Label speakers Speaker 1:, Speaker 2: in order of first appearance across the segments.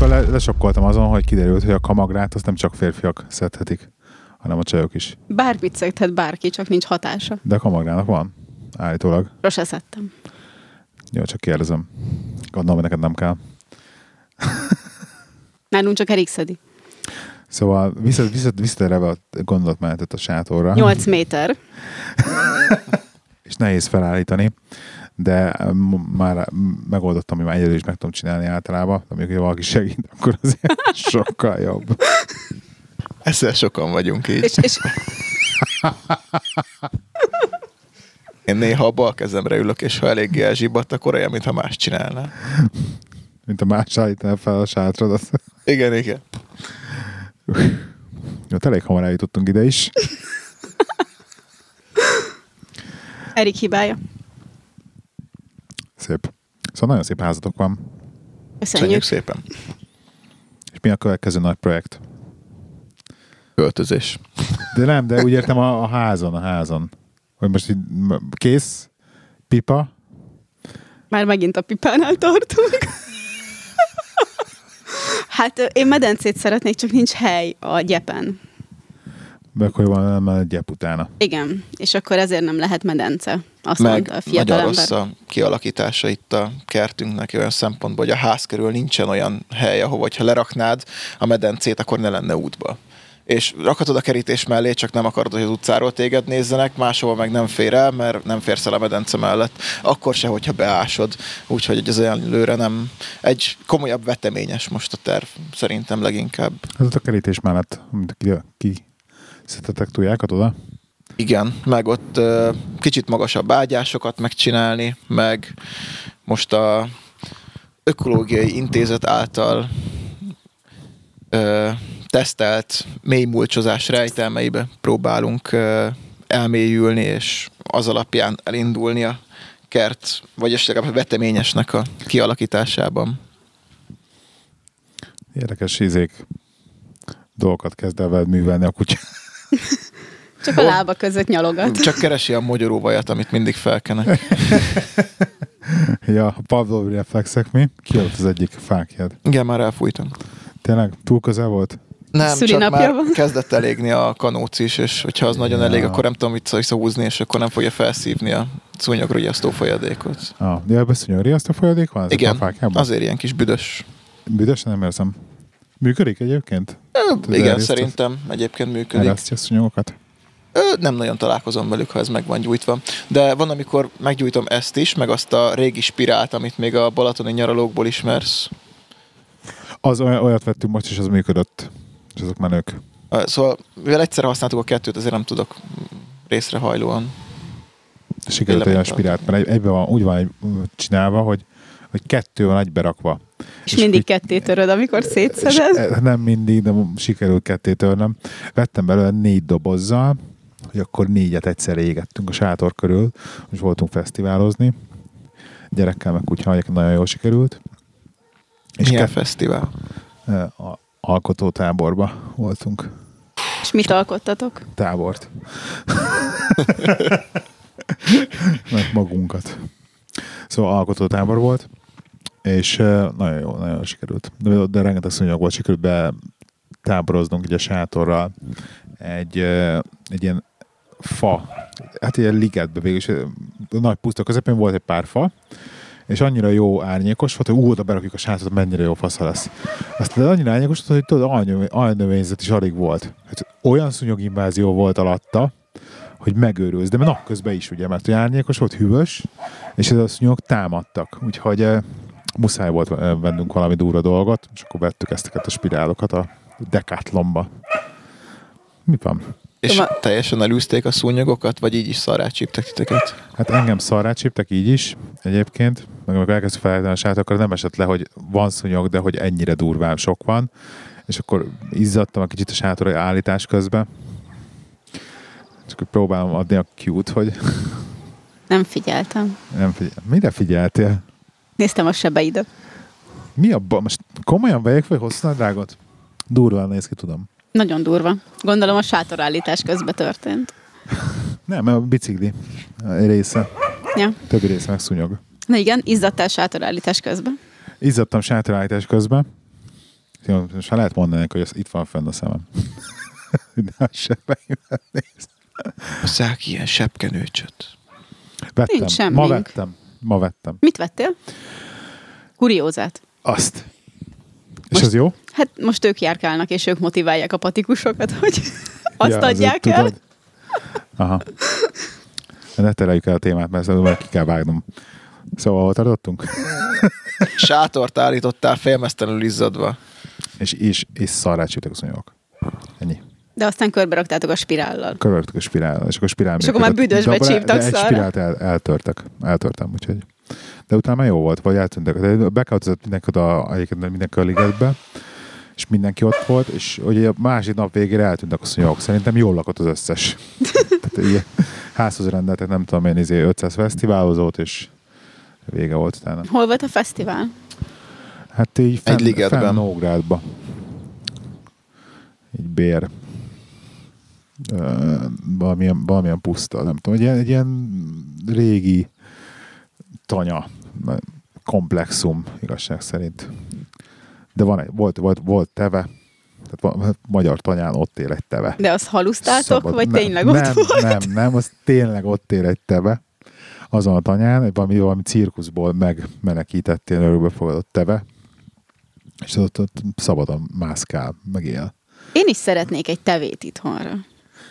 Speaker 1: le, lesokkoltam azon, hogy kiderült, hogy a kamagrát azt nem csak férfiak szedhetik, hanem a csajok is.
Speaker 2: Bármit szedhet bárki, csak nincs hatása.
Speaker 1: De a kamagrának van, állítólag.
Speaker 2: Rose szedtem.
Speaker 1: Jó, csak kérdezem. Gondolom, hogy neked nem kell.
Speaker 2: Nálunk csak Erik szedi.
Speaker 1: Szóval visszat, visszat, visszaterelve a gondolatmenetet a sátorra.
Speaker 2: 8 méter.
Speaker 1: és nehéz felállítani, de m- már megoldottam, hogy már egyedül is meg tudom csinálni általában, de amikor valaki segít, akkor azért sokkal jobb.
Speaker 3: Ezzel sokan vagyunk így.
Speaker 2: És, és
Speaker 3: Én néha a bal kezemre ülök, és ha eléggé elzsibadt, akkor olyan, mintha más csinálna.
Speaker 1: Mint a más állítaná fel a sátradat.
Speaker 3: Igen, igen.
Speaker 1: Jó, elég hamar eljutottunk ide is.
Speaker 2: Erik hibája.
Speaker 1: Szép. Szóval nagyon szép házatok van.
Speaker 2: Köszönjük.
Speaker 3: Köszönjük szépen.
Speaker 1: És mi a következő nagy projekt?
Speaker 3: Költözés.
Speaker 1: De nem, de úgy értem a, a házon, a házon. Hogy most így m- kész, pipa,
Speaker 2: Már megint a pipánál tartunk. Hát ö, én medencét szeretnék, csak nincs hely a gyepen.
Speaker 1: meg hogy van már egy gyep utána.
Speaker 2: Igen, és akkor ezért nem lehet medence. Azt
Speaker 3: Meg
Speaker 2: mondta a
Speaker 3: nagyon
Speaker 2: fiatalember.
Speaker 3: rossz a kialakítása itt a kertünknek olyan szempontból, hogy a ház körül nincsen olyan hely, ahova, ha leraknád a medencét, akkor ne lenne útba. És rakhatod a kerítés mellé, csak nem akarod, hogy az utcáról téged nézzenek, máshova meg nem fér el, mert nem férsz el a medence mellett, akkor se, hogyha beásod. Úgyhogy ez olyan lőre nem... Egy komolyabb veteményes most a terv, szerintem leginkább.
Speaker 1: Ez Hát ott a kerítés mellett, amit ki, ki szettetek túljákat oda.
Speaker 3: Igen, meg ott ö, kicsit magasabb ágyásokat megcsinálni, meg most a Ökológiai Intézet által ö, tesztelt mélymulcsozás rejtelmeibe próbálunk ö, elmélyülni, és az alapján elindulni a kert, vagy esetleg a veteményesnek a kialakításában.
Speaker 1: Érdekes ízék dolgokat kezd el veled művelni a kutya.
Speaker 2: Csak a lába között nyalogat.
Speaker 3: Csak keresi a magyaróvajat, amit mindig felkenek.
Speaker 1: ja, a Pavlov reflexek mi? Ki volt az egyik fákjad?
Speaker 3: Igen, már elfújtam.
Speaker 1: Tényleg túl közel volt?
Speaker 3: Nem, csak
Speaker 2: Szülinapja
Speaker 3: már
Speaker 2: van.
Speaker 3: kezdett elégni a kanóc is, és hogyha az nagyon
Speaker 1: Ja.
Speaker 3: elég, akkor nem tudom mit visszahúzni, és akkor nem fogja felszívni a szúnyogriasztó folyadékot.
Speaker 1: Ah, de ebben szúnyogri azt a folyadék van? ezekben
Speaker 3: Igen,
Speaker 1: a fákjában?
Speaker 3: azért ilyen kis büdös.
Speaker 1: Büdösen nem érzem. Működik egyébként?
Speaker 3: Ö, igen,
Speaker 1: elriasztod?
Speaker 3: szerintem egyébként működik.
Speaker 1: Elrasztja a szúnyogokat?
Speaker 3: Ö, nem nagyon találkozom velük, ha ez meg van gyújtva. De van, amikor meggyújtom ezt is, meg azt a régi spirált, amit még a balatoni nyaralókból ismersz.
Speaker 1: Az oly- olyat vettünk most, és az működött. És azok menők.
Speaker 3: Ö, Szóval, mivel egyszer használtuk a kettőt, ezért nem tudok részrehajlóan.
Speaker 1: Sikerült egy
Speaker 3: Tényleg
Speaker 1: olyan
Speaker 3: nem
Speaker 1: spirált, mert egy, egyben van, úgy van egy, csinálva, hogy, hogy kettő van egybe rakva.
Speaker 2: És mindig
Speaker 1: úgy-
Speaker 2: ketté töröd, amikor
Speaker 1: és,
Speaker 2: szétszeded.
Speaker 1: eh, Nem mindig, de sikerült ketté törnöm. Vettem belőle négy dobozzal, hogy akkor négyet egyszerre égettünk a sátor körül, és voltunk fesztiválozni. Gyerekkel meg kutyával, nagyon jól sikerült.
Speaker 3: És
Speaker 1: És
Speaker 3: Milyen
Speaker 1: ke-
Speaker 3: fesztivál?
Speaker 1: eh, a alkotótáborba voltunk.
Speaker 2: És mit alkottatok?
Speaker 1: tábort. Meg magunkat. Szóval alkotó tábor volt, és eh, nagyon jó, nagyon jól sikerült. De, de rengeteg szúnyog volt, sikerült be táboroznunk így a sátorral egy, eh, egy ilyen fa, hát ilyen ligetbe végül is, eh, nagy puszta közepén volt egy pár fa, és annyira jó árnyékos volt, hogy ú, oda berakjuk a sátrat, mennyire jó fasza lesz. Aztán annyira árnyékos volt, hogy tudod, alnövény- alnövényzet is alig volt. Hát olyan szúnyoginvázió volt alatta, hogy megőrülsz, de napközben is, ugye, mert ugye árnyékos volt, hűvös, és ez a szúnyogok támadtak, úgyhogy eh, muszáj volt eh, vennünk valami durva dolgot, és akkor vettük ezteket a spirálokat a dekátlomba. Mi van?
Speaker 3: És
Speaker 1: Szóval-
Speaker 2: Ma-
Speaker 3: teljesen elűzték a szúnyogokat, vagy így is szarrá csíptek titeket?
Speaker 1: Hát engem szarrá csíptek így is, egyébként, meg amikor elkezdtük felállítani a sátrat, akkor nem esett le, hogy van szúnyog, de hogy ennyire durván sok van, és akkor izzadtam egy kicsit a sátor állítás közben, csak hogy próbálom adni a cute, hogy
Speaker 2: Nem figyeltem.
Speaker 1: nem figyel. Mire figyeltél?
Speaker 2: Néztem a sebeidet.
Speaker 1: Mi a ba... Most komolyan vegyek fel hosszú nadrágot? Durván néz ki, tudom.
Speaker 2: Nagyon durva. Gondolom a sátorállítás közben történt.
Speaker 1: Nem, a bicikli része.
Speaker 2: Ja.
Speaker 1: Többi része meg szúnyog.
Speaker 2: Na igen, izzadtál sátorállítás közben.
Speaker 1: Izzadtam sátorállítás közben, Jó, Most már lehet mondani, hogy az itt van fenn a szemem. De sebeimet néz.
Speaker 3: Hozzák ilyen sepkenőcsöt.
Speaker 1: Vettem.
Speaker 2: Nincs semmink.
Speaker 1: Ma vettem. Ma vettem.
Speaker 2: Mit vettél? Kuriózát.
Speaker 1: Azt. És
Speaker 2: Most-
Speaker 1: az jó?
Speaker 2: Hát most ők járkálnak, és ők motiválják a patikusokat, hogy azt
Speaker 1: Ja,
Speaker 2: ja,
Speaker 1: azért
Speaker 2: adják el.
Speaker 1: tudod? Aha. Ne tereljük el a témát, mert szerintem ki kell vágnom. Szóval hol tartottunk?
Speaker 3: Sátort állítottál félmeztelenül izzadva.
Speaker 1: És, és, és szarrá csültek az anyagok. Ennyi.
Speaker 2: De aztán körbe raktátok a spirállal.
Speaker 1: Köröltük a spirál, és akkor spirál
Speaker 2: És akkor már büdösbe csíptak
Speaker 1: de egy
Speaker 2: szarra.
Speaker 1: spirált el, eltörtek. Eltörtem, úgyhogy. De utána már jó volt, vagy eltűntek. De beköltözött mindenki oda, egyébként mindenki a ligetbe, és mindenki ott volt, és ugye a másik nap végére eltűntek a szúnyogok. Szerintem jól lakott az összes. Tehát ilyen házhoz rendeltek, nem tudom én, izé 500 fesztiválozót, és vége volt utána.
Speaker 2: Hol volt a fesztivál?
Speaker 1: Hát így fenn,
Speaker 3: ligetben.
Speaker 1: fenn Nógrádba. Így bér. Ö, valamilyen, valamilyen puszta, nem tudom. Egy ilyen, egy ilyen régi tanya na, komplexum igazság szerint. De van egy, volt, volt, volt teve, tehát van, magyar tanyán ott él egy teve.
Speaker 2: De azt halusztáltok,
Speaker 1: Szabad-
Speaker 2: vagy
Speaker 1: nem,
Speaker 2: tényleg
Speaker 1: nem,
Speaker 2: ott volt?
Speaker 1: Nem, nem, az tényleg ott él egy teve. Azon a tanyán, egy valami, valami cirkuszból megmenekítettél örökbefogadott teve, és ott, ott szabadon mászkál, meg él.
Speaker 2: Én is szeretnék egy tevét itthonra.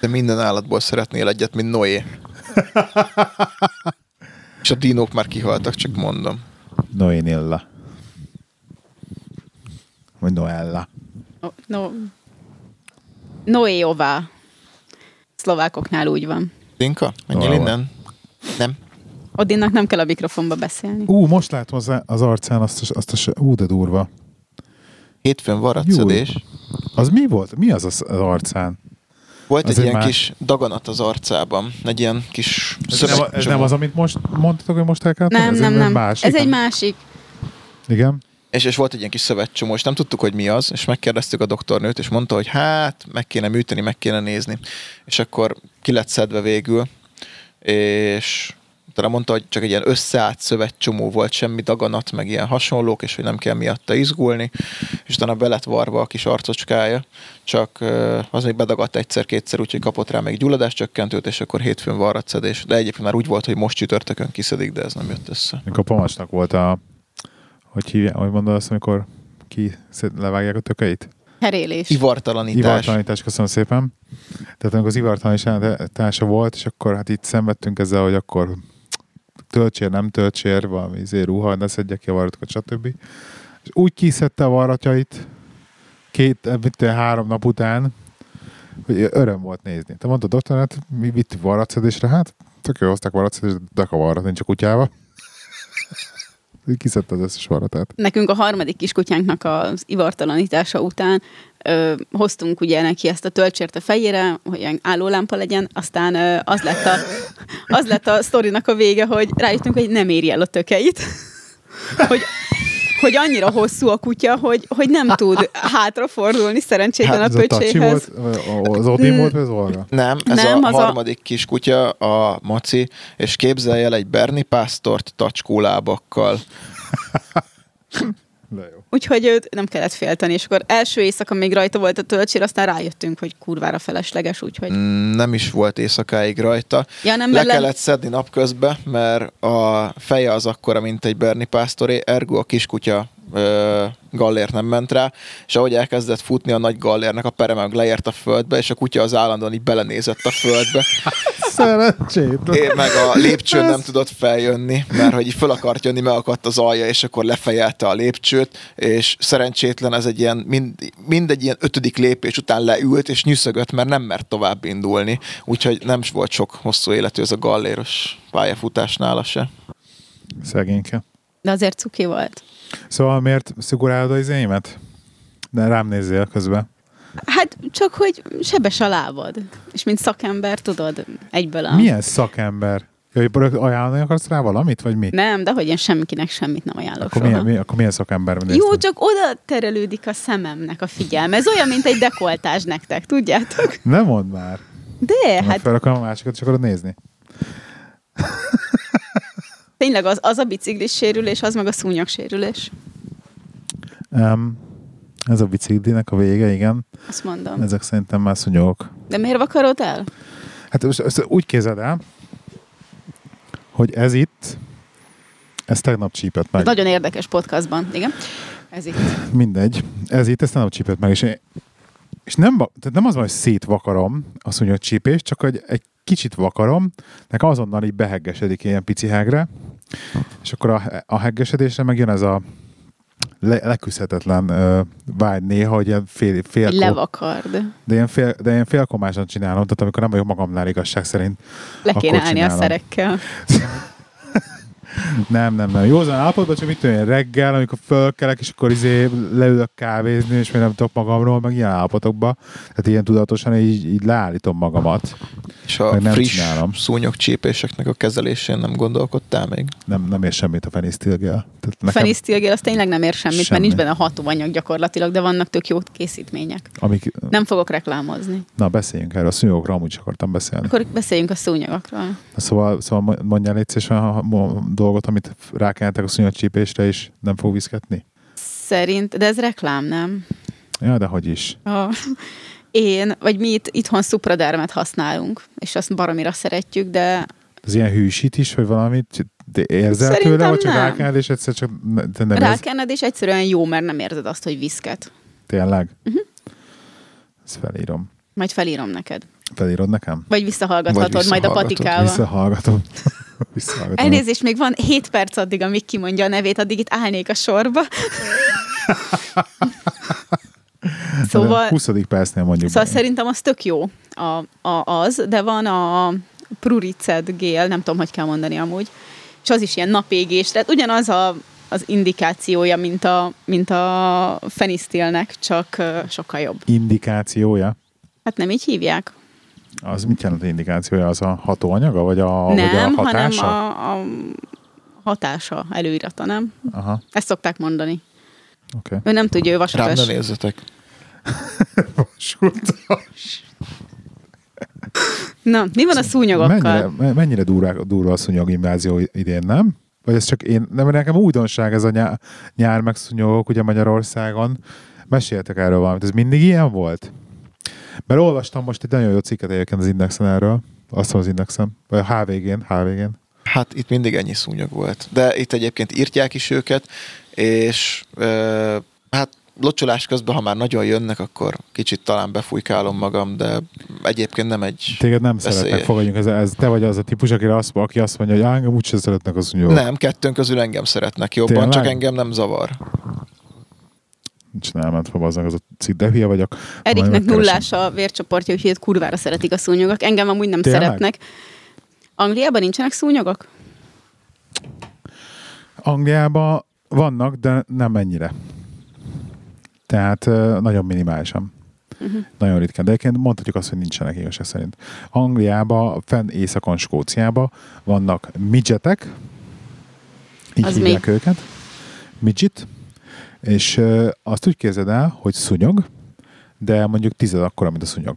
Speaker 3: De minden állatból szeretnél egyet, mint Noé. És a dinók már kihaltak, csak mondom.
Speaker 1: Noénilla. Vagy Noella.
Speaker 2: Oh, no. Noéjová. Szlovákoknál úgy van.
Speaker 3: Dinka? Menjél
Speaker 1: Valahol.
Speaker 3: innen? Nem.
Speaker 2: Odinnak nem kell a mikrofonba beszélni.
Speaker 1: Ú, most látom az, az arcán azt a, azt a, s- ú, de durva.
Speaker 3: Hétfőn varacodés.
Speaker 1: Az mi volt? Mi az az, az arcán?
Speaker 3: Volt egy
Speaker 1: Azért
Speaker 3: ilyen
Speaker 1: más.
Speaker 3: kis daganat az arcában. Egy ilyen kis
Speaker 1: Ez, nem, a- ez nem az, amit most mondtatok, hogy most el kell
Speaker 2: Nem,
Speaker 1: tenni?
Speaker 2: nem,
Speaker 1: ez
Speaker 2: nem.
Speaker 1: Másik.
Speaker 2: Ez egy másik.
Speaker 1: Igen?
Speaker 3: És, és volt egy ilyen kis szövetcsomó, és nem tudtuk, hogy mi az, és megkérdeztük a doktornőt, és mondta, hogy hát, meg kéne műteni, meg kéne nézni. És akkor ki lett szedve végül, és utána mondta, hogy csak egy ilyen összeállt szövetcsomó volt, semmi daganat, meg ilyen hasonlók, és hogy nem kell miatta izgulni, és utána belett varva a kis arcocskája, csak ö, az még bedagadt egyszer-kétszer, úgyhogy kapott rá még gyulladáscsökkentőt, és akkor hétfőn varratszedés. De egyébként már úgy volt, hogy most csütörtökön kiszedik, de ez nem jött össze.
Speaker 1: Amikor a Pamasnak volt a... Hogy hívják, hogy mondod azt, amikor ki szed- levágják a tökeit?
Speaker 2: Herélés.
Speaker 3: Ivartalanítás.
Speaker 1: Ivartalanítás, köszönöm szépen. Tehát amikor az ivartalanítása volt, és akkor hát itt szenvedtünk ezzel, hogy akkor töltsér, nem töltsér, valami izé, ruha, ne szedje ki a varratokat, stb. És úgy kiszedte a varratjait két, eh, mit tudom, három nap után, hogy öröm volt nézni. Te mondta a doktor, hát mi vittük varratszedésre, hát tök jó hozták varratszedésre, de a varrat nincs a kutyába. Így Kiszedte az összes varratát.
Speaker 2: Nekünk a harmadik kiskutyánknak az ivartalanítása után ö, hoztunk ugye neki ezt a töltsért a fejére, hogy ilyen állólámpa legyen, aztán ö, az, lett a, az lett a sztorinak a vége, hogy rájöttünk, hogy nem éri el a tökeit. hogy, hogy annyira hosszú a kutya, hogy, hogy nem tud hátrafordulni szerencsétlen
Speaker 1: Hát
Speaker 2: hát,
Speaker 1: ez
Speaker 2: a
Speaker 1: a tacsi
Speaker 2: pöcséhez.
Speaker 1: volt, ö, az Odin volt, vagy az Olga?
Speaker 3: Nem, ez
Speaker 2: Nem,
Speaker 3: a
Speaker 2: az a-
Speaker 3: harmadik a... kis kutya, a maci, és képzelj el egy Berni pásztort tacskó lábakkal.
Speaker 1: De jó.
Speaker 2: Úgyhogy őt nem kellett félteni, és akkor első éjszaka még rajta volt a töltsér, aztán rájöttünk, hogy kurvára felesleges, úgyhogy
Speaker 3: Nem is volt éjszakáig rajta.
Speaker 2: Ja, nem,
Speaker 3: Le
Speaker 2: mert le-
Speaker 3: kellett szedni napközben, mert a feje az akkora, mint egy Berni pásztoré, ergo a kiskutya ö, gallér nem ment rá, és ahogy elkezdett futni a nagy gallérnek, a peremeg leért a földbe, és a kutya az állandóan így belenézett a földbe.
Speaker 1: Szerencsétlen.
Speaker 3: Én meg a lépcsőn nem
Speaker 1: Ez-
Speaker 3: tudott feljönni, mert hogy így föl akart jönni, megakadt az alja, és akkor lefejelte a lépcsőt, és szerencsétlen ez egy ilyen, mind, mindegy ilyen ötödik lépés után leült, és nyűszögött, mert nem mert tovább indulni, úgyhogy nem is volt sok hosszú életű ez a galléros pályafutás nála se.
Speaker 1: Szegényke.
Speaker 2: de azért cuki volt.
Speaker 1: Szóval miért szigorálod az émet? De rám nézzél közben.
Speaker 2: Hát csak, hogy sebes a lábad. És mint szakember, tudod, egyből a...
Speaker 1: Milyen szakember? Jaj, rögt- ajánlani akarsz rá valamit, vagy mi?
Speaker 2: Nem, de hogy én semmikinek semmit nem ajánlok
Speaker 1: Akkor
Speaker 2: soha.
Speaker 1: milyen, mi, akkor milyen szakember
Speaker 2: Jó, csak oda terelődik a szememnek a figyelme. Ez olyan, mint egy dekoltás nektek, tudjátok?
Speaker 1: Nem mondd már.
Speaker 2: De,
Speaker 1: Hát...
Speaker 2: hát
Speaker 1: Fel akarom a másikat, és akarod nézni.
Speaker 2: tényleg az, az a biciklis sérülés, az meg a szúnyagsérülés.
Speaker 1: Um, Ez a biciklinek a vége, igen.
Speaker 2: Azt mondom.
Speaker 1: Ezek szerintem már szúnyogok.
Speaker 2: De miért vakarod el?
Speaker 1: Hát most ezt úgy képzeld el, hogy ez itt, ez tegnap csípett
Speaker 2: Ez
Speaker 1: meg.
Speaker 2: nagyon érdekes podcastban, igen. Ez itt.
Speaker 1: Mindegy. Ez itt, ezt nem csípett meg, és, én- és nem, va- tehát nem az van, hogy szétvakarom a szúnyog csípést, csak hogy egy kicsit vakarom, nekem azonnal így beheggesedik ilyen pici hegre, és akkor a, a heggesedésre megjön ez a le, leküzdhetetlen ö, vágy néha, hogy ilyen fél, fél
Speaker 2: Hogy levakard.
Speaker 1: de ilyen, fél, de ilyen félkomásan csinálom, tehát amikor nem vagyok magamnál igazság szerint.
Speaker 2: Le kéne
Speaker 1: Akkor
Speaker 2: állni a
Speaker 1: csinálom.
Speaker 2: szerekkel.
Speaker 1: Nem, nem, nem. Józan állapotban csak mit tudom én, reggel, amikor fölkelek, és akkor izé leülök kávézni, és még nem tudok magamról, meg ilyen állapotokban. Tehát ilyen tudatosan így, így leállítom magamat.
Speaker 3: És a
Speaker 1: Meg nem
Speaker 3: friss
Speaker 1: csinálom.
Speaker 3: szúnyogcsípéseknek a kezelésén nem gondolkodtál még?
Speaker 1: Nem, nem ér semmit a fenisztilgél.
Speaker 2: Fenisztilgél az tényleg nem ér semmit,
Speaker 1: Semmi.
Speaker 2: mert nincs benne hatóanyag gyakorlatilag, de vannak tök jó készítmények.
Speaker 1: Amik,
Speaker 2: Nem fogok reklámozni.
Speaker 1: na, beszéljünk erről. A szúnyogokról amúgy is akartam beszélni.
Speaker 2: Akkor beszéljünk a szúnyogokról.
Speaker 1: Szóval, szóval mondjál légy szíves olyan ha- mo- dolgot, amit rákenhetek a szúnyogcsípésre, és nem fog viszketni?
Speaker 2: Szerint, de ez reklám, nem?
Speaker 1: Ja, de hogy is.
Speaker 2: A, én, vagy mi itt, itthon szupradermet használunk, és azt baromira szeretjük, de
Speaker 1: Ez ilyen hűsít is, hogy valamit de érzel
Speaker 2: Szerintem
Speaker 1: tőle, vagy csak
Speaker 2: nem.
Speaker 1: rákened, és egyszer csak ne- de nem ez
Speaker 2: rákened, és egyszerűen jó, mert nem érzed azt, hogy viszket.
Speaker 1: tényleg.
Speaker 2: Mhm.
Speaker 1: Uh-huh. Ezt felírom.
Speaker 2: Majd felírom neked.
Speaker 1: Felírod nekem?
Speaker 2: Vagy visszahallgathatod
Speaker 3: Vagy
Speaker 2: majd a
Speaker 3: visszahallgatod.
Speaker 2: patikával.
Speaker 1: Visszahallgatom. Visszahallgatom.
Speaker 2: Elnézést, még van 7 perc addig, amíg kimondja a nevét, addig itt állnék a sorba.
Speaker 1: Szóval...
Speaker 2: szóval,
Speaker 1: 20. percnél mondjuk.
Speaker 2: szóval
Speaker 1: be.
Speaker 2: szerintem az tök jó a, a, az, de van a pruricet gél, nem tudom, hogy kell mondani amúgy, és az is ilyen napégés, tehát ugyanaz a, az indikációja, mint a, mint a fenisztilnek, csak ö, sokkal jobb.
Speaker 1: Indikációja?
Speaker 2: Hát nem így hívják.
Speaker 1: Az mit jelent indikációja? Az a hatóanyaga, vagy a, vagy
Speaker 2: nem,
Speaker 1: a hatása?
Speaker 2: hanem a, a hatása, előirata, nem?
Speaker 1: Aha,
Speaker 2: Ezt szokták mondani.
Speaker 1: oké.
Speaker 2: Ő nem tudja, ő
Speaker 3: Rám ne
Speaker 2: vasutas.
Speaker 3: nézzetek.
Speaker 1: Okay.
Speaker 2: Na, mi van a
Speaker 1: Mennyire,
Speaker 2: szúnyogokkal?
Speaker 1: me- mennyire durva, durva a szúnyog invázió idén, nem? Vagy ez csak én, nem, nekem újdonság ez a nyár, nyár meg szúnyogok ugye Magyarországon. Meséltek erről valamit, ez mindig ilyen volt? Mert olvastam most egy nagyon jó cikket egyébként az Indexen erről, azt mondom az Indexen, vagy a HVG-n, HVG-n.
Speaker 3: Hát itt mindig ennyi szúnyog volt. De itt egyébként írtják is őket, és ö, hát locsolás közben, ha már nagyon jönnek, akkor kicsit talán befújkálom magam, de egyébként nem egy...
Speaker 1: Téged nem
Speaker 3: Beszélj.
Speaker 1: szeretnek, fogadjunk, ez, ez, te vagy az a típus, aki azt, aki azt mondja, hogy "Á, engem úgyse szeretnek a szúnyogok.
Speaker 3: Nem, kettőnk közül engem szeretnek jobban,
Speaker 1: Tényleg?
Speaker 3: csak engem nem zavar.
Speaker 1: Nincs nem, ment fogalmazni, az a cikk, de hülye vagyok.
Speaker 2: Eriknek
Speaker 1: Majd megkeresem.
Speaker 2: nullás a vércsoportja, úgyhogy őt kurvára szeretik a szúnyogok. Engem amúgy nem
Speaker 1: Tényleg?
Speaker 2: szeretnek. Angliában nincsenek szúnyogok?
Speaker 1: Angliában vannak, de nem ennyire. Tehát ö, nagyon minimálisan.
Speaker 2: Mhm.
Speaker 1: Uh-huh. Nagyon ritkán. De egyébként mondhatjuk azt, hogy nincsenek igazság szerint. Angliában, fenn északon, Skóciában vannak midgetek, így
Speaker 2: Az mi?
Speaker 1: hívják őket, midget, és ö, azt úgy képzeld el, hogy szúnyog, de mondjuk tized akkora, mint a szúnyog.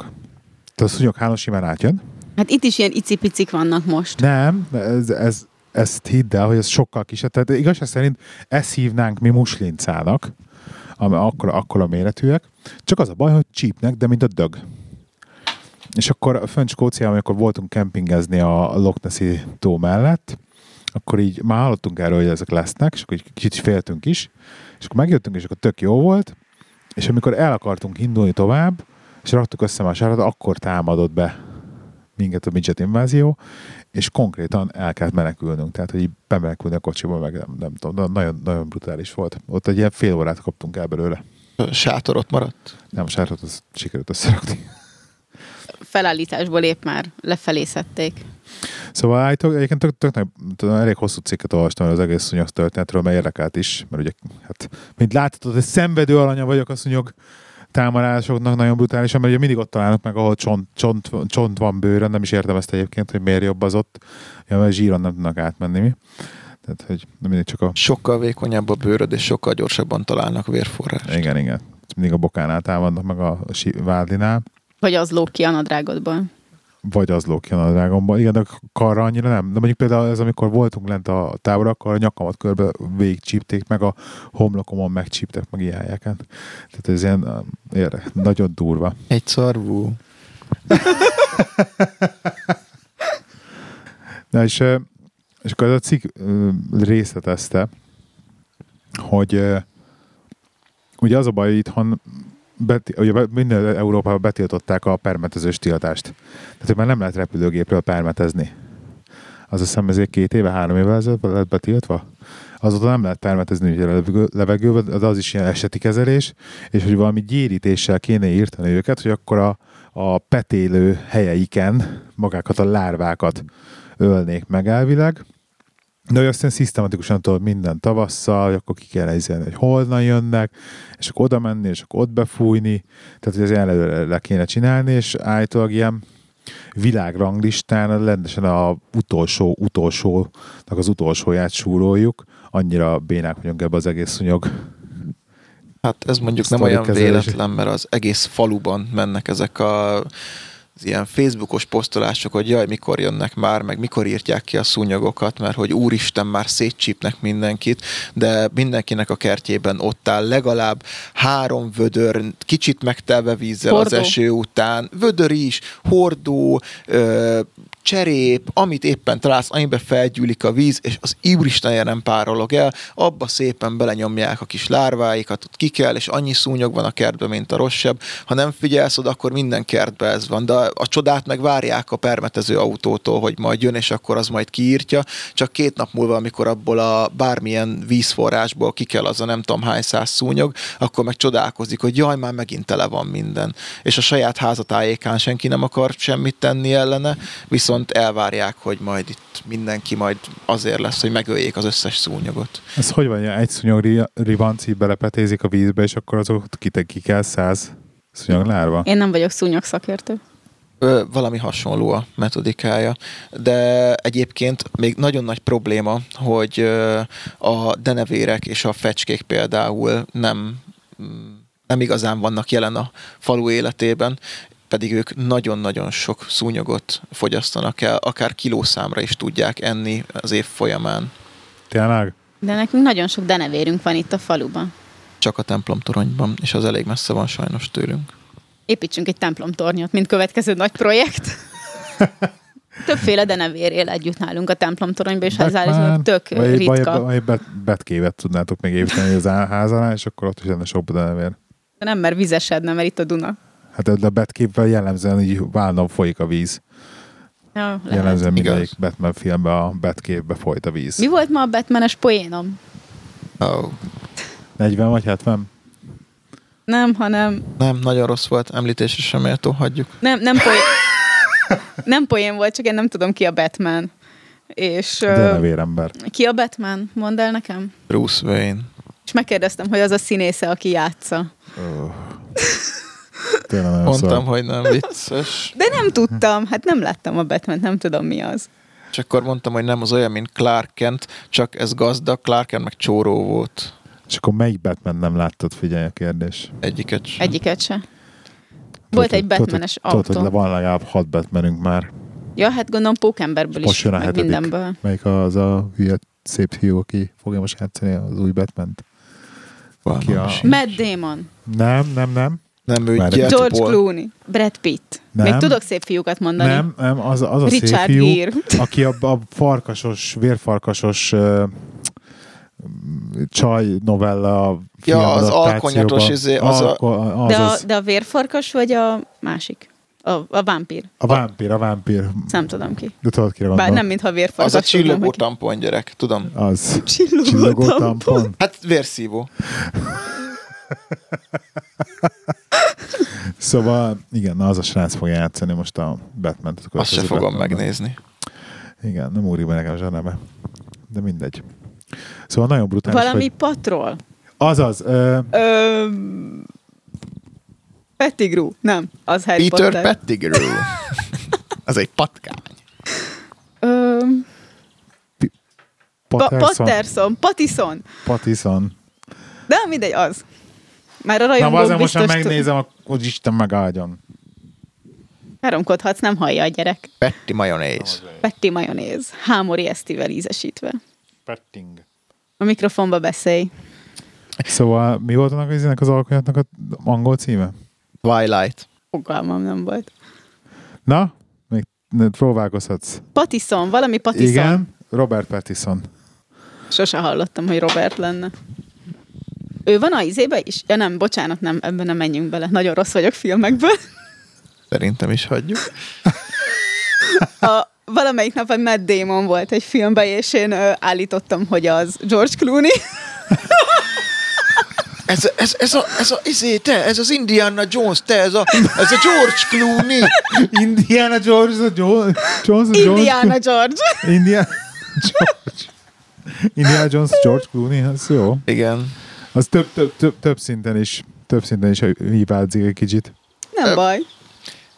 Speaker 1: Tehát a szúnyog hálón simán átjön,
Speaker 2: Hát itt is ilyen icipicik vannak most.
Speaker 1: nem, ez, ez, ezt hidd el, hogy ez sokkal kisebb. Tehát igazság szerint ezt hívnánk mi muslincának, ami akkor, akkor a méretűek. Csak az a baj, hogy csípnek, de mint a dög. És akkor fönt Skóciában, amikor voltunk kempingezni a Loch Nessi tó mellett, akkor így már hallottunk erről, hogy ezek lesznek, és akkor így kicsit féltünk is, és akkor megjöttünk, és akkor tök jó volt, és amikor el akartunk indulni tovább, és raktuk össze már a sárat, akkor támadott be minket a midget invázió, és konkrétan el kellett menekülnünk, tehát hogy így bemenekülni a kocsiba, meg nem, nem tudom, na- nagyon, nagyon brutális volt. Ott egy ilyen fél órát kaptunk el belőle.
Speaker 3: Sátor ott maradt.
Speaker 1: Nem, a sárat az sikerült összerakni.
Speaker 2: Felállításból épp már lefelé szedték.
Speaker 1: Szóval állítólag egyébként tök, tök, nagy- tudom, elég hosszú cikket olvastam az egész szúnyog történetről, mert érdekelt is, mert ugye, hát, mint láthatod, hogy szenvedő alanya vagyok a szúnyog támadásoknak nagyon brutálisan, mert ugye mindig ott találnak meg, ahol csont, csont, csont van bőrön, nem is értem ezt egyébként, hogy miért jobb az ott, ja, mert zsíron nem tudnak átmenni mi. Tehát, hogy nem mindig csak a...
Speaker 3: Sokkal vékonyabb a bőröd, és sokkal gyorsabban találnak vérforrást.
Speaker 1: Igen, igen. Mindig a bokánál támadnak meg a sí- vádlinál.
Speaker 2: Vagy az lók ki a nadrágodból.
Speaker 1: vagy az lókjon a drágomba. Igen, de a karra annyira nem. De mondjuk például ez, amikor voltunk lent a tábor, akkor a nyakamat körbe végigcsípték, meg a homlokomon megcsíptek, meg ilyen helyeken. Tehát ez ilyen, érre, nagyon durva.
Speaker 3: Egy szarvú.
Speaker 1: Na és, ö, és akkor ez a cikk ö, részletezte, hogy ö, ugye az a baj, hogy itthon beti, ugye be- minden Európában betiltották a permetezős tiltást. Tehát, hogy már nem lehet repülőgépről permetezni. Az azt hiszem, ezért két éve, három éve ezelőtt lett betiltva. Azóta nem lehet permetezni ugye levegő- levegőbe, de az is ilyen eseti kezelés, és hogy valami gyérítéssel kéne írtani őket, hogy akkor a, a petélő helyeiken magákat a lárvákat ölnék meg elvileg. De hogy aztán szisztematikusan tudod minden tavasszal, hogy akkor ki kell ezzelni, hogy holnan jönnek, és akkor oda menni, és akkor ott befújni. Tehát, hogy ez előre le kéne csinálni, és állítólag ilyen világranglistán rendesen a utolsó utolsónak az utolsóját súroljuk. Annyira bénák vagyunk ebbe az egész szúnyog.
Speaker 3: Hát ez mondjuk nem
Speaker 1: Sztori
Speaker 3: olyan
Speaker 1: kezelés.
Speaker 3: véletlen, mert az egész faluban mennek ezek a az ilyen Facebookos posztolások, hogy jaj, mikor jönnek már, meg mikor írtják ki a szúnyogokat, mert hogy úristen, már szétcsípnek mindenkit, de mindenkinek a kertjében ott áll legalább három vödör, kicsit megtelve vízzel
Speaker 2: Hordó.
Speaker 3: az eső után, vödör is, hordó, ö, cserép, amit éppen találsz, amiben felgyűlik a víz, és az úristenje nem párolog el, abba szépen belenyomják a kis lárváikat, ott ki kell, és annyi szúnyog van a kertben, mint a rosszabb. Ha nem figyelsz oda, akkor minden kertben ez van, de a csodát meg várják a permetező autótól, hogy majd jön, és akkor az majd kiírtja, csak két nap múlva, amikor abból a bármilyen vízforrásból ki kell az a nem tudom hány száz szúnyog, akkor meg csodálkozik, hogy jaj, már megint tele van minden. És a saját házatájékán senki nem akar semmit tenni ellene, viszont elvárják, hogy majd itt mindenki majd azért lesz, hogy megöljék az összes szúnyogot.
Speaker 1: Ez hogy van, hogy egy szúnyog ri- ribanci belepetézik a vízbe, és akkor azokat kitekik el száz szúnyog lárva?
Speaker 2: Én nem vagyok szúnyog szakértő.
Speaker 3: Ö, valami hasonló a metodikája. De egyébként még nagyon nagy probléma, hogy ö, a denevérek és a fecskék például nem, mm, nem igazán vannak jelen a falu életében, pedig ők nagyon-nagyon sok szúnyogot fogyasztanak el, akár kilószámra is tudják enni az év folyamán,
Speaker 1: Tényleg?
Speaker 2: De nekünk nagyon sok denevérünk van itt a faluban.
Speaker 3: csak a templom toronyban, és az elég messze van sajnos tőlünk.
Speaker 2: Építsünk egy templomtornyot, mint következő nagy projekt. Többféle denevér él együtt nálunk a templomtoronyba, és ha ez állítólag tök
Speaker 1: vagy, egy- Vagy,
Speaker 2: ritka.
Speaker 1: egy- vagy egy bet, betkévet tudnátok még építeni az á- ház alá, és akkor ott is lenne sok denevér.
Speaker 2: De nem, mert vizesedne, mert itt a Duna.
Speaker 1: Hát de a betképvel jellemzően így válnom folyik a víz.
Speaker 2: Ja, lehet.
Speaker 1: Jellemzően
Speaker 3: Igaz.
Speaker 1: mindegyik Batman filmben a Batcave-be folyt a víz.
Speaker 2: Mi volt ma a Batmanes poénom?
Speaker 3: Oh.
Speaker 1: 40 vagy 70?
Speaker 2: Nem, hanem
Speaker 3: Nem, nagyon rossz volt, említésre sem méltó, hagyjuk.
Speaker 2: nem, nem poén. nem poén volt, csak én nem tudom ki a Batman. És ö,
Speaker 1: Denevér ember.
Speaker 2: ki a Batman? Mondd el nekem.
Speaker 3: Bruce Wayne.
Speaker 2: És megkérdeztem, hogy az a színésze, aki játsza.
Speaker 1: Öh. Tényleg nagyon
Speaker 3: Mondtam,
Speaker 1: szar.
Speaker 3: hogy nem vicces.
Speaker 2: De nem tudtam, hát nem láttam a batman nem tudom mi az.
Speaker 3: És akkor mondtam, hogy nem az olyan, mint Clark Kent, csak ez gazdag, Clark Kent meg csóró volt.
Speaker 1: És akkor melyik Batman nem láttad, figyelj a kérdés.
Speaker 3: Egyiket sem.
Speaker 2: Egyiket se. Volt egy
Speaker 1: hogy-
Speaker 2: Batmanes
Speaker 1: tudod, hogy- Tudod,
Speaker 2: autó.
Speaker 1: hogy le- van legalább hat Batmanünk már.
Speaker 2: Ja, hát gondolom pókemberből is,
Speaker 1: Most jön a
Speaker 2: meg
Speaker 1: hetedik.
Speaker 2: mindenből.
Speaker 1: Melyik az a hülye szép hiú, aki fogja most játszani az új batman Ki a-
Speaker 3: Valami.
Speaker 2: Matt Damon,
Speaker 1: Nem, nem, nem.
Speaker 3: Nem ő
Speaker 1: Várj.
Speaker 2: George
Speaker 3: Jetból.
Speaker 2: Clooney, Brad Pitt.
Speaker 1: Nem.
Speaker 2: Még tudok szép fiúkat mondani.
Speaker 1: Nem, nem, az, az a szép
Speaker 2: Richard
Speaker 1: fiú,
Speaker 2: Gere.
Speaker 1: aki a, a farkasos, vérfarkasos ö, mm, csaj novella
Speaker 3: Ja, az
Speaker 1: filmadaptációba.
Speaker 3: alkonyatos izé, az a-
Speaker 1: Alko- az,
Speaker 2: De,
Speaker 1: az,
Speaker 2: a, de a vérfarkas vagy a másik? A, a vámpír.
Speaker 1: a vámpír, a vámpír.
Speaker 2: Ezt nem tudom ki.
Speaker 1: De tudod, kire
Speaker 2: Bár
Speaker 1: gondolok?
Speaker 2: nem, mintha vérfarkas.
Speaker 3: Az a
Speaker 2: tudnám,
Speaker 3: csillogó
Speaker 2: hogy-
Speaker 3: tampon gyerek, tudom.
Speaker 1: Az.
Speaker 2: Csillogó tampon.
Speaker 3: Hát vérszívó.
Speaker 1: Szóval, igen, na, az a srác fogja játszani most a batman
Speaker 3: Azt se fogom megnézni.
Speaker 1: Igen, nem úri be nekem zsanebe. De mindegy. Szóval nagyon brutális,
Speaker 2: Valami
Speaker 1: hogy...
Speaker 2: patrol.
Speaker 1: Azaz, ö,
Speaker 2: Ö... Pettigrew. Nem, az Harry
Speaker 3: Peter
Speaker 2: Potter.
Speaker 3: Pettigrew. Ez egy patkány.
Speaker 2: Ö... Pa-
Speaker 1: Patterson.
Speaker 2: Patterson, Pattison.
Speaker 1: Patterson.
Speaker 2: De mindegy, az. Már a
Speaker 1: Na,
Speaker 2: rajongók
Speaker 1: azért most
Speaker 2: biztos...
Speaker 1: már
Speaker 2: tud-
Speaker 1: megnézem, akkor Isten megáldjon.
Speaker 2: Háromkodhatsz, nem hallja a gyerek.
Speaker 3: Petti majonéz.
Speaker 2: Petti majonéz, hámori esztivel ízesítve.
Speaker 1: Petting.
Speaker 2: A mikrofonba beszélj.
Speaker 1: Szóval mi volt annak az izének az alkonyatnak a angol címe?
Speaker 3: Twilight.
Speaker 2: Fogalmam nem volt.
Speaker 1: Na, még ne- próbálkozhatsz.
Speaker 2: Patison, valami Patison.
Speaker 1: Igen, Robert Pattinson.
Speaker 2: Sose hallottam, hogy Robert lenne. Ő van a izébe is? Ja nem, bocsánat, nem, ebben nem menjünk bele. Nagyon rossz vagyok filmekből.
Speaker 3: Szerintem is hagyjuk.
Speaker 2: A, valamelyik nap a Matt Damon volt egy filmben, és én ö, állítottam, hogy az George Clooney.
Speaker 3: Ez, ez, ez, a, ez a, izé, te, ez az Indiana Jones, te, ez a, ez a George Clooney.
Speaker 1: Indiana Jones, a Jones, Jones, a Jones.
Speaker 2: Indiana George.
Speaker 1: Indiana George. Indiana Jones, George Clooney, az jó.
Speaker 3: Igen.
Speaker 1: Az több, több, több, több szinten is több szinten is hibázik egy kicsit.
Speaker 2: Nem baj.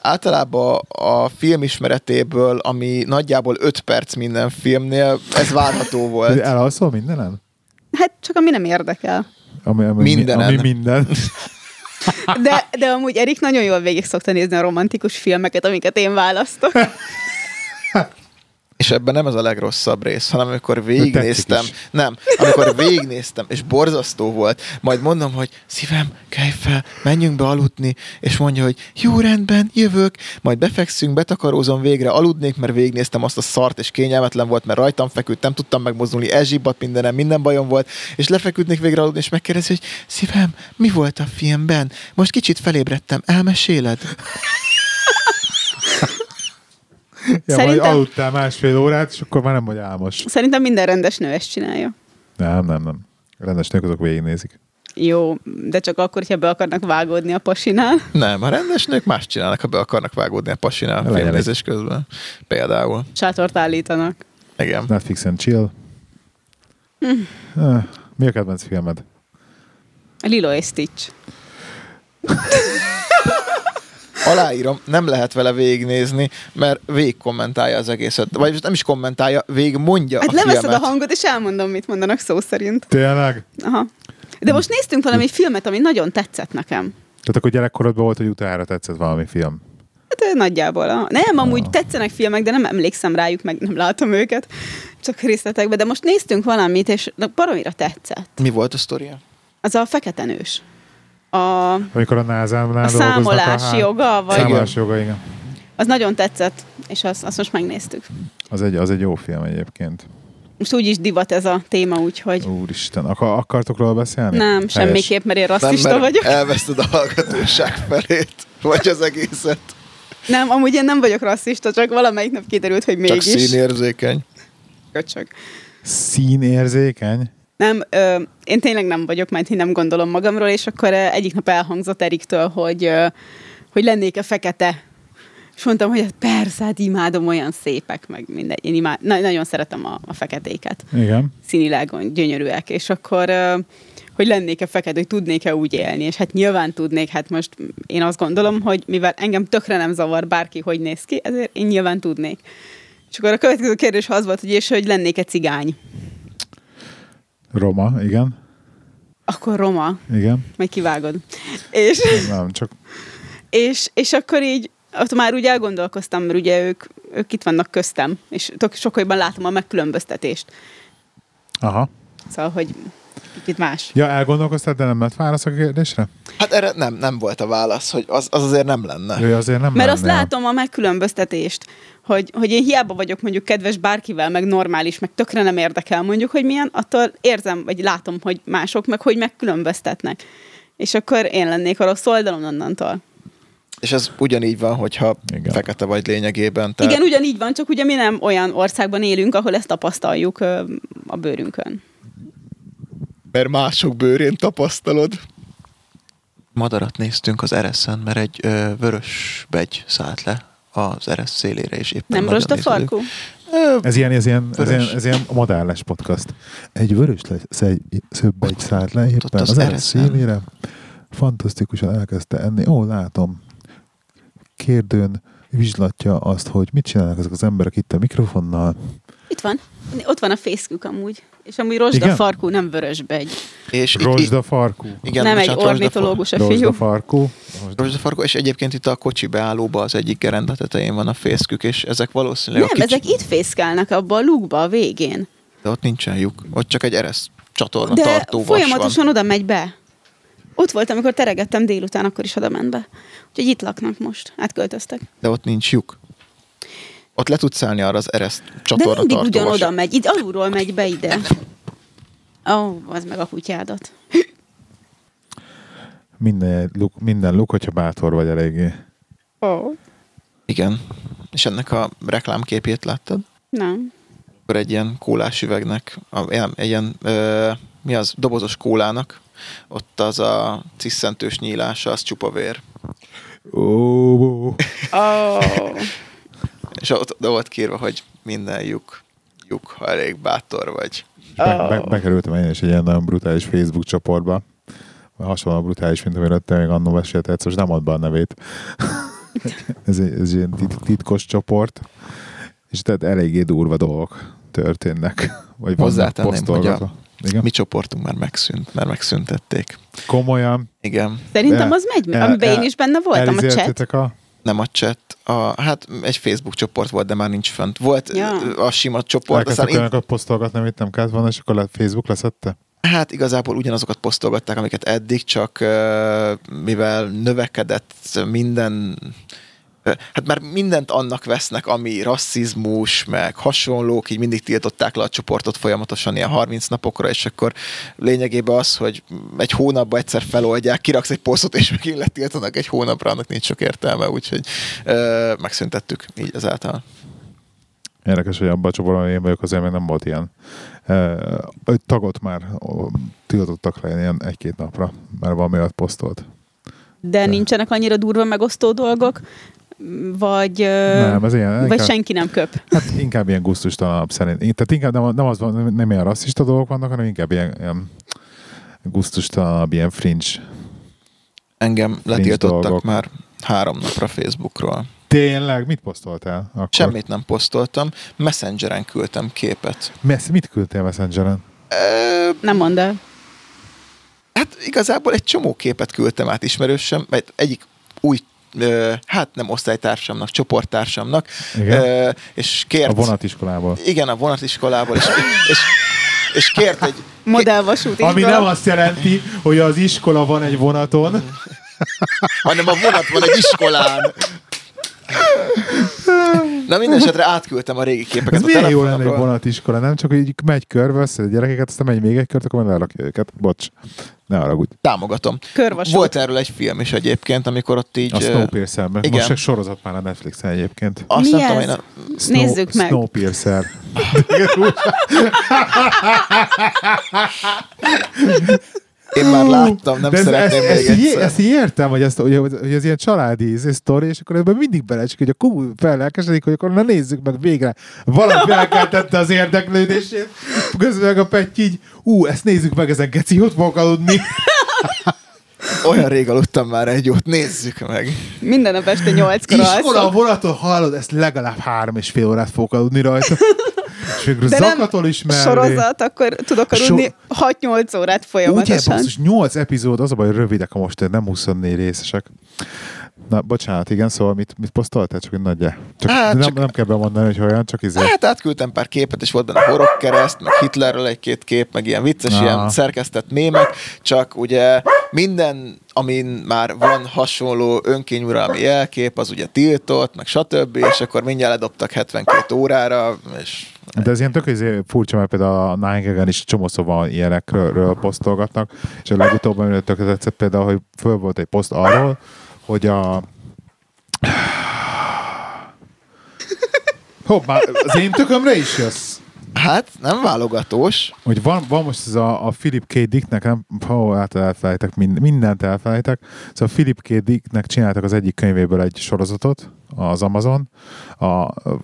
Speaker 3: Általában a film ismeretéből, ami nagyjából 5 perc minden filmnél, ez várható volt.
Speaker 1: Elalszol mindenen?
Speaker 2: Hát csak ami nem érdekel.
Speaker 1: Ami, ami,
Speaker 3: Mindenen.
Speaker 1: Ami minden.
Speaker 2: De, de amúgy Erik nagyon jól végig szokta nézni a romantikus filmeket, amiket én választok.
Speaker 3: És ebben nem ez a legrosszabb rész, hanem amikor
Speaker 1: Tetszik
Speaker 3: végignéztem,
Speaker 1: is.
Speaker 3: nem, amikor végignéztem, és borzasztó volt, majd mondom, hogy szívem, kelj fel, menjünk be aludni, és mondja, hogy jó rendben, jövök, majd befekszünk, betakarózom végre, aludnék, mert végignéztem azt a szart, és kényelmetlen volt, mert rajtam feküdt, nem tudtam megmozdulni, elzsibbadt mindenem, minden bajom volt, és lefeküdnék végre aludni, és megkérdezi, hogy szívem, mi volt a filmben? Most kicsit felébredtem, elmeséled?
Speaker 1: Ja, Szerintem...
Speaker 2: Szerintem-
Speaker 1: majd aludtál másfél órát, és akkor már nem vagy álmos.
Speaker 2: Szerintem minden rendes nő ezt csinálja.
Speaker 1: Nem, nem, nem. Rendes nők azok végignézik.
Speaker 2: Jó, de csak akkor, hogyha be akarnak vágódni a pasinál.
Speaker 3: Nem, a rendes nők más csinálnak, ha be akarnak vágódni a pasinál
Speaker 1: Legyen
Speaker 3: filmnézés közben. Például.
Speaker 2: Sátort állítanak.
Speaker 3: Igen.
Speaker 1: Netflix and chill.
Speaker 2: Hm.
Speaker 1: Ah, Mi a kedvenc filmed?
Speaker 2: Lilo és Stitch.
Speaker 3: Aláírom, nem lehet vele végignézni, mert végig kommentálja az egészet. Vagyis nem is kommentálja, végig mondja
Speaker 2: Hát
Speaker 3: a
Speaker 2: leveszed
Speaker 3: filmet.
Speaker 2: a hangot, és elmondom, mit mondanak szó szerint.
Speaker 1: Tényleg?
Speaker 2: Aha. De most néztünk
Speaker 3: Hm.
Speaker 2: valami filmet, ami nagyon tetszett nekem.
Speaker 1: Tehát akkor gyerekkorodban volt, hogy utára tetszett valami film.
Speaker 2: Hát ö, nagyjából. A...
Speaker 3: Ah.
Speaker 2: Nem, amúgy tetszenek filmek, de nem emlékszem rájuk, meg nem látom őket, csak részletekbe. De most néztünk valamit, és na, baromira tetszett.
Speaker 3: Mi volt a sztoria?
Speaker 2: Az a feketenős. A,
Speaker 1: Amikor a názánál
Speaker 2: a számolási
Speaker 1: há-
Speaker 2: joga, vagy
Speaker 3: Igen.
Speaker 1: Számolási joga, igen.
Speaker 2: az nagyon tetszett, és azt, azt most megnéztük.
Speaker 1: Az egy, az egy jó film egyébként.
Speaker 2: Most úgy is divat ez a téma, úgyhogy
Speaker 1: Úristen, akar, akartok róla beszélni?
Speaker 2: nem,
Speaker 1: Helyes.
Speaker 2: semmiképp, mert én rasszista
Speaker 3: nem, mert
Speaker 2: vagyok.
Speaker 3: elveszted a hallgatóság felét, vagy az egészet.
Speaker 2: Nem, amúgy én nem vagyok rasszista, csak valamelyik nap kiderült, hogy
Speaker 3: Csak
Speaker 2: mégis.
Speaker 3: színérzékeny.
Speaker 2: Köcsög.
Speaker 1: Színérzékeny?
Speaker 2: Nem, ö, én tényleg nem vagyok, mert én nem gondolom magamról, és akkor ö, egyik nap elhangzott Eriktől, hogy, ö, hogy lennék-e fekete. És mondtam, hogy hát persze, hát imádom, olyan szépek, meg mindegy. Én imád, na, nagyon szeretem a, a feketéket.
Speaker 1: Igen.
Speaker 2: Színilágon gyönyörűek. És akkor, ö, hogy lennék-e fekete, hogy tudnék-e úgy élni. És hát nyilván tudnék, hát most én azt gondolom, hogy mivel engem tökre nem zavar bárki, hogy néz ki, ezért én nyilván tudnék. És akkor a következő kérdés az volt, hogy és hogy lennék-e cigány.
Speaker 1: Roma, igen.
Speaker 2: Akkor roma.
Speaker 1: Igen.
Speaker 2: majd kivágod. És,
Speaker 1: Nem, csak
Speaker 2: és, és akkor így, ott már úgy elgondolkoztam, mert ugye ők, ők itt vannak köztem, és tök sokkal látom a megkülönböztetést.
Speaker 1: Aha.
Speaker 2: Szóval, hogy kicsit más.
Speaker 1: Ja, elgondolkoztál, de nem lett válasz a kérdésre?
Speaker 3: Hát erre nem, nem volt a válasz, hogy az, az azért nem lenne.
Speaker 1: Ő azért nem
Speaker 2: Mert
Speaker 1: lenne.
Speaker 2: azt látom a megkülönböztetést, hogy, hogy én hiába vagyok mondjuk kedves bárkivel, meg normális, meg tökre nem érdekel mondjuk, hogy milyen, attól érzem, vagy látom, hogy mások meg hogy megkülönböztetnek. És akkor én lennék a rossz oldalon onnantól.
Speaker 3: És ez ugyanígy van, hogyha
Speaker 1: Igen.
Speaker 3: Igen. fekete vagy lényegében.
Speaker 2: Te...
Speaker 3: Tehát
Speaker 2: Igen, ugyanígy van, csak ugye mi nem olyan országban élünk, ahol ezt tapasztaljuk ö, a bőrünkön.
Speaker 3: mert mások bőrén tapasztalod. Madarat néztünk az ereszen, mert egy ö, vörös begy szállt le az eresz szélére, és éppen
Speaker 2: Nem
Speaker 3: nagyon
Speaker 2: rost a
Speaker 3: nézelődik.
Speaker 2: farkú?
Speaker 3: Ö,
Speaker 1: Ez ilyen, ez ilyen, ez
Speaker 3: Vörös.
Speaker 1: ilyen, ez ilyen madár lesz podcast. Egy vörös lesz, egy szöbb egy szállt le éppen
Speaker 3: az
Speaker 1: az eresz
Speaker 3: ereszem.
Speaker 1: szélére. Fantasztikusan elkezdte enni. Ó, látom. Kérdőn vizslatja azt, hogy mit csinálnak ezek az emberek itt a mikrofonnal.
Speaker 2: Itt van. Ott van a fészkük amúgy. És amúgy rozsda
Speaker 1: Igen?
Speaker 2: farkú, nem vörösbegy.
Speaker 3: És itt-
Speaker 1: Rozsda farkú.
Speaker 3: Igen,
Speaker 2: nem egy
Speaker 3: bocsánat, rozsdafa-
Speaker 2: ornitológus a
Speaker 1: Rozsda
Speaker 2: fiú.
Speaker 1: farkú.
Speaker 3: Rozsdafarkó, és egyébként itt a kocsi beállóba az egyik gerenda tetején van a fészkük, és ezek valószínűleg
Speaker 2: Nem,
Speaker 3: a kicsi,
Speaker 2: ezek itt fészkálnak abba a lukba a végén.
Speaker 3: de ott nincsen lyuk, ott csak egy eresz csatorna
Speaker 2: De
Speaker 3: tartó vas van.
Speaker 2: folyamatosan oda megy be. Ott volt, amikor teregettem délután, akkor is oda ment be. Úgyhogy itt laknak most, átköltöztek.
Speaker 3: de ott nincs lyuk. Ott le tudsz állni arra az ereszt
Speaker 2: De
Speaker 3: csatorna
Speaker 2: mindig
Speaker 3: tartó
Speaker 2: ugyanoda
Speaker 3: vasra.
Speaker 2: megy, itt alulról megy be ide. Ó, oh, az meg a kutyádat.
Speaker 1: Minden luk, minden luk, hogyha bátor vagy eléggé.
Speaker 2: Ó.
Speaker 3: Igen. És ennek a reklámképét láttad?
Speaker 2: Nem.
Speaker 3: Akkor egy ilyen kólás üvegnek, a, nem, egy ilyen, ö, mi az, dobozos kólának, ott az a ciszentős nyílása, az csupa vér.
Speaker 1: Ó, ó.
Speaker 2: Ó. Oh.
Speaker 3: És ott oda volt kírva, hogy minden lyuk, lyuk, ha elég bátor vagy.
Speaker 1: Be,
Speaker 2: Ah.
Speaker 1: be, bekerültem én is egy ilyen nagyon brutális Facebook csoportba. Hasonlóan brutális, mint amiről te még annó mesélte, egyszer nem add be a nevét. ez, egy, ez egy ilyen tit, titkos csoport, és tehát eléggé durva dolgok történnek. Vagy vannak
Speaker 3: Hozzátenném, hogy a-
Speaker 1: posztolgatva. Igen?
Speaker 3: Mi csoportunk már megszűnt, mert megszüntették.
Speaker 1: Komolyan
Speaker 3: Igen,
Speaker 2: Szerintem
Speaker 1: El-
Speaker 2: az megy,
Speaker 1: el-
Speaker 2: amiben én
Speaker 1: el-
Speaker 2: is benne voltam, a chat.
Speaker 1: elizéltétek a...
Speaker 3: nem a chat, a, hát egy Facebook csoport volt, de már nincs fönt. Volt
Speaker 2: Ja.
Speaker 3: ja. a sima csoport, aztán
Speaker 1: Elkezdtek
Speaker 3: én,
Speaker 1: olyanokat posztolgatni, amit nem kellett volna, és akkor lett Facebook leszette?
Speaker 3: hát igazából ugyanazokat posztolgatták, amiket eddig, csak ö, mivel növekedett minden ö, hát már mindent annak vesznek, ami rasszizmus, meg hasonlók, így mindig tiltották le a csoportot folyamatosan ilyen 30 napokra, és akkor lényegében az, hogy egy hónapban egyszer feloldják, kiraksz egy posztot, és megint letiltanak egy hónapra, annak nincs sok értelme, úgyhogy ö, megszüntettük így ezáltal.
Speaker 1: Érdekes, hogy abban a csoportban én vagyok, azért még nem volt ilyen. Ö, Egy tagot már ö, tiltottak le ilyen egy-két napra, mert valami olyat posztolt.
Speaker 2: De nincsenek annyira durva megosztó dolgok, vagy, ö,
Speaker 1: nem, ez ilyen,
Speaker 2: vagy
Speaker 1: inkább,
Speaker 2: senki nem köp.
Speaker 1: hát inkább ilyen gusztustalanabb szerint. Én- Tehát inkább nem, nem, az van, nem- nem ilyen rasszista dolgok vannak, hanem inkább ilyen, ilyen gusztustalanabb, ilyen fringe.
Speaker 3: Engem letiltottak
Speaker 1: dolgok.
Speaker 3: már három napra Facebookról.
Speaker 1: Tényleg, mit posztoltál? Akkor?
Speaker 3: Semmit nem posztoltam, Messengeren küldtem képet.
Speaker 1: Messz, mit küldtél Messengeren?
Speaker 3: Ö,
Speaker 2: Nem mondd el.
Speaker 3: hát igazából egy csomó képet küldtem át ismerősöm, mert egyik új, ö, hát nem osztálytársamnak, csoporttársamnak,
Speaker 1: Igen?
Speaker 3: ö, és kért...
Speaker 1: A vonatiskolából.
Speaker 3: Igen, a vonatiskolából, és, és, és kért egy...
Speaker 2: Modellvasút
Speaker 1: Ami
Speaker 2: iskola.
Speaker 1: nem azt jelenti, hogy az iskola van egy vonaton.
Speaker 3: hanem a vonat van egy iskolán. Na minden esetre átküldtem a régi képeket.
Speaker 1: Ez
Speaker 3: a
Speaker 1: milyen jó lenne egy
Speaker 3: telefonomról.
Speaker 1: vonatiskola, nem csak így megy körbe, össze a gyerekeket, aztán megy még egy kört, akkor majd lerakja őket. Bocs, ne haragudj.
Speaker 3: Támogatom.
Speaker 2: Körvasút.
Speaker 3: Volt erről egy film is egyébként, amikor ott így...
Speaker 1: A
Speaker 3: ö,
Speaker 1: Snowpiercer, mert
Speaker 3: igen.
Speaker 1: most egy sorozat már a Netflixen egyébként.
Speaker 3: Azt
Speaker 2: Mi
Speaker 3: nem tudom,
Speaker 2: ez?
Speaker 3: én a,
Speaker 1: Snow,
Speaker 2: Nézzük meg.
Speaker 1: Snowpiercer.
Speaker 3: én már láttam, nem
Speaker 1: De
Speaker 3: szeretném
Speaker 1: ezt,
Speaker 3: még
Speaker 1: ezt, így-
Speaker 3: egyszer.
Speaker 1: ezt, így értem, hogy, ezt, hogy, hogy ez ilyen családi íz- sztori, és akkor ebben mindig belecsik, hogy a kubu fellelkesedik, hogy akkor na nézzük meg végre. Valami felkeltette az érdeklődését, közben meg a Petty így, ú, ezt nézzük meg, ezen geci, ott fogok aludni.
Speaker 3: Olyan rég aludtam már egy jót, nézzük meg.
Speaker 2: Minden nap este nyolckor
Speaker 1: Iskola a
Speaker 2: alszok.
Speaker 1: vonaton hallod, ezt legalább három és fél órát fogok aludni rajta. És végül
Speaker 2: De nem
Speaker 1: zakatol is mellé.
Speaker 2: sorozat, akkor tudok
Speaker 1: So-
Speaker 2: aludni 6-8 órát
Speaker 1: Ugye,
Speaker 2: folyamatosan.
Speaker 1: hát basszus, 8 epizód, az a baj, hogy rövidek a most, nem 24 részesek. Na, bocsánat, igen, szóval mit, mit posztoltál, csak hogy nagyja. Csak,
Speaker 3: Hát,
Speaker 1: hát, nem,
Speaker 3: csak-
Speaker 1: csak... nem kell bemondani, hogy olyan, csak izé.
Speaker 3: Hát átküldtem pár képet, és volt benne horogkereszt, meg Hitlerről egy-két kép, meg ilyen vicces,
Speaker 1: Aha.
Speaker 3: ilyen szerkesztett mémek, csak ugye minden, amin már van hasonló önkényuralmi jelkép, az ugye tiltott, meg stb., és akkor mindjárt ledobtak 72 órára, és
Speaker 1: De ez ilyen tök izé, furcsa, mert például a Nine is csomószor van ilyenekről posztolgatnak, és a legutóbb, amire tök tetszett például, hogy föl volt egy poszt arról, hogy a... Hoppá, az én tökömre is jössz?
Speaker 3: hát nem válogatós,
Speaker 1: hogy van, van most ez a, a Philip K. Dicknek, nem, ha hát elfelejtek, mind, mindent elfelejtek, szóval Philip K. Dicknek csináltak az egyik könyvéből egy sorozatot, az Amazon, a, a, a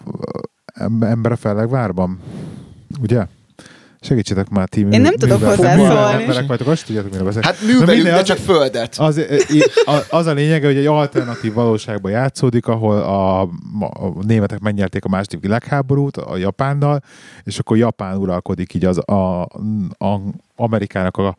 Speaker 1: Ember a Fellegvárban, ugye? Segítsetek már, ti.
Speaker 2: Én nem tudok hozzászólni.
Speaker 1: Emberek vagytok, azt tudjátok, mire beszélek.
Speaker 3: hát művelünk,
Speaker 1: mindegy,
Speaker 3: de
Speaker 1: az-
Speaker 3: csak földet.
Speaker 1: az, az, az a lényege, hogy egy alternatív valóságban játszódik, ahol a, a németek megnyerték a második világháborút a Japánnal, és akkor Japán uralkodik így az a, a Amerikának a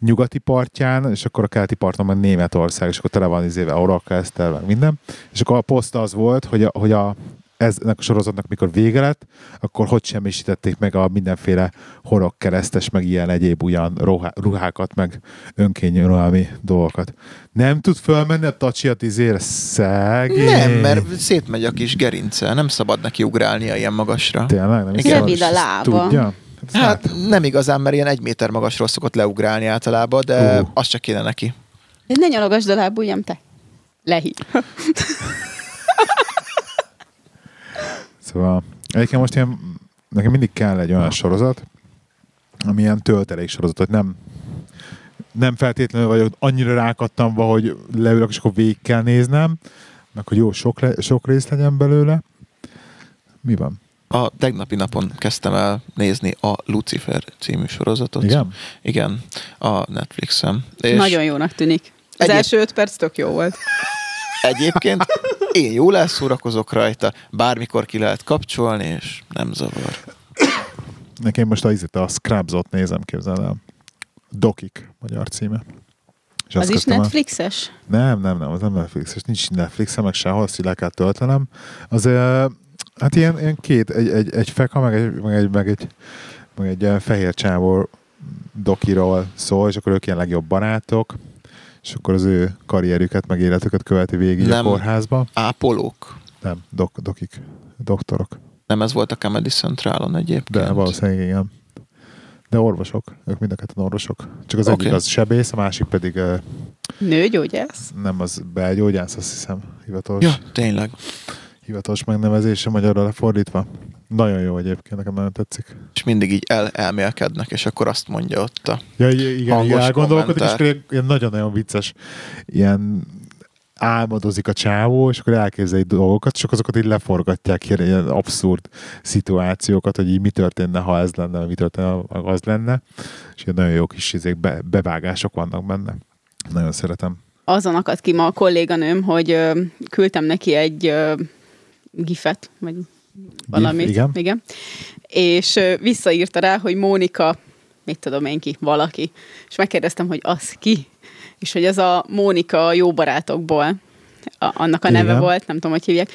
Speaker 1: nyugati partján, és akkor a keleti parton meg Németország, és akkor tele van izéve Orakelszter, meg minden. És akkor a poszt az volt, hogy a, hogy a eznek a sorozatnak mikor vége lett, akkor hogy semmisítették meg a mindenféle horog keresztes, meg ilyen egyéb ugyan rohá- ruhákat, meg önkényuralmi dolgokat. Nem tud fölmenni a tacsi a tízére, szegény.
Speaker 3: Nem, mert szétmegy a kis gerince, nem szabad neki ugrálnia ilyen magasra.
Speaker 1: Tényleg? Nem is
Speaker 3: Igen.
Speaker 1: szabad,
Speaker 2: Rövid a
Speaker 1: és ezt
Speaker 2: lába.
Speaker 1: Tudja?
Speaker 3: Hát nem igazán, mert ilyen egy méter magasról szokott leugrálni általában, de
Speaker 1: Ú.
Speaker 3: uh. azt csak kéne neki.
Speaker 2: De ne nyalogasd a lábujjam, te. Lehi.
Speaker 1: Szóval egyébként most ilyen, nekem mindig kell egy olyan sorozat, ami ilyen töltelék sorozat, hogy nem, nem feltétlenül vagyok annyira rákattamva, hogy leülök, és akkor végig kell néznem, meg hogy jó, sok, le, sok rész legyen belőle. Mi van?
Speaker 3: A tegnapi napon kezdtem el nézni a Lucifer című sorozatot.
Speaker 1: Igen?
Speaker 3: Igen, a Netflixen. És
Speaker 2: Nagyon jónak tűnik. Az
Speaker 3: Egyéb-
Speaker 2: első öt perc tök jó volt.
Speaker 3: Egyébként én jól elszórakozok rajta, bármikor ki lehet kapcsolni, és nem zavar.
Speaker 1: Nekem most az, a Scrubs-ot nézem, képzeld el. Dokik, magyar címe. És azt
Speaker 2: Az is
Speaker 1: kezdtem el-
Speaker 2: Netflixes?
Speaker 1: Nem, nem, nem, az nem Netflix, és nincs Netflix, meg sehol, azt így le kell töltenem. Az, ö, hát ilyen, ilyen két, egy, egy, egy feka, meg egy, meg egy, meg egy, meg egy ilyen fehér csávó dokiról szól, és akkor ők ilyen legjobb barátok, és akkor az ő karrierüket, meg életüket követi végig nem. a
Speaker 3: Nem.
Speaker 1: kórházba.
Speaker 3: Ápolók.
Speaker 1: Nem, dok, dokik, doktorok.
Speaker 3: Nem ez volt a Comedy Centralon
Speaker 1: De
Speaker 3: egyébként.
Speaker 1: nem. valószínűleg igen. De orvosok, ők mind a ketten orvosok. Csak az okay.
Speaker 3: Oké.
Speaker 1: egyik az sebész, a másik pedig ö,
Speaker 2: Nőgyógyász? nem
Speaker 1: nem az belgyógyász, azt hiszem, hivatalos.
Speaker 3: Ja, tényleg.
Speaker 1: hivatalos megnevezése magyarra lefordítva. Nagyon jó egyébként, nekem nagyon tetszik.
Speaker 3: És mindig így el, elmélkednek, és akkor azt mondja ott a...
Speaker 1: Ja, i- igen, igen
Speaker 3: Hangos
Speaker 1: elgondolkodik, és
Speaker 3: kommentár.
Speaker 1: akkor ilyen- ilyen nagyon-nagyon vicces, ilyen álmodozik a csávó, és akkor elképzeli dolgokat, és akkor azokat így leforgatják ilyen, ilyen abszurd szituációkat, hogy így mi történne, ha ez lenne, vagy mi történne, ha az lenne, és ilyen nagyon jó kis izék, be, bevágások vannak benne. Nagyon szeretem.
Speaker 2: azon akadt ki ma a kolléganőm, hogy ö, küldtem neki egy ö, gifet, vagy valamit.
Speaker 1: igen.
Speaker 2: igen. És ö, visszaírta rá, hogy Mónika, mit tudom én ki, valaki. És megkérdeztem, hogy az ki? És hogy az a Mónika a jó barátokból. A, annak a neve
Speaker 1: Igen.
Speaker 2: volt, nem tudom, hogy hívják.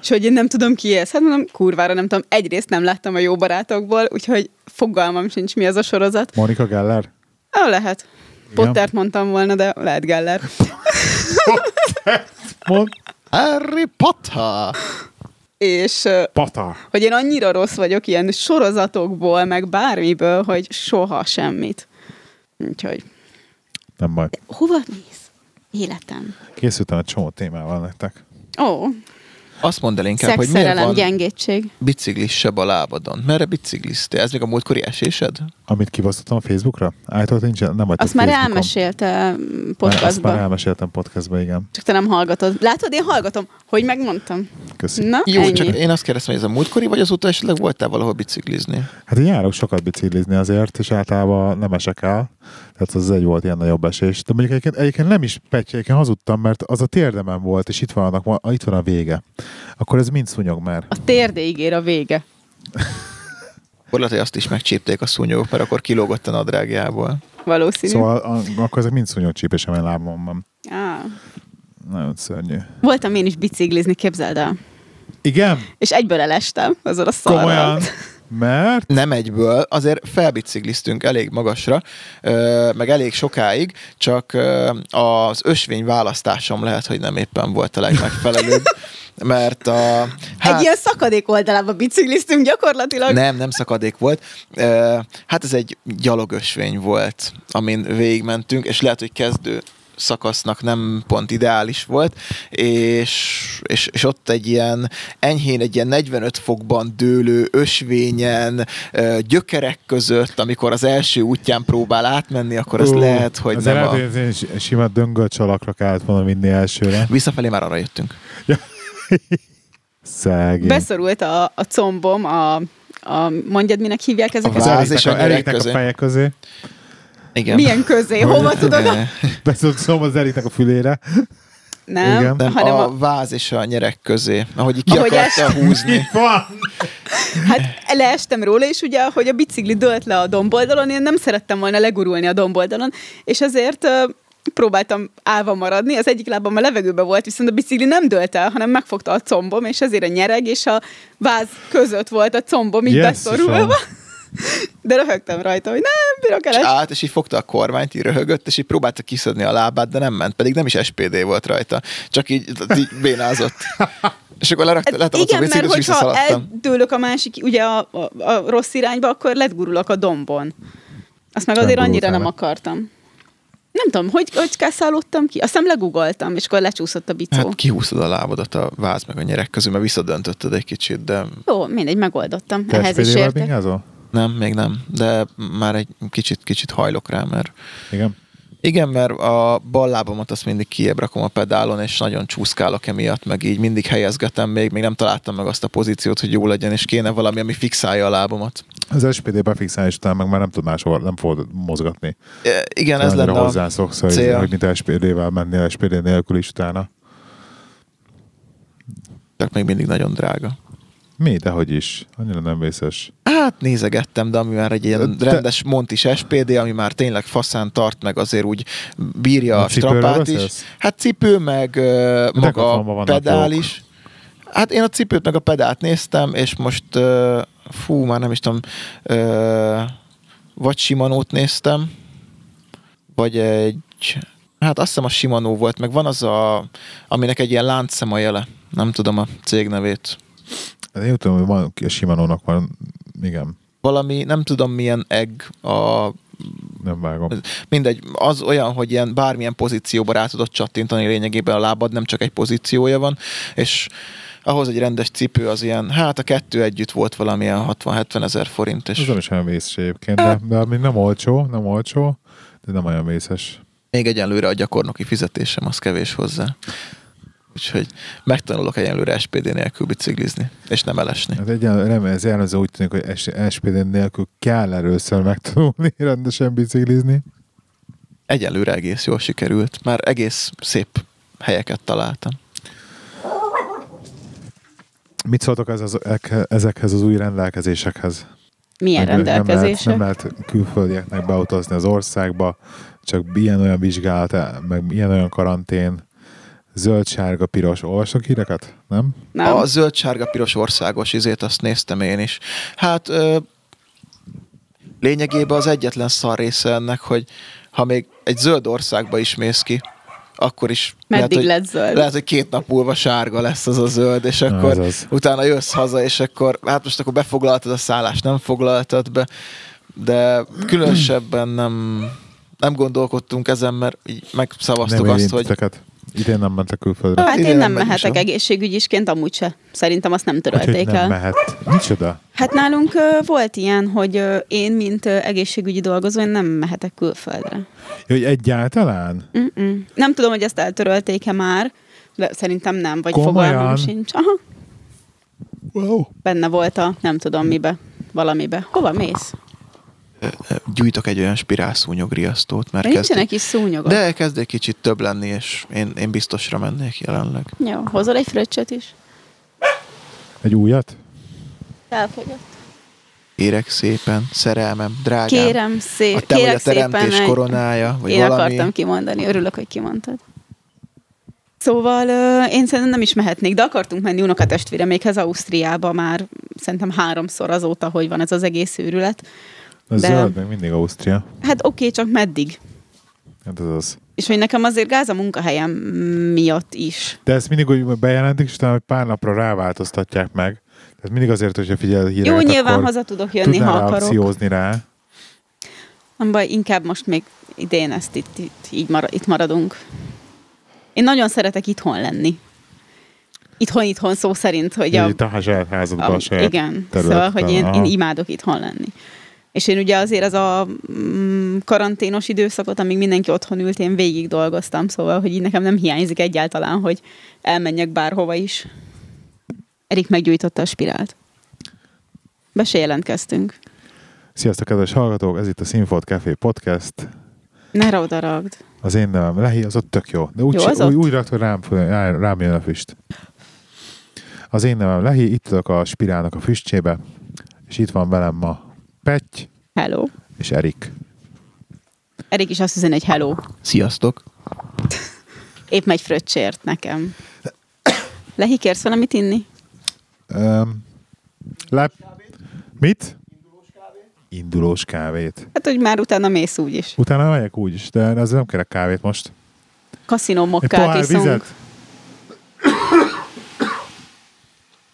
Speaker 2: És hogy én nem tudom ki ez. Hát mondom, kurvára nem tudom. Egyrészt nem láttam a jó barátokból, úgyhogy fogalmam sincs, mi az a sorozat.
Speaker 1: Monika Geller?
Speaker 2: Ah, lehet.
Speaker 1: Igen.
Speaker 2: Pottert mondtam volna, de lehet Geller.
Speaker 1: Mond?
Speaker 3: Harry Potter!
Speaker 2: És ö,
Speaker 1: Pata.
Speaker 2: hogy én annyira rossz vagyok ilyen sorozatokból, meg bármiből, hogy soha semmit. Úgyhogy
Speaker 1: Nem baj.
Speaker 2: hova mész? Életem.
Speaker 1: Készültem egy csomó témával nektek.
Speaker 2: Ó,
Speaker 3: Azt mondd el inkább,
Speaker 2: szex,
Speaker 3: hogy miért
Speaker 2: szerelem,
Speaker 3: van
Speaker 2: gyengétség.
Speaker 3: biciklissebb a lábadon. Merre bicikliztél? Ez még a múltkori esésed?
Speaker 1: Amit kibasztottam a Facebookra? Általában nincs, nem vagy
Speaker 2: Azt már elmesélte mm,
Speaker 1: Azt már
Speaker 2: podcastban.
Speaker 1: elmeséltem podcastban, igen.
Speaker 2: Csak te nem hallgatod. Látod, én hallgatom. Hogy megmondtam?
Speaker 1: Köszi.
Speaker 2: Na,
Speaker 3: Jó,
Speaker 2: ennyi.
Speaker 3: csak én azt kérdeztem, hogy ez a múltkori, vagy azóta esetleg voltál valahol biciklizni?
Speaker 1: Hát én járok sokat biciklizni azért, és általában nem esek el. Tehát az egy volt ilyen nagyobb esés. De mondjuk egyébként, egyébként nem is petje, egyébként hazudtam, mert az a térdemen volt, és itt van, annak, a- itt van a vége. Akkor ez mind szúnyog már.
Speaker 2: A térdéig ér a vége.
Speaker 3: Akkor lehet, hogy azt is megcsípték a szúnyogok, mert akkor kilógott a nadrágjából.
Speaker 2: Valószínű.
Speaker 1: Szóval a, akkor ezek mind szúnyogcsípés, amely lábam van.
Speaker 2: Á.
Speaker 1: Nagyon szörnyű.
Speaker 2: Voltam én is biciklizni, képzeld el.
Speaker 1: Igen?
Speaker 2: És egyből elestem azon a szarral.
Speaker 1: Komolyan? Mert?
Speaker 3: Nem egyből, azért felbicikliztünk elég magasra, ö, meg elég sokáig, csak ö, az ösvény választásom lehet, hogy nem éppen volt a legmegfelelőbb, mert a... Hát-
Speaker 2: Egy ilyen szakadék oldalába bicikliztünk gyakorlatilag.
Speaker 3: Nem, nem szakadék volt. Ö, Hát ez egy gyalogösvény volt, amin végigmentünk, és lehet, hogy kezdő szakasznak nem pont ideális volt, és, és, és ott egy ilyen enyhén, egy ilyen 45 fokban dőlő ösvényen, ö, gyökerek között, amikor az első útján próbál átmenni, akkor ez
Speaker 1: Ú,
Speaker 3: lehet, hogy
Speaker 1: az
Speaker 3: nem
Speaker 1: lehet,
Speaker 3: a...
Speaker 1: hogy én si- sima döngölt csalakra kellett volna vinni elsőre.
Speaker 3: Visszafelé már arra jöttünk.
Speaker 1: Szegény.
Speaker 2: Beszorult a, a combom, a, a mondjad, minek hívják ezeket?
Speaker 1: az
Speaker 3: váz
Speaker 1: Eriknek
Speaker 3: és a
Speaker 1: a,
Speaker 3: gyerek
Speaker 1: Eriknek a
Speaker 3: közé.
Speaker 1: feje közé.
Speaker 3: Igen.
Speaker 2: Milyen közé? Hova tudod?
Speaker 3: Ö,
Speaker 1: Beszóltam az Eriknek a fülére.
Speaker 2: nem,
Speaker 1: Igen.
Speaker 3: Nem,
Speaker 2: hanem
Speaker 3: a,
Speaker 2: a,
Speaker 3: a váz és a nyerek közé, ahogy így ki
Speaker 2: Ahogy
Speaker 3: akarta
Speaker 2: ezt-
Speaker 3: húzni.
Speaker 1: van!
Speaker 2: hát leestem róla, és ugye, hogy a bicikli dölt le a domboldalon, én nem szerettem volna legurulni a domboldalon, és ezért ö, próbáltam állva maradni, az egyik lábam a levegőbe volt, viszont a bicikli nem dölt el, hanem megfogta a combom, és ezért a nyereg és a váz között volt a combom, így yes,
Speaker 1: Jesszusom.
Speaker 2: beszorulva. De röhögtem rajta, hogy nem, bírok
Speaker 3: És
Speaker 2: el
Speaker 3: állt, és így fogta a kormányt, így röhögött, és így próbálta kiszedni a lábát, de nem ment, pedig nem is SPD volt rajta, csak így, így bénázott. És akkor lerakta,
Speaker 2: Hát
Speaker 3: lerakta a
Speaker 2: igen, mert
Speaker 3: biciklit, és
Speaker 2: hogyha
Speaker 3: visszaszaladtam.
Speaker 2: eldőlök a másik, ugye a, a, a rossz irányba, akkor letgurulok a dombon. Azt meg azért
Speaker 1: Nem gurultál
Speaker 2: annyira nem
Speaker 1: le.
Speaker 2: akartam. Nem tudom, hogy, hogy kászálódtam ki? Azt hiszem legugoltam, és akkor lecsúszott a bicó.
Speaker 3: Hát kihúztad a lábadat a váz meg a nyerek közül, mert visszadöntötted egy kicsit, de
Speaker 2: Jó, mindegy, megoldottam.
Speaker 1: Te
Speaker 2: Ehhez is
Speaker 1: SPD-vel
Speaker 2: értek.
Speaker 1: bringázol?
Speaker 3: nem, még nem. De már egy kicsit, kicsit hajlok rá, mert
Speaker 1: Igen.
Speaker 3: Igen, mert a bal lábamat azt mindig kiebb rakom a pedálon, és nagyon csúszkálok emiatt, meg így mindig helyezgetem még, még nem találtam meg azt a pozíciót, hogy jó legyen, és kéne valami, ami fixálja a lábamat.
Speaker 1: Az SPD befixálás után meg már nem tud máshol, nem fogod mozgatni.
Speaker 3: E, Igen, ez
Speaker 1: Annyira
Speaker 3: lenne a...
Speaker 1: hozzászoksz, hogy,
Speaker 3: cél.
Speaker 1: hogy mint SPD-vel mennél, SPD nélkül is utána.
Speaker 3: Csak még mindig nagyon drága.
Speaker 1: Mi, dehogy is. Annyira nem vészes.
Speaker 3: Hát nézegettem, de ami már egy ilyen
Speaker 1: Te-
Speaker 3: rendes montis SPD, ami már tényleg faszán tart, meg azért úgy bírja
Speaker 1: A
Speaker 3: a, a
Speaker 1: cipőről
Speaker 3: strapát is.
Speaker 1: beszélsz?
Speaker 3: Hát cipő, meg ö, maga
Speaker 1: Decathlonban
Speaker 3: a
Speaker 1: vannak
Speaker 3: pedál
Speaker 1: jók.
Speaker 3: is. Hát én a cipőt meg a pedált néztem, és most ö, fú, már nem is tudom, ö, vagy Simanót néztem, vagy egy, hát azt hiszem a Simanó volt, meg van az a, aminek egy ilyen láncszem a jele, nem tudom a cég nevét.
Speaker 1: Én úgy tudom, hogy van, a Simanónak van, igen,
Speaker 3: Valami, nem tudom milyen egg a
Speaker 1: nem vágom.
Speaker 3: Mindegy, az olyan, hogy ilyen bármilyen pozícióba rá tudod csattintani lényegében a lábad, nem csak egy pozíciója van, és ahhoz egy rendes cipő az ilyen, hát a kettő együtt volt valamilyen 60-70 ezer forint, és
Speaker 1: Ez nem is olyan vészes egyébként, de, de ami nem olcsó, nem olcsó, de nem olyan vészes.
Speaker 3: még egyenlőre a gyakornoki fizetésem az kevés hozzá. Úgyhogy megtanulok egyenlőre SPD nélkül biciklizni, és nem elesni.
Speaker 1: Hát egy nem, ez jellemző úgy tűnik, hogy S- SPD nélkül kell először megtanulni rendesen biciklizni.
Speaker 3: Egyenlőre egész jól sikerült, már egész szép helyeket találtam.
Speaker 1: Mit szóltok ez, az, ezekhez az új rendelkezésekhez?
Speaker 2: Milyen
Speaker 1: Meg
Speaker 2: rendelkezések?
Speaker 1: Nem lehet, nem lehet külföldieknek beutazni az országba, csak ilyen-olyan vizsgálat, meg ilyen-olyan karantén, zöld, sárga, piros. Olvastok híreket? Nem?
Speaker 2: Nem.
Speaker 3: A zöld-sárga-piros országos izét azt néztem én is. Hát ö, lényegében az egyetlen szar része ennek, hogy ha még egy zöld országba is mész ki, akkor is
Speaker 2: Meddig
Speaker 3: hogy,
Speaker 2: lett zöld?
Speaker 3: lehet, hogy két nap múlva sárga lesz az a zöld, és
Speaker 1: Na,
Speaker 3: akkor
Speaker 1: ez az.
Speaker 3: utána jössz haza, és akkor hát most akkor befoglaltad a szállást, nem foglaltad be, de különösebben nem, nem gondolkodtunk ezen, mert így megszavaztuk
Speaker 1: nem
Speaker 3: azt, hogy
Speaker 1: érintiteket. Idén nem mentek külföldre.
Speaker 2: Hát
Speaker 3: Ide
Speaker 2: én
Speaker 3: nem
Speaker 2: nem
Speaker 3: megyünk
Speaker 2: mehetek
Speaker 3: sem.
Speaker 2: egészségügyisként, amúgy se. Szerintem azt nem
Speaker 1: Úgyhogy
Speaker 2: törölték
Speaker 1: nem
Speaker 2: el.
Speaker 1: mehet. Micsoda?
Speaker 2: Hát nálunk ö, volt ilyen, hogy ö, én, mint ö, egészségügyi dolgozó, én nem mehetek külföldre.
Speaker 1: Ja, Hogy egyáltalán?
Speaker 2: Mm-mm. Nem tudom, hogy ezt eltörölték-e már, de szerintem nem, vagy
Speaker 1: Komolyan?
Speaker 2: fogalmam sincs. Aha.
Speaker 1: Wow.
Speaker 2: Benne volt a nem tudom mibe, valamibe. Hova mész?
Speaker 3: gyújtok egy olyan spirálszúnyogriasztót, mert
Speaker 2: De nincsenek
Speaker 3: kezdik,
Speaker 2: is szúnyogok.
Speaker 3: De kezd egy kicsit több lenni, és én, én biztosra mennék jelenleg.
Speaker 2: Jó, hozol egy fröccsöt is?
Speaker 1: Egy újat?
Speaker 2: Elfogyott.
Speaker 3: Kérek szépen, szerelmem, drágám.
Speaker 2: Kérem szép,
Speaker 3: a te vagy
Speaker 2: kérek
Speaker 3: a teremtés
Speaker 2: szépen egy-
Speaker 3: koronája, vagy
Speaker 2: Én
Speaker 3: valami.
Speaker 2: akartam kimondani, örülök, hogy kimondtad. Szóval ö, én szerintem nem is mehetnék, de akartunk menni unokatestvéremékhez Ausztriába már szerintem háromszor azóta, hogy van ez az egész őrület.
Speaker 1: A
Speaker 2: De-
Speaker 1: zöld, meg mindig Ausztria.
Speaker 2: Hát oké, okay, csak meddig?
Speaker 1: Hát ez az.
Speaker 2: És hogy nekem azért gáz a munkahelyem miatt is.
Speaker 1: De ezt mindig úgy bejelentik, és utána pár napra ráváltoztatják meg. Tehát mindig azért, hogyha figyel a híreket,
Speaker 2: Jó, nyilván
Speaker 1: akkor
Speaker 2: haza tudok jönni, ha
Speaker 1: tudnál
Speaker 2: akarok.
Speaker 1: reakciózni rá.
Speaker 2: Nem baj, inkább most még idén ezt itt, itt, így mar, itt maradunk. Én nagyon szeretek itthon lenni. Itthon-itthon szó szerint, hogy
Speaker 1: Ja.
Speaker 2: a,
Speaker 1: Így a saját házadban, a
Speaker 2: Am-
Speaker 1: saját
Speaker 2: igen,
Speaker 1: területeden.
Speaker 2: szóval, hogy én, én
Speaker 1: Aha.
Speaker 2: imádok itthon lenni. És én ugye azért az a mm, karanténos időszakot, amíg mindenki otthon ült, én végig dolgoztam, szóval, hogy így nekem nem hiányzik egyáltalán, hogy elmenjek bárhova is. Erik meggyújtotta a spirált. Be se jelentkeztünk.
Speaker 1: Sziasztok, kedves hallgatók! Ez itt a Színfolt Café Podcast.
Speaker 2: Ne odaragd.
Speaker 1: Az én nevem Lehi, az ott tök jó. De úgy,
Speaker 2: Jó,
Speaker 1: se-
Speaker 2: az
Speaker 1: úgy,
Speaker 2: ott?
Speaker 1: úgy rakd, hogy rám, föl- rá- rám jön a füst. Az én nevem Lehi, itt ülök a spirálnak a füstjébe, és itt van velem ma Petty
Speaker 2: Hello.
Speaker 1: és Erik.
Speaker 2: Erik is azt üzen egy hello.
Speaker 3: Sziasztok!
Speaker 2: Épp megy fröccsért nekem. Lehi, kérsz valamit inni?
Speaker 1: Um, lep... Mit? Indulós kávét.
Speaker 2: Hát, hogy már utána mész úgyis.
Speaker 1: Utána megyek úgy is, de azért nem kérek kávét most.
Speaker 2: Kaszinó
Speaker 1: Egy
Speaker 2: mokkát
Speaker 1: pohár
Speaker 2: iszunk.
Speaker 1: vizet?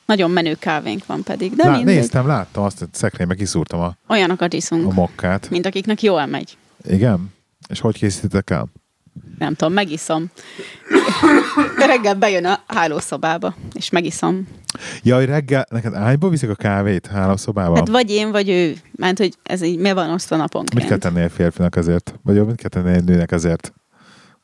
Speaker 2: Nagyon menő kávénk van pedig, de
Speaker 1: Lá,
Speaker 2: mindegy.
Speaker 1: néztem, láttam azt, hogy szekrénybe kiszúrtam a,
Speaker 2: Olyanokat iszunk,
Speaker 1: a mokkát.
Speaker 2: mint akiknek jól megy.
Speaker 1: Igen? És hogy készítitek el?
Speaker 2: Nem tudom, megiszom. De reggel bejön a hálószobába, és megiszom.
Speaker 1: Jaj, reggel, neked ágyba viszik a kávét hálószobában?
Speaker 2: Hát
Speaker 1: Hát,
Speaker 2: vagy én, vagy ő. Mert hogy ez így mi van osztva
Speaker 1: mit kell
Speaker 2: naponként.
Speaker 1: tenni egy férfinak ezért? Vagy jó, mit kell tenni egy nőnek ezért?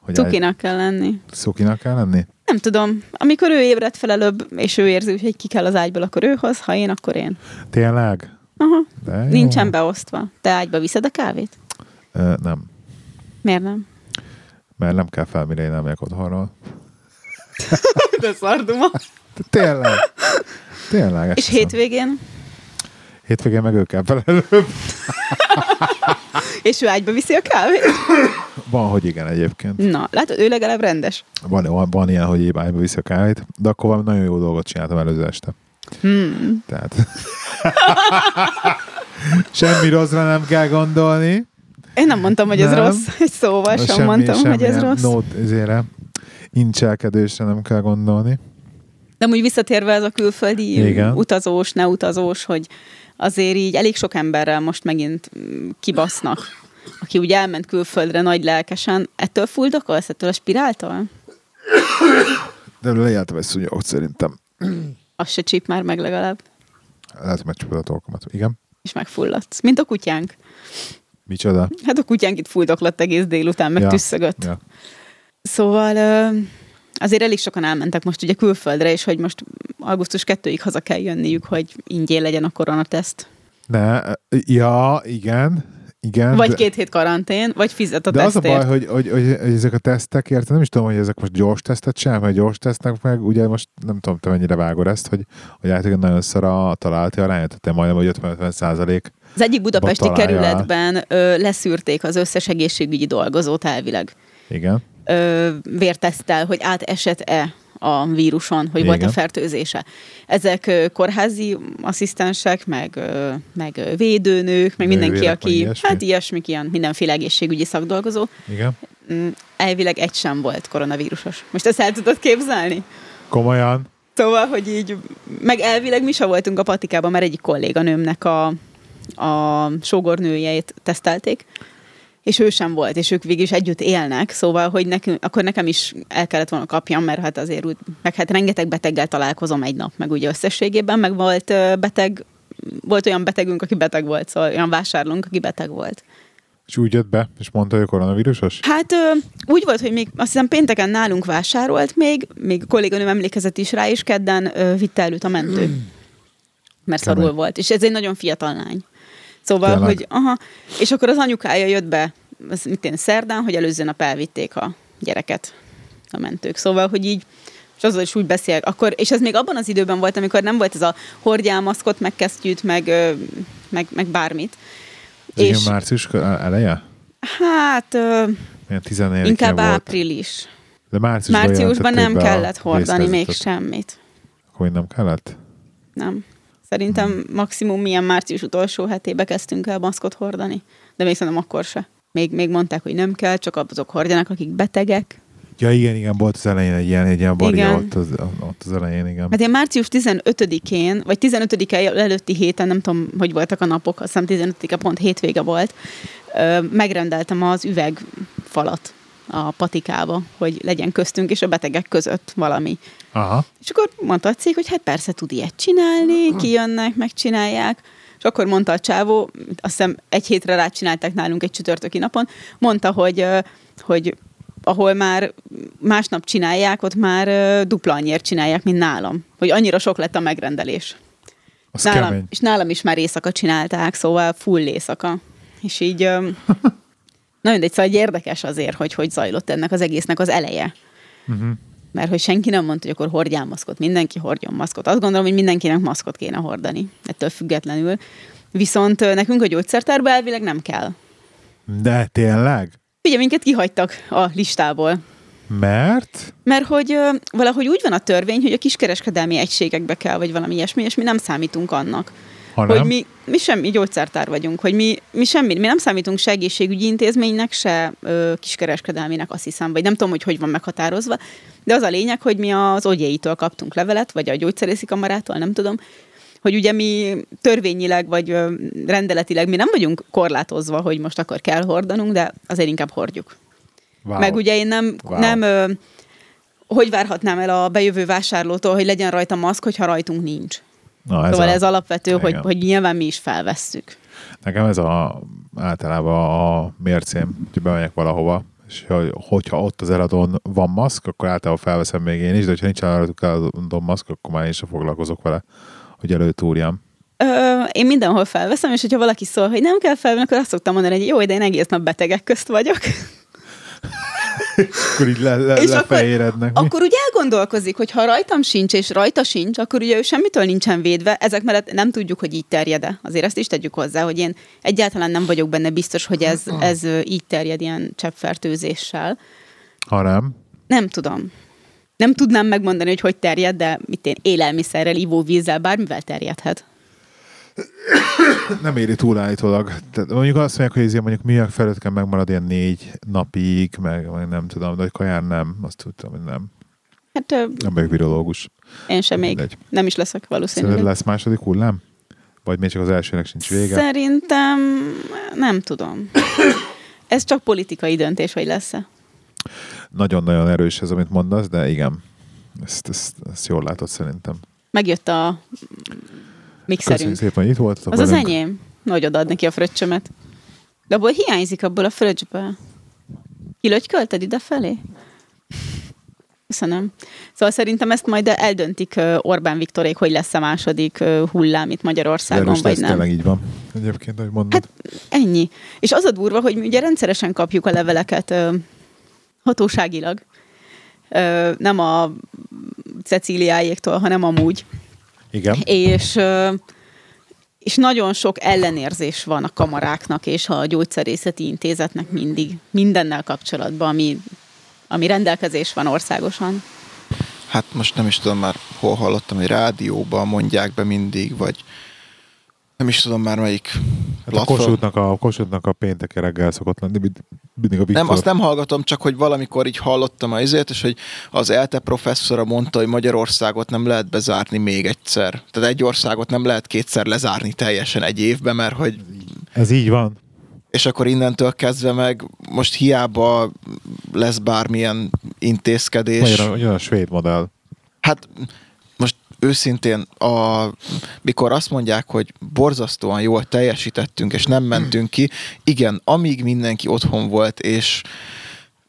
Speaker 1: Hogy ágy-
Speaker 2: Cukinak kell lenni.
Speaker 1: Cukinak kell lenni?
Speaker 2: Nem tudom. Amikor ő ébred fel előbb, és ő érzi, hogy ki kell az ágyból, akkor ő hoz, ha én, akkor én.
Speaker 1: Tényleg?
Speaker 2: Aha.
Speaker 1: De jó.
Speaker 2: Nincsen beosztva. Te ágyba viszed a kávét?
Speaker 1: Ö, nem,
Speaker 2: Miért nem?
Speaker 1: mert nem kell fel, mire én elmegyek otthonról.
Speaker 2: De szarduma.
Speaker 1: De tényleg. Tényleg. ezt
Speaker 2: És
Speaker 1: hiszem.
Speaker 2: hétvégén?
Speaker 1: Hétvégén meg ő kell fel előbb.
Speaker 2: És ő ágyba viszi a kávét?
Speaker 1: Van, hogy igen egyébként.
Speaker 2: Na, látod, ő legalább rendes.
Speaker 1: Van, van, van ilyen, hogy épp ágyba viszi a kávét, de akkor valami nagyon jó dolgot csináltam előző este. Hmm. Tehát... Semmi rosszra nem kell gondolni.
Speaker 2: Én nem mondtam, hogy ez
Speaker 1: Nem.
Speaker 2: rossz. Egy szóval sem
Speaker 1: Semmi-
Speaker 2: mondtam, hogy ez
Speaker 1: semmilyen
Speaker 2: rossz. No.
Speaker 1: Nót, ezére incselkedésre nem kell gondolni.
Speaker 2: De úgy visszatérve ez a külföldi
Speaker 1: Igen.
Speaker 2: Igen. utazós, ne utazós, hogy azért így elég sok emberrel most megint mm, kibasznak, aki úgy elment külföldre nagy lelkesen. Ettől fuldokolsz, ettől a spiráltól?
Speaker 1: De lejeltem egy szúnyogot szerintem.
Speaker 2: Az se csíp már meg legalább,
Speaker 1: Lehet, hogy megcsapod a torkomat. Igen.
Speaker 2: és megfulladsz. Mint a kutyánk.
Speaker 1: Micsoda?
Speaker 2: Hát a kutyánk itt fuldoklott egész délután, meg
Speaker 1: Ja.
Speaker 2: ja. tüsszögött.
Speaker 1: Ja.
Speaker 2: Szóval ö, azért elég sokan elmentek most ugye külföldre, és hogy most augusztus 2-ig haza kell jönniük, hogy ingyén legyen a koronateszt.
Speaker 1: Ne, ja, igen. Igen.
Speaker 2: Vagy
Speaker 1: de-
Speaker 2: két hét karantén, vagy fizet a
Speaker 1: de az a
Speaker 2: tesztért.
Speaker 1: baj, hogy, hogy, hogy, hogy ezek a tesztek, érted? Nem is tudom, hogy ezek most gyors tesztet csinálnak, mert gyors tesztnek meg, ugye most nem tudom, te mennyire vágod ezt, hogy, hogy általában nagyon szar a találati arány, tehát te majdnem, hogy 50-50 százalék.
Speaker 2: Az egyik budapesti
Speaker 1: Batalál.
Speaker 2: kerületben ö, leszűrték az összes egészségügyi dolgozót elvileg.
Speaker 1: Igen.
Speaker 2: Ö, vértesztel, hogy átesett-e a víruson, hogy volt-e
Speaker 1: Igen.
Speaker 2: fertőzése. Ezek ö, kórházi asszisztensek, meg, ö, meg ö, védőnők, meg mindenki,
Speaker 1: Nővérek,
Speaker 2: aki,
Speaker 1: meg ilyesmi.
Speaker 2: hát ilyesmik, ilyen mindenféle egészségügyi szakdolgozó.
Speaker 1: Igen.
Speaker 2: Mm, elvileg egy sem volt koronavírusos. Most ezt el tudod képzelni?
Speaker 1: Komolyan.
Speaker 2: Szóval, hogy így, meg elvileg mi sem voltunk a patikában, mert egyik kolléganőmnek a, a sógornőjeit tesztelték, és ő sem volt, és ők végig is együtt élnek, szóval, hogy nekünk, akkor nekem is el kellett volna kapjam, mert hát azért úgy, meg hát rengeteg beteggel találkozom egy nap, meg ugye összességében, meg volt ö, beteg, volt olyan betegünk, aki beteg volt, szóval olyan vásárlónk, aki beteg volt.
Speaker 1: És úgy jött be, és mondta, hogy koronavírusos?
Speaker 2: Hát ö, úgy volt, hogy még azt hiszem pénteken nálunk vásárolt még, még a kolléganőm emlékezett is rá, és kedden ö, vitte előtt a mentő. Mert
Speaker 1: Hmm. Kemény.
Speaker 2: szarul volt. És ez egy nagyon fiatal lány. Szóval,
Speaker 1: Tényleg?
Speaker 2: hogy aha. És akkor az anyukája jött be, az, mit én, szerdán, hogy előző nap elvitték a gyereket a mentők. Szóval, hogy így és azzal is úgy beszél. Akkor, és ez még abban az időben volt, amikor nem volt ez a hordjál maszkot, meg kesztyűt, meg, ö, meg, meg bármit.
Speaker 1: Ez és...
Speaker 2: és
Speaker 1: ilyen március kö- eleje?
Speaker 2: hát ö,
Speaker 1: Ilyen 14
Speaker 2: Inkább
Speaker 1: volt.
Speaker 2: április.
Speaker 1: De márciusban,
Speaker 2: Márciusban nem
Speaker 1: jelentették be a
Speaker 2: kellett hordani még
Speaker 1: vészhelyzetet.
Speaker 2: semmit.
Speaker 1: Akkor még nem kellett?
Speaker 2: Nem. Szerintem maximum milyen március utolsó hetébe kezdtünk el maszkot hordani. De még szerintem akkor se. Még, még mondták, hogy nem kell, csak azok hordjanak, akik betegek.
Speaker 1: Ja, igen, igen, volt az elején egy ilyen, egy ilyen baria
Speaker 2: Igen.
Speaker 1: ott az, ott az elején, igen.
Speaker 2: Hát én március 15-én, vagy 15 -e előtti héten, nem tudom, hogy voltak a napok, azt hiszem 15 -e pont hétvége volt, ö, megrendeltem az üvegfalat a patikába, hogy legyen köztünk és a betegek között valami.
Speaker 1: Aha.
Speaker 2: És akkor mondta a cég, hogy hát persze tud ilyet csinálni, kijönnek, megcsinálják. És akkor mondta a csávó, azt hiszem egy hétre rácsinálták nálunk egy csütörtöki napon, mondta, hogy, ö, hogy ahol már másnap csinálják, ott már ö, dupla annyiért csinálják, mint nálam. Hogy annyira sok lett a megrendelés.
Speaker 1: Az kemény.
Speaker 2: Nálam, és nálam is már éjszaka csinálták, szóval full éjszaka. És így ö, Na mindegy, szóval egy érdekes azért, hogy hogy zajlott ennek az egésznek az eleje.
Speaker 1: Uh-huh.
Speaker 2: Mert hogy senki nem mondta, hogy akkor hordjál maszkot, mindenki hordjon maszkot. Azt gondolom, hogy mindenkinek maszkot kéne hordani, ettől függetlenül. Viszont ö, nekünk a gyógyszertárba elvileg nem kell.
Speaker 1: De tényleg?
Speaker 2: Ugye minket kihagytak a listából.
Speaker 1: Mert?
Speaker 2: Mert hogy ö, valahogy úgy van a törvény, hogy a kiskereskedelmi egységekbe kell, vagy valami ilyesmi, és mi nem számítunk annak.
Speaker 1: Ha nem,
Speaker 2: Hogy mi, mi semmi gyógyszertár vagyunk, hogy mi, mi semmi, mi nem számítunk se egészségügyi intézménynek, se ö, kiskereskedelmének, azt hiszem, vagy nem tudom, hogy hogy van meghatározva, de az a lényeg, hogy mi az ogyéitől kaptunk levelet, vagy a gyógyszerészi kamarától, nem tudom, hogy ugye mi törvényileg, vagy ö, rendeletileg mi nem vagyunk korlátozva, hogy most akkor kell hordanunk, de azért inkább hordjuk.
Speaker 1: wow.
Speaker 2: Meg ugye én nem,
Speaker 1: Wow.
Speaker 2: wow. nem ö, hogy várhatnám el a bejövő vásárlótól, hogy legyen rajta maszk, hogyha rajtunk nincs.
Speaker 1: Na,
Speaker 2: Ez
Speaker 1: ez
Speaker 2: szóval
Speaker 1: a,
Speaker 2: ez alapvető, hogy,
Speaker 1: Igen.
Speaker 2: hogy nyilván mi is felvesszük.
Speaker 1: Nekem ez a, általában a mércém, hogy bemegyek valahova, és hogy- hogyha ott az eladón van maszk, akkor általában felveszem még én is, de hogyha nincs eladón maszk, akkor már én sem foglalkozok vele, hogy előtúrjam.
Speaker 2: Ö, én mindenhol felveszem, és hogyha valaki szól, hogy nem kell felvenni, akkor azt szoktam mondani, hogy jó, de én egész nap betegek közt vagyok.
Speaker 1: Akkor így le, le,
Speaker 2: És akkor-
Speaker 1: lefehérednek. mi?
Speaker 2: Akkor úgy elgondolkozik, hogy ha rajtam sincs, és rajta sincs, akkor ugye ő semmitől nincsen védve. Ezek mellett nem tudjuk, hogy így terjed-e. Azért ezt is tegyük hozzá, hogy én egyáltalán nem vagyok benne biztos, hogy ez, ez ö, így terjed ilyen cseppfertőzéssel.
Speaker 1: Ha nem,
Speaker 2: Nem tudom. Nem tudnám megmondani, hogy hogy terjed, de mit én élelmiszerrel, ivóvízzel, bármivel terjedhet.
Speaker 1: nem éri túl állítólag. Tehát mondjuk azt mondják, hogy ez ilyen mondjuk műanyag felületken megmarad ilyen négy napig, meg, meg nem tudom, de hogy kaján nem, azt tudtam, hogy nem.
Speaker 2: Hát ö,
Speaker 1: Nem vagyok virológus.
Speaker 2: én sem még
Speaker 1: Mindegy.
Speaker 2: nem is leszek valószínűleg.
Speaker 1: Szerinted lesz második hullám? Vagy még csak az elsőnek sincs vége?
Speaker 2: Szerintem nem tudom. Ez csak politikai döntés, hogy lesz-e.
Speaker 1: Nagyon-nagyon erős ez, amit mondasz, de igen. Ezt, ezt, ezt jól látod szerintem.
Speaker 2: Megjött a
Speaker 1: Köszönjük
Speaker 2: mixerünk.
Speaker 1: szépen, hogy itt voltatok
Speaker 2: Az az
Speaker 1: velünk.
Speaker 2: enyém. Nagy odaad neki a fröccsömet. De abból hiányzik abból a fröccsből. Kilögykölted idefelé? Köszönöm. Szóval szerintem ezt majd eldöntik ö, Orbán Viktorék, hogy lesz a második ö, hullám itt Magyarországon,
Speaker 1: Erős
Speaker 2: vagy
Speaker 1: lesz,
Speaker 2: nem.
Speaker 1: tényleg így van. Egyébként, ahogy mondod.
Speaker 2: Hát ennyi. És az a durva, hogy mi ugye rendszeresen kapjuk a leveleket ö, hatóságilag. Ö, nem a Cecíliáéktól, hanem amúgy.
Speaker 1: igen.
Speaker 2: És, ö, és nagyon sok ellenérzés van a kamaráknak és a gyógyszerészeti intézetnek mindig, mindennel kapcsolatban, ami, ami rendelkezés van országosan.
Speaker 3: Hát most nem is tudom már, hol hallottam, hogy rádióban mondják be mindig, vagy nem is tudom már melyik
Speaker 1: Hát a Kossuthnak a, Kossuthnak a pénteken reggel szokott lenni, mind- mindig a Viktor.
Speaker 3: Nem, azt nem hallgatom, csak hogy valamikor így hallottam a izért, és hogy az ELTE professzora mondta, hogy Magyarországot nem lehet bezárni még egyszer. Tehát egy országot nem lehet kétszer lezárni teljesen egy évben, mert hogy
Speaker 1: Ez így van.
Speaker 3: és akkor innentől kezdve meg most hiába lesz bármilyen intézkedés.
Speaker 1: Olyan, olyan a svéd modell.
Speaker 3: Hát most őszintén, a, mikor azt mondják, hogy borzasztóan jól teljesítettünk, és nem mentünk ki, igen, amíg mindenki otthon volt, és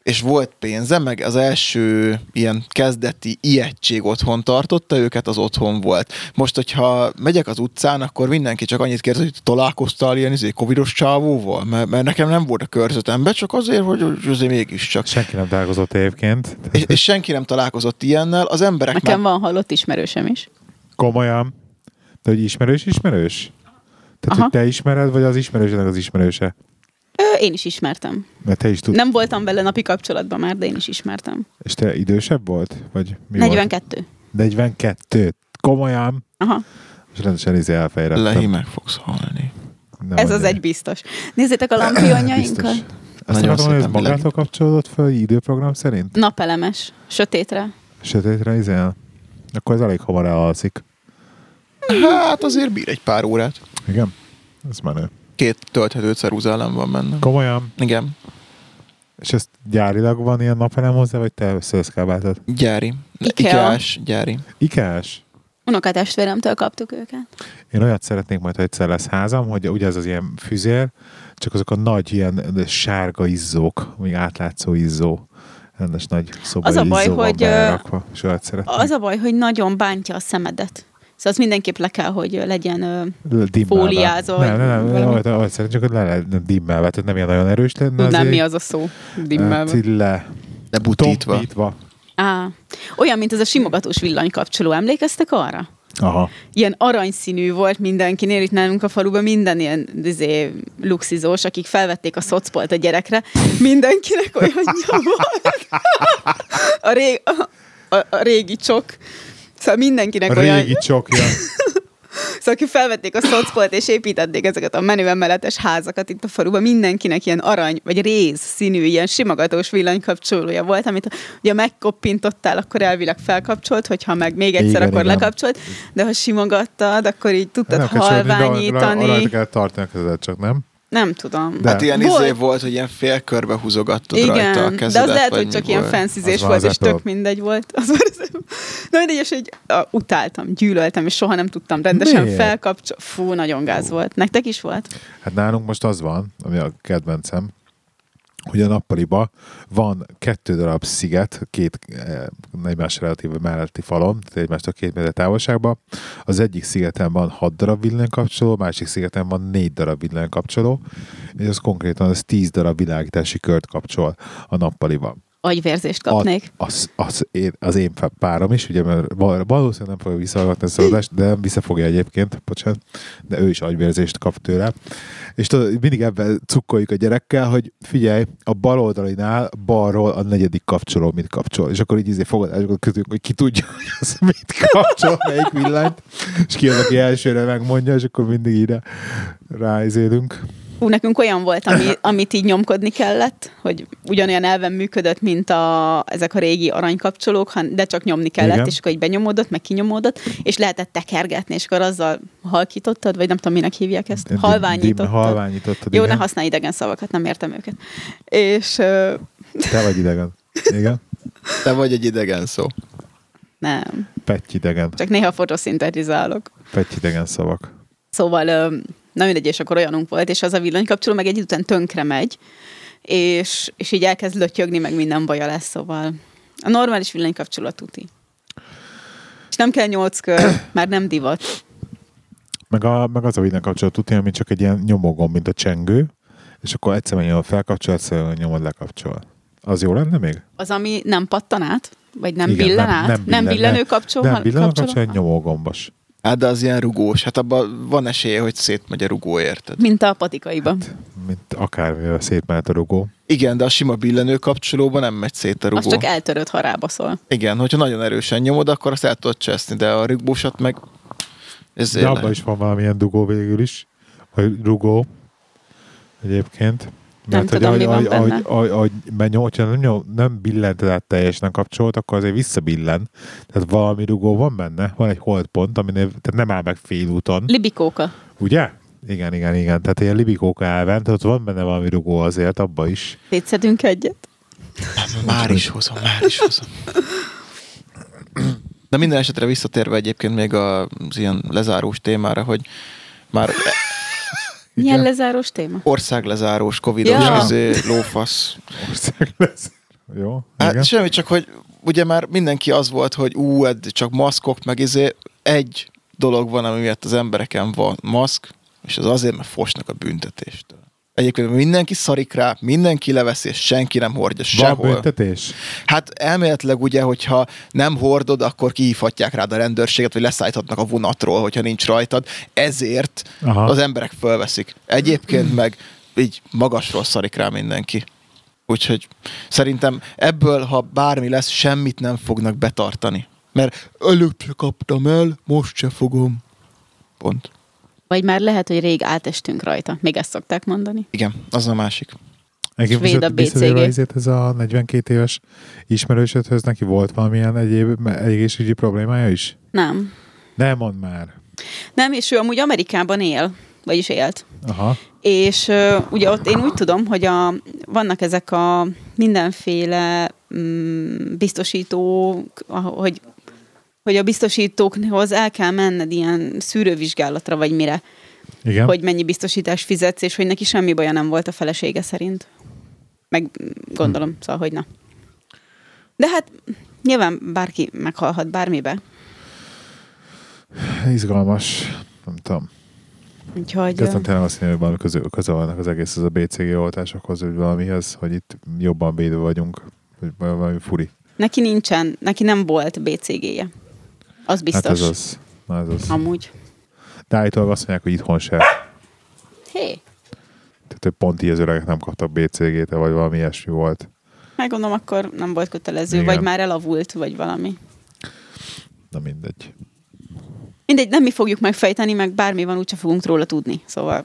Speaker 3: és volt pénze, meg az első ilyen kezdeti ijegység otthon tartotta őket, az otthon volt. Most, hogyha megyek az utcán, akkor mindenki csak annyit kérdez, hogy találkoztál ilyen izé, covidos csávóval, mert, mert nekem nem volt a körzetemben, csak azért, hogy hogy azért mégiscsak.
Speaker 1: Senki nem találkozott egyébként.
Speaker 3: És, és senki nem találkozott ilyennel, az emberek már
Speaker 2: Nekem van halott ismerősem is.
Speaker 1: Komolyan. De hogy ismerős, ismerős? Tehát, Aha.
Speaker 2: Aha.
Speaker 1: hogy te ismered, vagy az ismerősnek az ismerőse?
Speaker 2: Ö, én is ismertem.
Speaker 1: Mert te is tudsz.
Speaker 2: Nem voltam vele napi kapcsolatban már, de én is ismertem.
Speaker 1: És te idősebb volt? Vagy mi volt?
Speaker 2: 42.
Speaker 1: 42. Komolyan.
Speaker 2: Aha.
Speaker 1: És rendesen izé elfejrettem.
Speaker 3: Lehi meg fogsz halni.
Speaker 1: Nem
Speaker 2: Ez az
Speaker 1: mondja.
Speaker 2: egy biztos. Nézzétek a lampionjainkat.
Speaker 1: Biztos. Azt
Speaker 3: Nagyon
Speaker 1: akartam, hogy ez
Speaker 3: szépen
Speaker 1: magától kapcsolódott föl időprogram szerint?
Speaker 2: Napelemes, sötétre.
Speaker 1: Sötétre izél? Akkor ez elég hamar elalszik.
Speaker 3: Hát azért bír egy pár órát.
Speaker 1: Igen? Ez menő.
Speaker 3: Két tölthető ceruzálem van benne.
Speaker 1: Komolyan.
Speaker 3: Igen,
Speaker 1: És ezt gyárilag van ilyen napelem hozzá, vagy te összeeszkábáltad?
Speaker 3: gyári.
Speaker 2: Ikea.
Speaker 3: Ikeás, gyári.
Speaker 1: Ikás?
Speaker 2: Unokatestvéremtől kaptuk őket.
Speaker 1: Én olyat szeretnék majd, ha egyszer lesz házam, hogy ugye ez az ilyen füzér, csak azok a nagy ilyen sárga izzók, vagy átlátszó izzó, rendes nagy szobai
Speaker 2: Az a baj,
Speaker 1: izzó van
Speaker 2: hogy, ö,
Speaker 1: belerakva, és olyat szeretnék.
Speaker 2: Az a baj, hogy nagyon bántja a szemedet. Szóval azt mindenképp le kell, hogy legyen ö,
Speaker 1: Dimmelve.
Speaker 2: Fóliázol,
Speaker 1: Nem, nem, nem,
Speaker 2: valami.
Speaker 1: olyan, olyan szerint csak hogy le lehetne dimmelve, tehát nem ilyen nagyon erős lenne.
Speaker 2: tudnám
Speaker 1: azért.
Speaker 2: mi az a szó. Dimmelve.
Speaker 1: Hát így le.
Speaker 3: De butítva.
Speaker 1: Tompítva.
Speaker 2: Á, olyan, mint ez a simogatós villanykapcsoló. Emlékeztek arra?
Speaker 1: Aha.
Speaker 2: ilyen aranyszínű volt mindenkinél, itt nálunk a faluban minden ilyen izé, luxizós, akik felvették a szocpolt a gyerekre, mindenkinek olyan volt. A, ré, a, a, a régi csok. Szóval mindenkinek
Speaker 1: A
Speaker 2: olyan,
Speaker 1: régi csokja.
Speaker 2: szóval aki felvették a szocpolt és építették ezeket a menő emeletes házakat itt a faluban, mindenkinek ilyen arany vagy réz színű, ilyen simogatós villanykapcsolója volt, amit ugye megkoppintottál, akkor elvileg felkapcsolt, hogyha meg még egyszer,
Speaker 1: Igen,
Speaker 2: igen, akkor
Speaker 1: igen.
Speaker 2: igen. lekapcsolt, de ha simogattad, akkor így tudtad
Speaker 1: Nem
Speaker 2: nem
Speaker 1: kell csinálni, de arra- arra
Speaker 2: halványítani.
Speaker 1: kell tartani a kezedet, csak nem?
Speaker 2: Nem tudom.
Speaker 1: De.
Speaker 3: Hát ilyen
Speaker 2: Volt.
Speaker 3: izé volt, hogy ilyen félkörbe húzogattad
Speaker 2: Igen,
Speaker 3: rajta a
Speaker 2: de
Speaker 3: kezedet.
Speaker 2: az lehet,
Speaker 3: vagy
Speaker 2: hogy
Speaker 3: mi
Speaker 2: csak ilyen
Speaker 3: volt.
Speaker 2: fenszizés
Speaker 1: Az van
Speaker 2: volt,
Speaker 1: az
Speaker 2: és
Speaker 1: Apple.
Speaker 2: tök mindegy volt. Az volt az... Na mindegy, és így a, utáltam, gyűlöltem, és soha nem tudtam rendesen
Speaker 1: Miért?
Speaker 2: felkapcsolni. Fú, nagyon gáz volt. Nektek is volt?
Speaker 1: Hát nálunk most az van, ami a kedvencem, hogy a nappaliba van kettő darab sziget, két eh, egymás relatív melletti falon, tehát egymástól két méter távolságban. Az egyik szigeten van hat darab villanykapcsoló, másik szigeten van négy darab villanykapcsoló, és az konkrétan az tíz darab világítási kört kapcsol a nappaliba.
Speaker 2: Agyvérzést kapnék.
Speaker 1: A, az, az, én, az én fe- párom is, ugye, mert val- valószínűleg nem fogja visszahallgatni ezt az adást, de vissza fogja egyébként, bocsánat, de ő is agyvérzést kap tőle. És tudod, mindig ebben cukkoljuk a gyerekkel, hogy figyelj, a bal oldalinál balról a negyedik kapcsoló mit kapcsol. És akkor így izé fogadásokat kötünk, hogy ki tudja, hogy az mit kapcsol, melyik villanyt, és ki az, aki elsőre megmondja, és akkor mindig ide ráizélünk.
Speaker 2: Ú, nekünk olyan volt, ami, amit így nyomkodni kellett, hogy ugyanolyan elven működött, mint a, ezek a régi aranykapcsolók, han- de csak nyomni kellett,
Speaker 1: Igen.
Speaker 2: Igen. és akkor így benyomódott, meg kinyomódott, és lehetett tekergetni, és akkor azzal halkítottad, vagy nem tudom, minek hívják ezt, halványítottad.
Speaker 1: Halványítottad.
Speaker 2: Jó,
Speaker 1: igen.
Speaker 2: ne használj idegen szavakat, nem értem őket. És ö,
Speaker 1: Te vagy idegen. Igen.
Speaker 3: Te vagy egy idegen szó.
Speaker 2: nem,
Speaker 1: Petty idegen.
Speaker 2: csak néha fotoszintetizálok.
Speaker 1: Petty idegen szavak.
Speaker 2: Szóval ö, na mindegy, és akkor olyanunk volt, és az a villanykapcsoló meg egy idő után tönkre megy, és, és így elkezd lötyögni, meg minden baja lesz, szóval a normális villanykapcsoló a tuti. És nem kell nyolc kör, már nem divat.
Speaker 1: Meg, a, meg az a videó kapcsolat tudni, ami csak egy ilyen nyomogom, mint a csengő, és akkor egyszer megnyomod felkapcsol, egyszer nyomod lekapcsol. Az jó lenne még?
Speaker 2: Az, ami nem pattan át, vagy nem
Speaker 1: Igen,
Speaker 2: Igen, billen
Speaker 1: nem- nem
Speaker 2: át, nem,
Speaker 1: billen,
Speaker 2: nem billenő
Speaker 1: nem-
Speaker 2: kapcsoló,
Speaker 1: nem, villanok kapcsol,
Speaker 2: kapcsoló?
Speaker 1: nyomógombos.
Speaker 3: Hát de az ilyen rugós. Hát abban van esélye, hogy szétmegy a rugó, érted?
Speaker 2: mint a patikaiba.
Speaker 1: Hát, Mint akármivel szétmehet a rugó.
Speaker 3: Igen, de a sima billenő kapcsolóban nem megy szét a
Speaker 2: Az
Speaker 3: rugó.
Speaker 2: csak e- eltörött harába szól.
Speaker 3: Igen, hogyha nagyon erősen nyomod, akkor azt el tudod cseszni, de a rugósat meg... Ezért
Speaker 1: De
Speaker 3: nem.
Speaker 1: abban is van valamilyen dugó végül is, vagy rugó egyébként.
Speaker 2: Nem tudom, mi van
Speaker 1: ahogy, ahogy,
Speaker 2: benne.
Speaker 1: ahogy, ahogy benyom, hogyha nem, nyom, nem billented át teljesen kapcsolt, akkor azért visszabillen. Tehát valami rugó van benne, van egy holdpont, aminél, tehát nem áll meg félúton.
Speaker 2: Libikóka.
Speaker 1: Ugye? Igen, igen, igen. Tehát ilyen libikók elven, tehát ott van benne valami rugó azért, abba is.
Speaker 2: Tétszedünk egyet?
Speaker 3: Már is hozom, már is hozom. De minden esetre visszatérve egyébként még az ilyen lezárós témára, hogy már
Speaker 2: Milyen lezárós téma?
Speaker 3: országlezárós, covidos,
Speaker 2: Ja.
Speaker 3: ja. izé, lófasz.
Speaker 1: Ország lesz. Jó?
Speaker 3: Hát
Speaker 1: igen.
Speaker 3: semmi, csak hogy ugye már mindenki az volt, hogy ú, eddig csak maszkok, meg izé, egy dolog van, ami miatt az embereken van maszk, és az azért, mert fosnak a büntetéstől. Egyébként mindenki szarik rá, mindenki leveszi, és senki nem hordja
Speaker 1: Van
Speaker 3: sehol.
Speaker 1: büntetés?
Speaker 3: Hát elméletileg ugye, hogyha nem hordod, akkor kihívhatják rád a rendőrséget, vagy leszállíthatnak a vonatról, hogyha nincs rajtad. Ezért
Speaker 1: Aha.
Speaker 3: Aha. az emberek fölveszik. Egyébként meg így magasról szarik rá mindenki. Úgyhogy szerintem ebből, ha bármi lesz, semmit nem fognak betartani. Mert előbb se kaptam el, most se fogom. Pont.
Speaker 2: Vagy már lehet, hogy rég átestünk rajta. Még ezt szokták mondani.
Speaker 3: Igen, az a másik.
Speaker 1: Egyébként
Speaker 2: Svéd a
Speaker 1: viszont- viszont
Speaker 2: BCG.
Speaker 1: erre azért ez a 42 éves ismerősödhöz neki volt valamilyen egyéb me- egészségügyi problémája is?
Speaker 2: Nem.
Speaker 1: Nem mond már.
Speaker 2: Nem, és ő amúgy Amerikában él, vagyis élt.
Speaker 1: Aha.
Speaker 2: És ö, ugye ott én úgy tudom, hogy a, vannak ezek a mindenféle mm, biztosítók, ah- hogy, hogy a biztosítókhoz el kell menned ilyen szűrővizsgálatra, vagy mire,
Speaker 1: Igen.
Speaker 2: hogy mennyi biztosítást fizetsz, és hogy neki semmi baja nem volt a felesége szerint. Meg mm, gondolom, szóval, hogy na. De hát nyilván bárki meghalhat bármibe.
Speaker 1: izgalmas, nem tudom.
Speaker 2: Úgyhogy...
Speaker 1: De aztán
Speaker 2: ö,
Speaker 1: tényleg azt mondja, hogy valami közül, közel vannak az egész az a BCG oltásokhoz, hogy valamihez, hogy itt jobban védő vagyunk, hogy valami furi.
Speaker 2: Neki nincsen, neki nem volt BCG-je. Az biztos.
Speaker 1: Hát ez az. Na ez az.
Speaker 2: Amúgy.
Speaker 1: De állítólag azt mondják, hogy itthon se.
Speaker 2: Hé,
Speaker 1: Tehát hogy pont így az öregek nem kaptak BCG-t, vagy valami ilyesmi volt.
Speaker 2: megmondom, akkor nem volt kötelező,
Speaker 1: Igen.
Speaker 2: Igen. vagy már elavult, vagy valami.
Speaker 1: Na mindegy.
Speaker 2: Mindegy, nem mi fogjuk megfejteni, meg bármi van, úgyse fogunk róla tudni. Szóval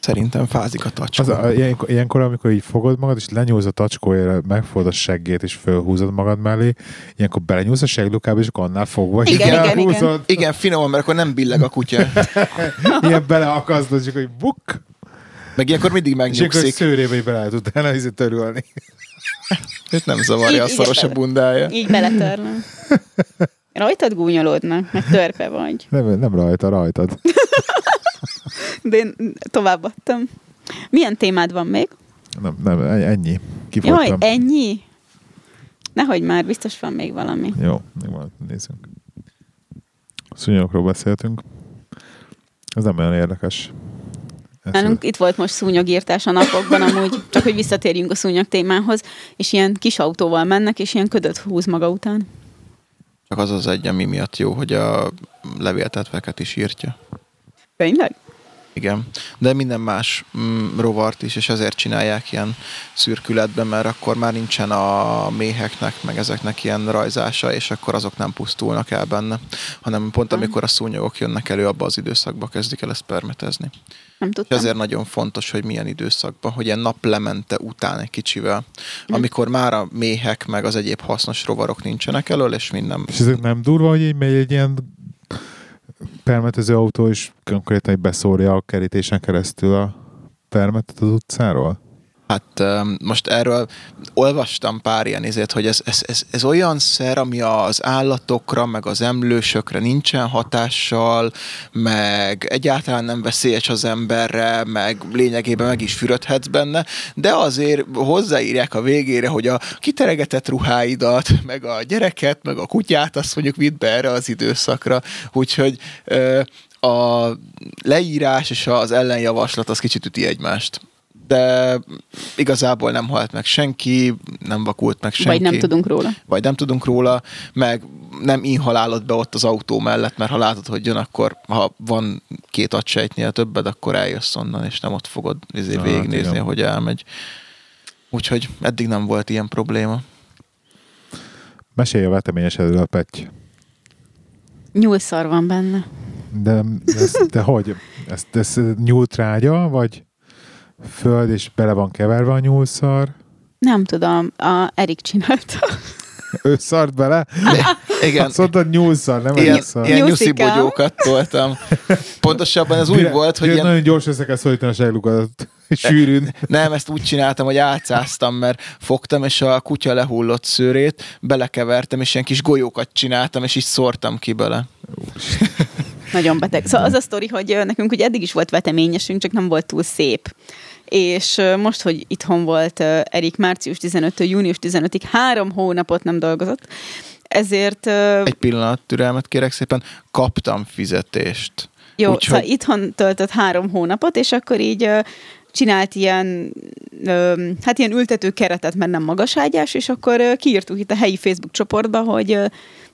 Speaker 3: Szerintem fázik a tacska.
Speaker 1: Az, a, ilyenkor, ilyenkor, amikor így fogod magad, és lenyúlsz a tacskójára, megfogod a seggét, és fölhúzod magad mellé, ilyenkor belenyúlsz a seglukába, és akkor annál fogva, és
Speaker 2: Igen,
Speaker 1: így
Speaker 2: igen, igen.
Speaker 1: elhúzod,
Speaker 3: Igen, finoman, mert akkor nem billeg a kutya.
Speaker 1: ilyen beleakasztod, csak hogy buk,
Speaker 3: Meg ilyenkor mindig
Speaker 1: és ilyenkor
Speaker 3: megnyugszik.
Speaker 1: szőrébe így bele lehet utána izé ízét törülni.
Speaker 3: Őt nem zavarja a
Speaker 2: Igen,
Speaker 3: szoros a
Speaker 2: igen.
Speaker 3: bundája.
Speaker 2: így beletörlöm. Rajtad gúnyolódnak, meg törpe vagy.
Speaker 1: Nem, nem rajta, rajtad.
Speaker 2: De én továbbadtam. Milyen témád van még?
Speaker 1: Nem, nem, ennyi. Kifogytam.
Speaker 2: Jaj, ennyi? Nehogy már, biztos van még valami.
Speaker 1: Jó, még valamit nézzünk. Szúnyogokról beszéltünk. Ez nem olyan érdekes. Ez
Speaker 2: Nálunk itt volt most szúnyogírtás a napokban, amúgy csak hogy visszatérjünk a szúnyog témához, és ilyen kis autóval mennek, és ilyen ködöt húz maga után.
Speaker 3: Csak az az egy, ami miatt jó, hogy a levéltetveket is írtja.
Speaker 2: Tényleg?
Speaker 3: Igen, de minden más mm, rovart is, és ezért csinálják ilyen szürkületben, mert akkor már nincsen a méheknek, meg ezeknek ilyen rajzása, és akkor azok nem pusztulnak el benne, hanem pont amikor a szúnyogok jönnek elő, abba az időszakba kezdik el ezt permetezni.
Speaker 2: Nem
Speaker 3: És
Speaker 2: tudtam.
Speaker 3: ezért nagyon fontos, hogy milyen időszakban, hogy ilyen naplemente után egy kicsivel, amikor már a méhek, meg az egyéb hasznos rovarok nincsenek elől, és minden
Speaker 1: És ezek nem durva, hogy így megy egy ilyen permetező autó, és konkrétan így beszórja a kerítésen keresztül a permetet az utcáról?
Speaker 3: Hát öm, most erről olvastam pár ilyen izét, hogy ez, ez, ez, ez olyan szer, ami az állatokra, meg az emlősökre nincsen hatással, meg egyáltalán nem veszélyes az emberre, meg lényegében meg is fürödhetsz benne, de azért hozzáírják a végére, hogy a kiteregetett ruháidat, meg a gyereket, meg a kutyát, azt mondjuk vidd be erre az időszakra, úgyhogy ö, a leírás és az ellenjavaslat az kicsit üti egymást de igazából nem halt meg senki, nem vakult meg senki.
Speaker 2: Vagy nem tudunk róla.
Speaker 3: Vagy nem tudunk róla, meg nem inhalálod be ott az autó mellett, mert ha látod, hogy jön, akkor ha van két agysejtnél többed, akkor eljössz onnan, és nem ott fogod izé
Speaker 1: Hát
Speaker 3: végignézni,
Speaker 1: igen.
Speaker 3: hogy elmegy. Úgyhogy eddig nem volt ilyen probléma.
Speaker 1: Mesélj a veteményesedről a petty.
Speaker 2: Nyúlszar van benne.
Speaker 1: De, ez, de hogy? Ez, ez nyúlt rágya, vagy föld, és bele van keverve a nyúlszar?
Speaker 2: Nem tudom, a Erik csinálta.
Speaker 1: Ő szart bele?
Speaker 3: Igen,
Speaker 1: Azt mondtad nyúlszar, nem
Speaker 3: ilyen,
Speaker 1: egy szar.
Speaker 3: ilyen nyuszi
Speaker 2: Nyuszikám.
Speaker 3: bogyókat toltam. Pontosabban ez úgy
Speaker 1: Mire-
Speaker 3: volt, hogy
Speaker 1: mire
Speaker 3: ilyen
Speaker 1: Nagyon gyorsan össze kell szólítani a seglukat. Sűrűn.
Speaker 3: Nem, ezt úgy csináltam, hogy álcáztam, mert fogtam, és a kutya lehullott szőrét, belekevertem, és ilyen kis golyókat csináltam, és így szórtam ki bele.
Speaker 2: Nagyon beteg. Szóval az a sztori, hogy ö, nekünk ugye eddig is volt veteményesünk, csak nem volt túl szép. És ö, most, hogy itthon volt ö, Erik március 15-től június 15-ig, három hónapot nem dolgozott, ezért ö,
Speaker 3: Egy pillanat türelmet kérek szépen, kaptam fizetést.
Speaker 2: Jó,
Speaker 3: Úgyhogy-
Speaker 2: Úgyhogy... szóval itthon töltött három hónapot, és akkor így ö, csinált ilyen, ö, hát ilyen ültető keretet, mert nem magaságyás, és akkor ö, kiírtuk itt a helyi Facebook csoportba, hogy ö,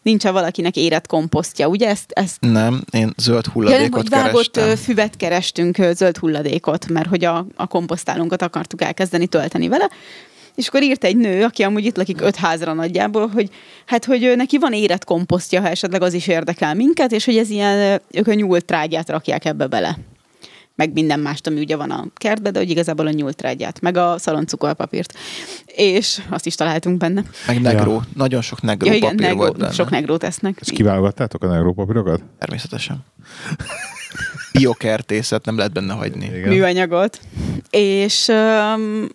Speaker 2: nincs-e valakinek érett komposztja, ugye? Ezt, ezt
Speaker 3: Nem, én zöld
Speaker 2: Ja, nem, hogy
Speaker 3: hulladékot
Speaker 2: vágott
Speaker 3: kerestem.
Speaker 2: ö, füvet kerestünk, ö, zöld hulladékot, mert hogy a, a komposztálunkat akartuk elkezdeni tölteni vele, és akkor írt egy nő, aki amúgy itt lakik öt házra nagyjából, hogy hát, hogy ö, neki van érett komposztja, ha esetleg az is érdekel minket, és hogy ez ilyen, ö, ők a nyúlt trágyát rakják ebbe bele. Meg minden mást, ami ugye van a kertben, de hogy igazából a nyúlt trágyát, meg a szaloncukorpapírt. És azt is találtunk benne.
Speaker 3: Meg negró. Ja. Nagyon sok negró
Speaker 2: Ja,
Speaker 3: ja,
Speaker 2: igen,
Speaker 3: papír negró, volt
Speaker 2: negró,
Speaker 3: benne.
Speaker 2: sok
Speaker 3: Sok ne...
Speaker 2: negrót esznek.
Speaker 1: És kiválogattátok a európapírokat?
Speaker 3: Természetesen. Biokertészet nem lehet benne hagyni.
Speaker 1: Igen.
Speaker 2: műanyagot, és um,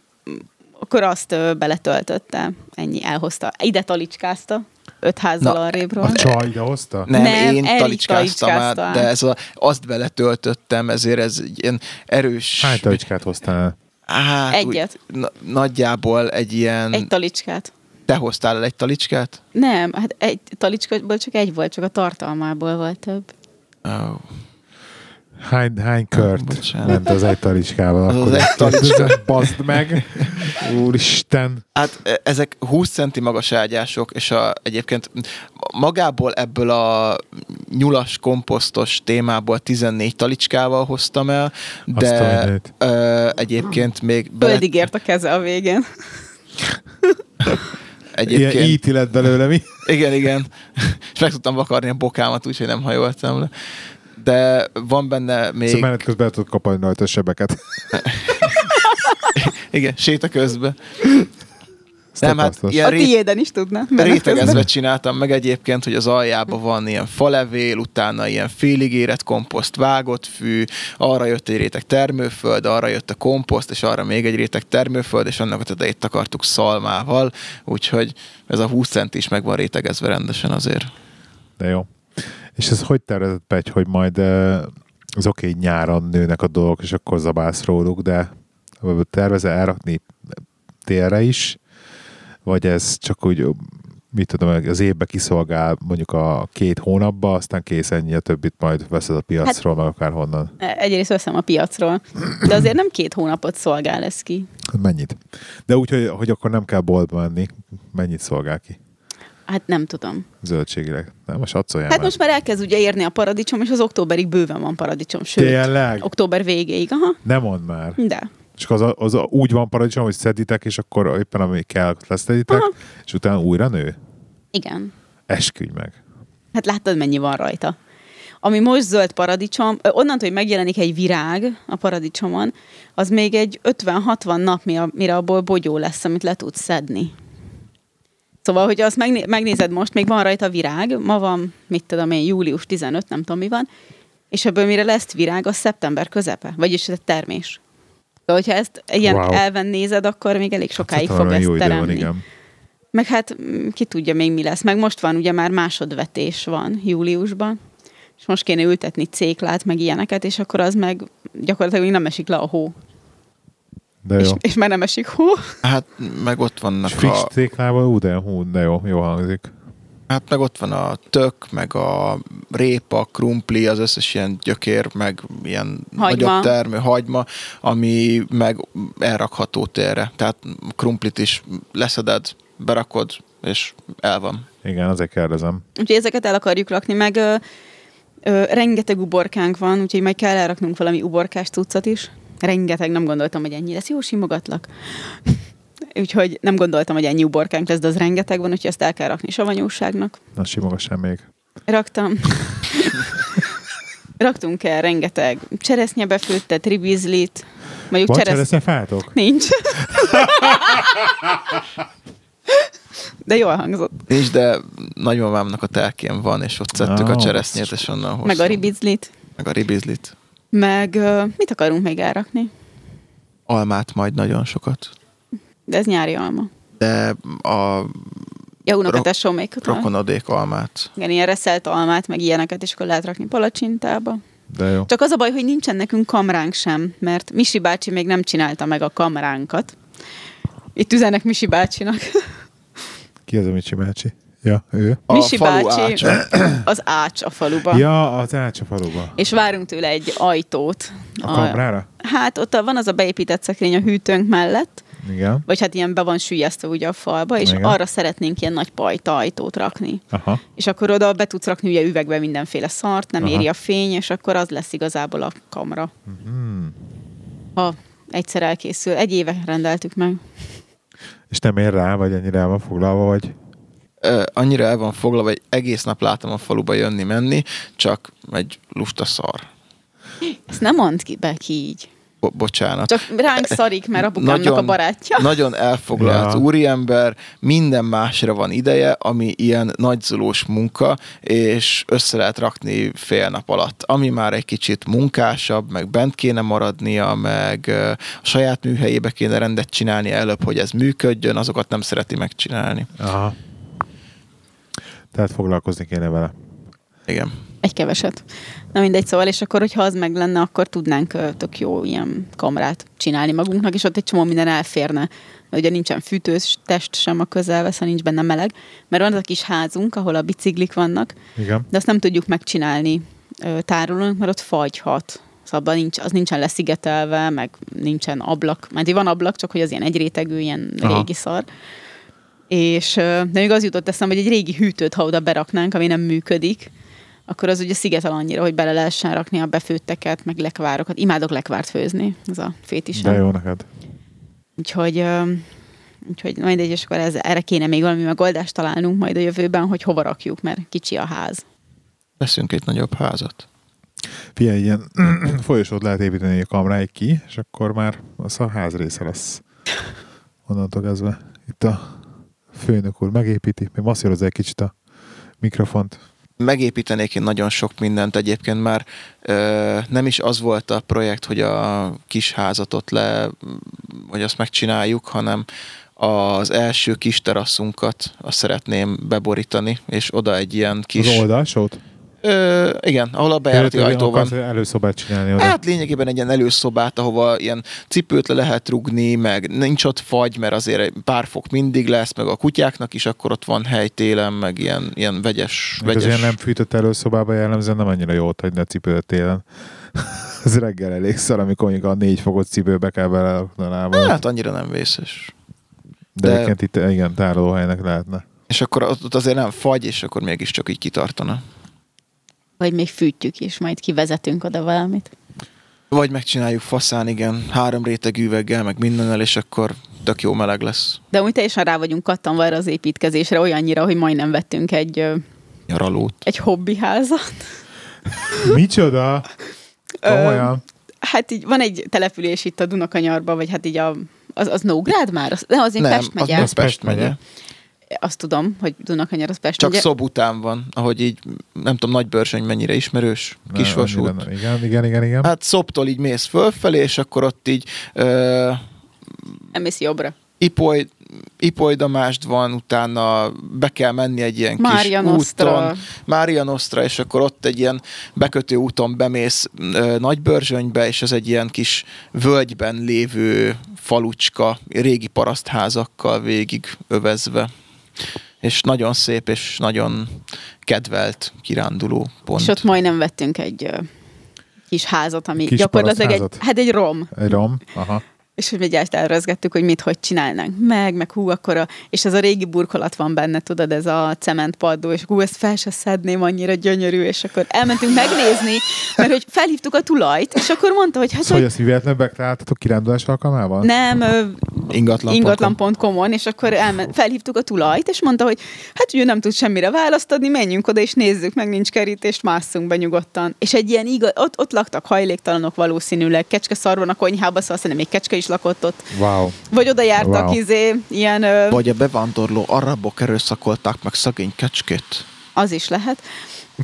Speaker 2: akkor azt ö, beletöltötte, ennyi, elhozta. Ide talicskázta, öt házzal
Speaker 3: Na,
Speaker 2: arrébről.
Speaker 1: A csaj idehozta?
Speaker 3: Nem,
Speaker 2: Nem,
Speaker 3: nem én
Speaker 2: Erik
Speaker 3: talicskáztam át,
Speaker 2: talicskázta át.
Speaker 3: de ez a, azt beletöltöttem, ezért ez egy ilyen erős...
Speaker 1: Hány talicskát hoztál el?
Speaker 3: Hát,
Speaker 2: Egyet.
Speaker 3: Úgy, na, nagyjából egy ilyen...
Speaker 2: Egy talicskát.
Speaker 3: Te hoztál el egy talicskát?
Speaker 2: Nem, hát egy talicskából csak egy volt, csak a tartalmából volt több.
Speaker 3: Oh.
Speaker 1: Hány, hány kört
Speaker 3: Bocsánat.
Speaker 1: ment az egy talicskával?
Speaker 3: Az az
Speaker 1: akkor
Speaker 3: egy
Speaker 1: ezt-
Speaker 3: talicska.
Speaker 1: ezt Baszd meg! Úristen!
Speaker 3: Hát e- ezek 20 centi magas ágyások, és a, egyébként magából ebből a nyulas komposztos témából 14 talicskával hoztam el,
Speaker 1: Azt a
Speaker 3: de
Speaker 1: mindenit.
Speaker 3: ö, egyébként még bele,
Speaker 2: Földig ért a keze a végén.
Speaker 3: egyébként,
Speaker 1: Ilyen íti lett belőle mi?
Speaker 3: igen, igen, és meg tudtam vakarni a bokámat, úgyhogy nem hajoltam le. De van benne még,
Speaker 1: Szóval menet közben el tudod kapani rajta a sebeket.
Speaker 3: igen, séta közben.
Speaker 1: Ez
Speaker 3: Nem, hát
Speaker 1: tapasztalos.
Speaker 3: ilyen
Speaker 2: A
Speaker 3: rét-
Speaker 2: tiéden is tudna.
Speaker 3: Rétegezve csináltam meg egyébként, hogy az aljában van ilyen falevél, utána ilyen félig érett komposzt, vágott fű, arra jött egy réteg termőföld, arra jött a komposzt, és arra még egy réteg termőföld, és annak a tetejét takartuk szalmával, úgyhogy ez a 20 cent is meg van rétegezve rendesen azért.
Speaker 1: De jó. És ez hogy tervezett Pegy, hogy majd eh, az oké, okay, nyáron nőnek a dolgok, és akkor zabálsz róluk, de tervezel elrakni télre is, vagy ez csak úgy, mit tudom, az évbe kiszolgál mondjuk a két hónapba, aztán kész ennyi, a többit majd veszed a piacról, meg akár honnan.
Speaker 2: E, Egyrészt veszem a piacról, de azért nem két hónapot szolgál ez ki.
Speaker 1: Mennyit? De úgy, hogy, hogy akkor nem kell boltba menni, mennyit szolgál ki?
Speaker 2: Hát nem tudom.
Speaker 1: Zöldségileg. Nem, most adszolja
Speaker 2: Hát most már elkezd ugye érni a paradicsom, és az októberig bőven van paradicsom, sőt,
Speaker 1: Tényleg?
Speaker 2: október végéig, aha,
Speaker 1: Nem mond már.
Speaker 2: de.
Speaker 1: És akkor az, az úgy van paradicsom, hogy szeditek, és akkor éppen ami kell, leszeditek,
Speaker 2: Aha.
Speaker 1: és utána újra nő.
Speaker 2: Igen.
Speaker 1: Esküdj meg.
Speaker 2: Hát láttad, mennyi van rajta. Ami most zöld paradicsom, ö, onnantól, hogy megjelenik egy virág a paradicsomon, az még egy 50-60 nap, mi- mire abból bogyó lesz, amit le tudsz szedni. Szóval, hogy azt megné- megnézed most, még van rajta virág, ma van, mit tudom én, július 15, nem tudom mi van, és ebből mire lesz virág, az szeptember közepe, vagyis ez egy termés. De hogyha ezt ilyen
Speaker 1: Wow.
Speaker 2: wow. elven nézed, akkor még elég sokáig
Speaker 1: Hát,
Speaker 2: fog
Speaker 1: olyan
Speaker 2: ezt
Speaker 1: idő
Speaker 2: teremni.
Speaker 1: igen.
Speaker 2: Meg hát mm, ki tudja még mi lesz. Meg most van, ugye már másodvetés van júliusban, és most kéne ültetni céklát, meg ilyeneket, és akkor az meg gyakorlatilag még nem esik le a hó.
Speaker 1: De
Speaker 2: És,
Speaker 1: jó.
Speaker 2: és már nem esik hó.
Speaker 3: Hát meg ott vannak
Speaker 1: És fix
Speaker 3: a,
Speaker 1: téklával, ú, de, hú, de jó, jó hangzik.
Speaker 3: hát meg ott van a tök, meg a répa, krumpli, az összes ilyen gyökér, meg ilyen
Speaker 2: Hagyma.
Speaker 3: nagyobb termő hagyma, ami meg elrakható térre. Tehát krumplit is leszeded, berakod, és el van.
Speaker 1: Igen, azért kérdezem.
Speaker 2: Úgyhogy ezeket el akarjuk rakni, meg ö, ö, rengeteg uborkánk van, úgyhogy majd kell elraknunk valami uborkás cuccot is. Rengeteg, nem gondoltam, hogy ennyi lesz. Jó, simogatlak. úgyhogy nem gondoltam, hogy ennyi uborkánk lesz, de az rengeteg van, úgyhogy ezt el kell rakni savanyúságnak.
Speaker 1: Na, simogassam még.
Speaker 2: Raktam. Raktunk el rengeteg cseresznyebefőttet, ribizlit, mondjuk
Speaker 1: Van
Speaker 2: cseresz...
Speaker 1: cseresznye fátok?
Speaker 2: Nincs. De jól hangzott.
Speaker 3: Nincs, de nagymamámnak a telkén van, és ott szedtük
Speaker 1: Ah,
Speaker 3: a cseresznyét, és onnan hoztam.
Speaker 2: Meg a ribizlit.
Speaker 3: Meg a ribizlit.
Speaker 2: Meg ö, mit akarunk még elrakni?
Speaker 3: Almát majd nagyon sokat.
Speaker 2: De ez nyári alma.
Speaker 3: De a
Speaker 2: Ja,
Speaker 3: Ro-
Speaker 2: unokatesom még utána.
Speaker 3: rokonadék almát.
Speaker 2: Igen, ilyen reszelt almát, meg ilyeneket, és akkor lehet rakni palacsintába.
Speaker 1: De jó.
Speaker 2: Csak az a baj, hogy nincsen nekünk kamránk sem, mert Misi bácsi még nem csinálta meg a kamránkat. Itt üzenek Misi bácsinak.
Speaker 1: Ki az a Micsi bácsi? Ja, ő.
Speaker 3: A
Speaker 2: Misi
Speaker 3: falu
Speaker 2: bácsi
Speaker 3: ácsa.
Speaker 2: az ács a faluba. Ja.
Speaker 1: Ja, az Ácsa faluba.
Speaker 2: És várunk tőle egy ajtót.
Speaker 1: A kamrára?
Speaker 2: Hát ott a- van az a beépített szekrény a hűtőnk mellett,
Speaker 1: Igen.
Speaker 2: vagy hát ilyen be van sűjesztve ugye a falba, és
Speaker 1: Igen.
Speaker 2: Igen. arra szeretnénk ilyen nagy pajta ajtót rakni.
Speaker 1: Aha.
Speaker 2: És akkor oda be tudsz rakni ugye üvegbe mindenféle szart, nem
Speaker 1: Aha.
Speaker 2: Aha. éri a fény, és akkor az lesz igazából a kamra.
Speaker 1: Hmm.
Speaker 2: Ha egyszer elkészül. Egy éve rendeltük meg.
Speaker 1: És nem ér rá, vagy ennyire el van foglalva, vagy?
Speaker 3: Ö, annyira el van foglalva, hogy egész nap látom a faluba jönni-menni, csak egy lusta szar.
Speaker 2: Ezt nem mondd ki be ki így.
Speaker 3: Bo- bocsánat.
Speaker 2: Csak ránk szarik, mert apukámnak nagyon, a barátja.
Speaker 3: Nagyon elfoglalt
Speaker 1: Ja.
Speaker 3: ja. úriember, minden másra van ideje, ami ilyen nagyzulós munka, és össze lehet rakni fél nap alatt. Ami már egy kicsit munkásabb, meg bent kéne maradnia, meg ö, a saját műhelyébe kéne rendet csinálni előbb, hogy ez működjön, azokat nem szereti megcsinálni.
Speaker 1: Aha. Tehát foglalkozni kéne vele.
Speaker 3: Igen.
Speaker 2: Egy keveset. Na mindegy, szóval, és akkor, hogyha az meg lenne, akkor tudnánk ö, tök jó ilyen kamrát csinálni magunknak, és ott egy csomó minden elférne. Mert Ugye nincsen fűtős test sem a közelbe, szóval nincs benne meleg. Mert van az a kis házunk, ahol a biciklik vannak,
Speaker 1: Igen.
Speaker 2: de azt nem tudjuk megcsinálni ö, tárolónk, mert ott fagyhat. Szóval abban nincs, az nincsen leszigetelve, meg nincsen ablak. Mert van ablak, csak hogy az ilyen egy rétegű, ilyen
Speaker 1: Aha.
Speaker 2: régi szar. És ö, de még az jutott eszembe, hogy egy régi hűtőt, ha oda beraknánk, ami nem működik, akkor az ugye szigetel annyira, hogy bele lehessen rakni a befőtteket, meg lekvárokat. Imádok lekvárt főzni, ez a
Speaker 1: De
Speaker 2: fétisem.
Speaker 1: jó neked.
Speaker 2: Úgyhogy, ö, úgyhogy na mindegy, és akkor ez, erre kéne még valami megoldást találnunk majd a jövőben, hogy hova rakjuk, mert kicsi a ház.
Speaker 3: Veszünk egy nagyobb házat.
Speaker 1: Figyelj, ilyen folyosót lehet építeni a kamráig ki, és akkor már az a ház része lesz. Onnantól kezdve. Itt a főnök úr megépíti, még masszírozza egy kicsit a mikrofont.
Speaker 3: megépítenék én nagyon sok mindent egyébként már. Ö, nem is az volt a projekt, hogy a kis házat ott le, hogy azt megcsináljuk, hanem az első kis teraszunkat azt szeretném beborítani, és oda egy ilyen
Speaker 1: Kis. Az
Speaker 3: kis...
Speaker 1: oldalsót?
Speaker 3: Ö, igen, ahol a bejárati
Speaker 1: Érted,
Speaker 3: ajtó van.
Speaker 1: akarsz Előszobát csinálni oda.
Speaker 3: Hát lényegében egy ilyen előszobát, ahova ilyen cipőt le lehet rugni, meg nincs ott fagy, mert azért egy pár fok mindig lesz, meg a kutyáknak is, akkor ott van hely télen, meg ilyen, ilyen vegyes,
Speaker 1: Még
Speaker 3: vegyes...
Speaker 1: azért nem fűtött előszobába jellemzően nem annyira jót hagyni a cipőt télen. Ez reggel elég szar, amikor mondjuk a négy fokos cipőbe kell belerakni a lábam.
Speaker 3: Hát annyira nem vészes.
Speaker 1: de,
Speaker 3: de-
Speaker 1: de egyébként itt igen, tárolóhelynek lehetne.
Speaker 3: És akkor ott ott azért nem fagy, és akkor mégiscsak így kitartana.
Speaker 2: Vagy még fűtjük is, majd kivezetünk oda valamit.
Speaker 3: Vagy megcsináljuk faszán, igen, három réteg üveggel, meg mindennel, és akkor tök jó meleg lesz.
Speaker 2: De úgy teljesen rá vagyunk kattanva erre az építkezésre, olyannyira, hogy majdnem vettünk egy, ö,
Speaker 3: Nyaralót.
Speaker 2: egy hobbiházat.
Speaker 1: Micsoda? Komolyan?
Speaker 2: Hát így van egy település itt a Dunakanyarban, vagy hát így a, az, az Nógrád már? Az, nem, az még
Speaker 3: nem,
Speaker 2: Pest megye.
Speaker 3: az, az Pest megye.
Speaker 2: Azt tudom, hogy Dunakanyar az Pest
Speaker 3: Csak
Speaker 2: megye.
Speaker 3: szob után van, ahogy így, nem tudom, Nagybörsöny mennyire ismerős,
Speaker 1: Nem,
Speaker 3: kisvasút.
Speaker 1: annyira nem. Igen, igen, igen, igen.
Speaker 3: Hát szoptól így mész fölfelé, és akkor ott így ö,
Speaker 2: Emész jobbra.
Speaker 3: ipoly, ipolydamásd van, utána be kell menni egy ilyen
Speaker 2: Mária
Speaker 3: kis
Speaker 2: Nostra.
Speaker 3: úton. Mária Nostra, és akkor ott egy ilyen bekötő úton bemész ö, Nagybörzsönybe, és ez egy ilyen kis völgyben lévő falucska, régi parasztházakkal végig övezve. És nagyon szép, és nagyon kedvelt kiránduló pont.
Speaker 2: És ott majdnem vettünk egy ö, kis házat, ami
Speaker 1: Kis
Speaker 2: gyakorlatilag egy,
Speaker 1: parasztházat.
Speaker 2: hát egy rom.
Speaker 1: Egy rom, aha.
Speaker 3: Szóval-
Speaker 2: És hogy egyáltalán elrözgettük, hogy mit, hogy csinálnánk meg, meg hú, akkor a, és ez a régi burkolat van benne, tudod, ez a cementpadló, és hú, ezt fel se szedném, annyira gyönyörű, és akkor elmentünk megnézni, mert hogy felhívtuk a tulajt, és akkor mondta, hogy hát,
Speaker 1: Szóval, hogy
Speaker 2: hogy
Speaker 1: ezt mi véletlenül megtaláltatok kirándulás alkalmával?
Speaker 2: nem, ö,
Speaker 3: Ingatlan.
Speaker 2: ingatlan.com-on, és akkor elmen, felhívtuk a tulajt, és mondta, hogy hát ugye nem tud semmire választ adni, menjünk oda, és nézzük meg, nincs kerítést, másszunk be nyugodtan. És egy ilyen igaz, ott, ott laktak hajléktalanok valószínűleg, kecske szar van a konyhába, szóval szerintem még kecske is lakott ott.
Speaker 1: Wow.
Speaker 2: Vagy oda jártak
Speaker 1: Wow.
Speaker 2: wow. izé, ilyen, ö,
Speaker 3: Vagy a bevándorló arabok erőszakolták meg szegény kecskét.
Speaker 2: az is lehet.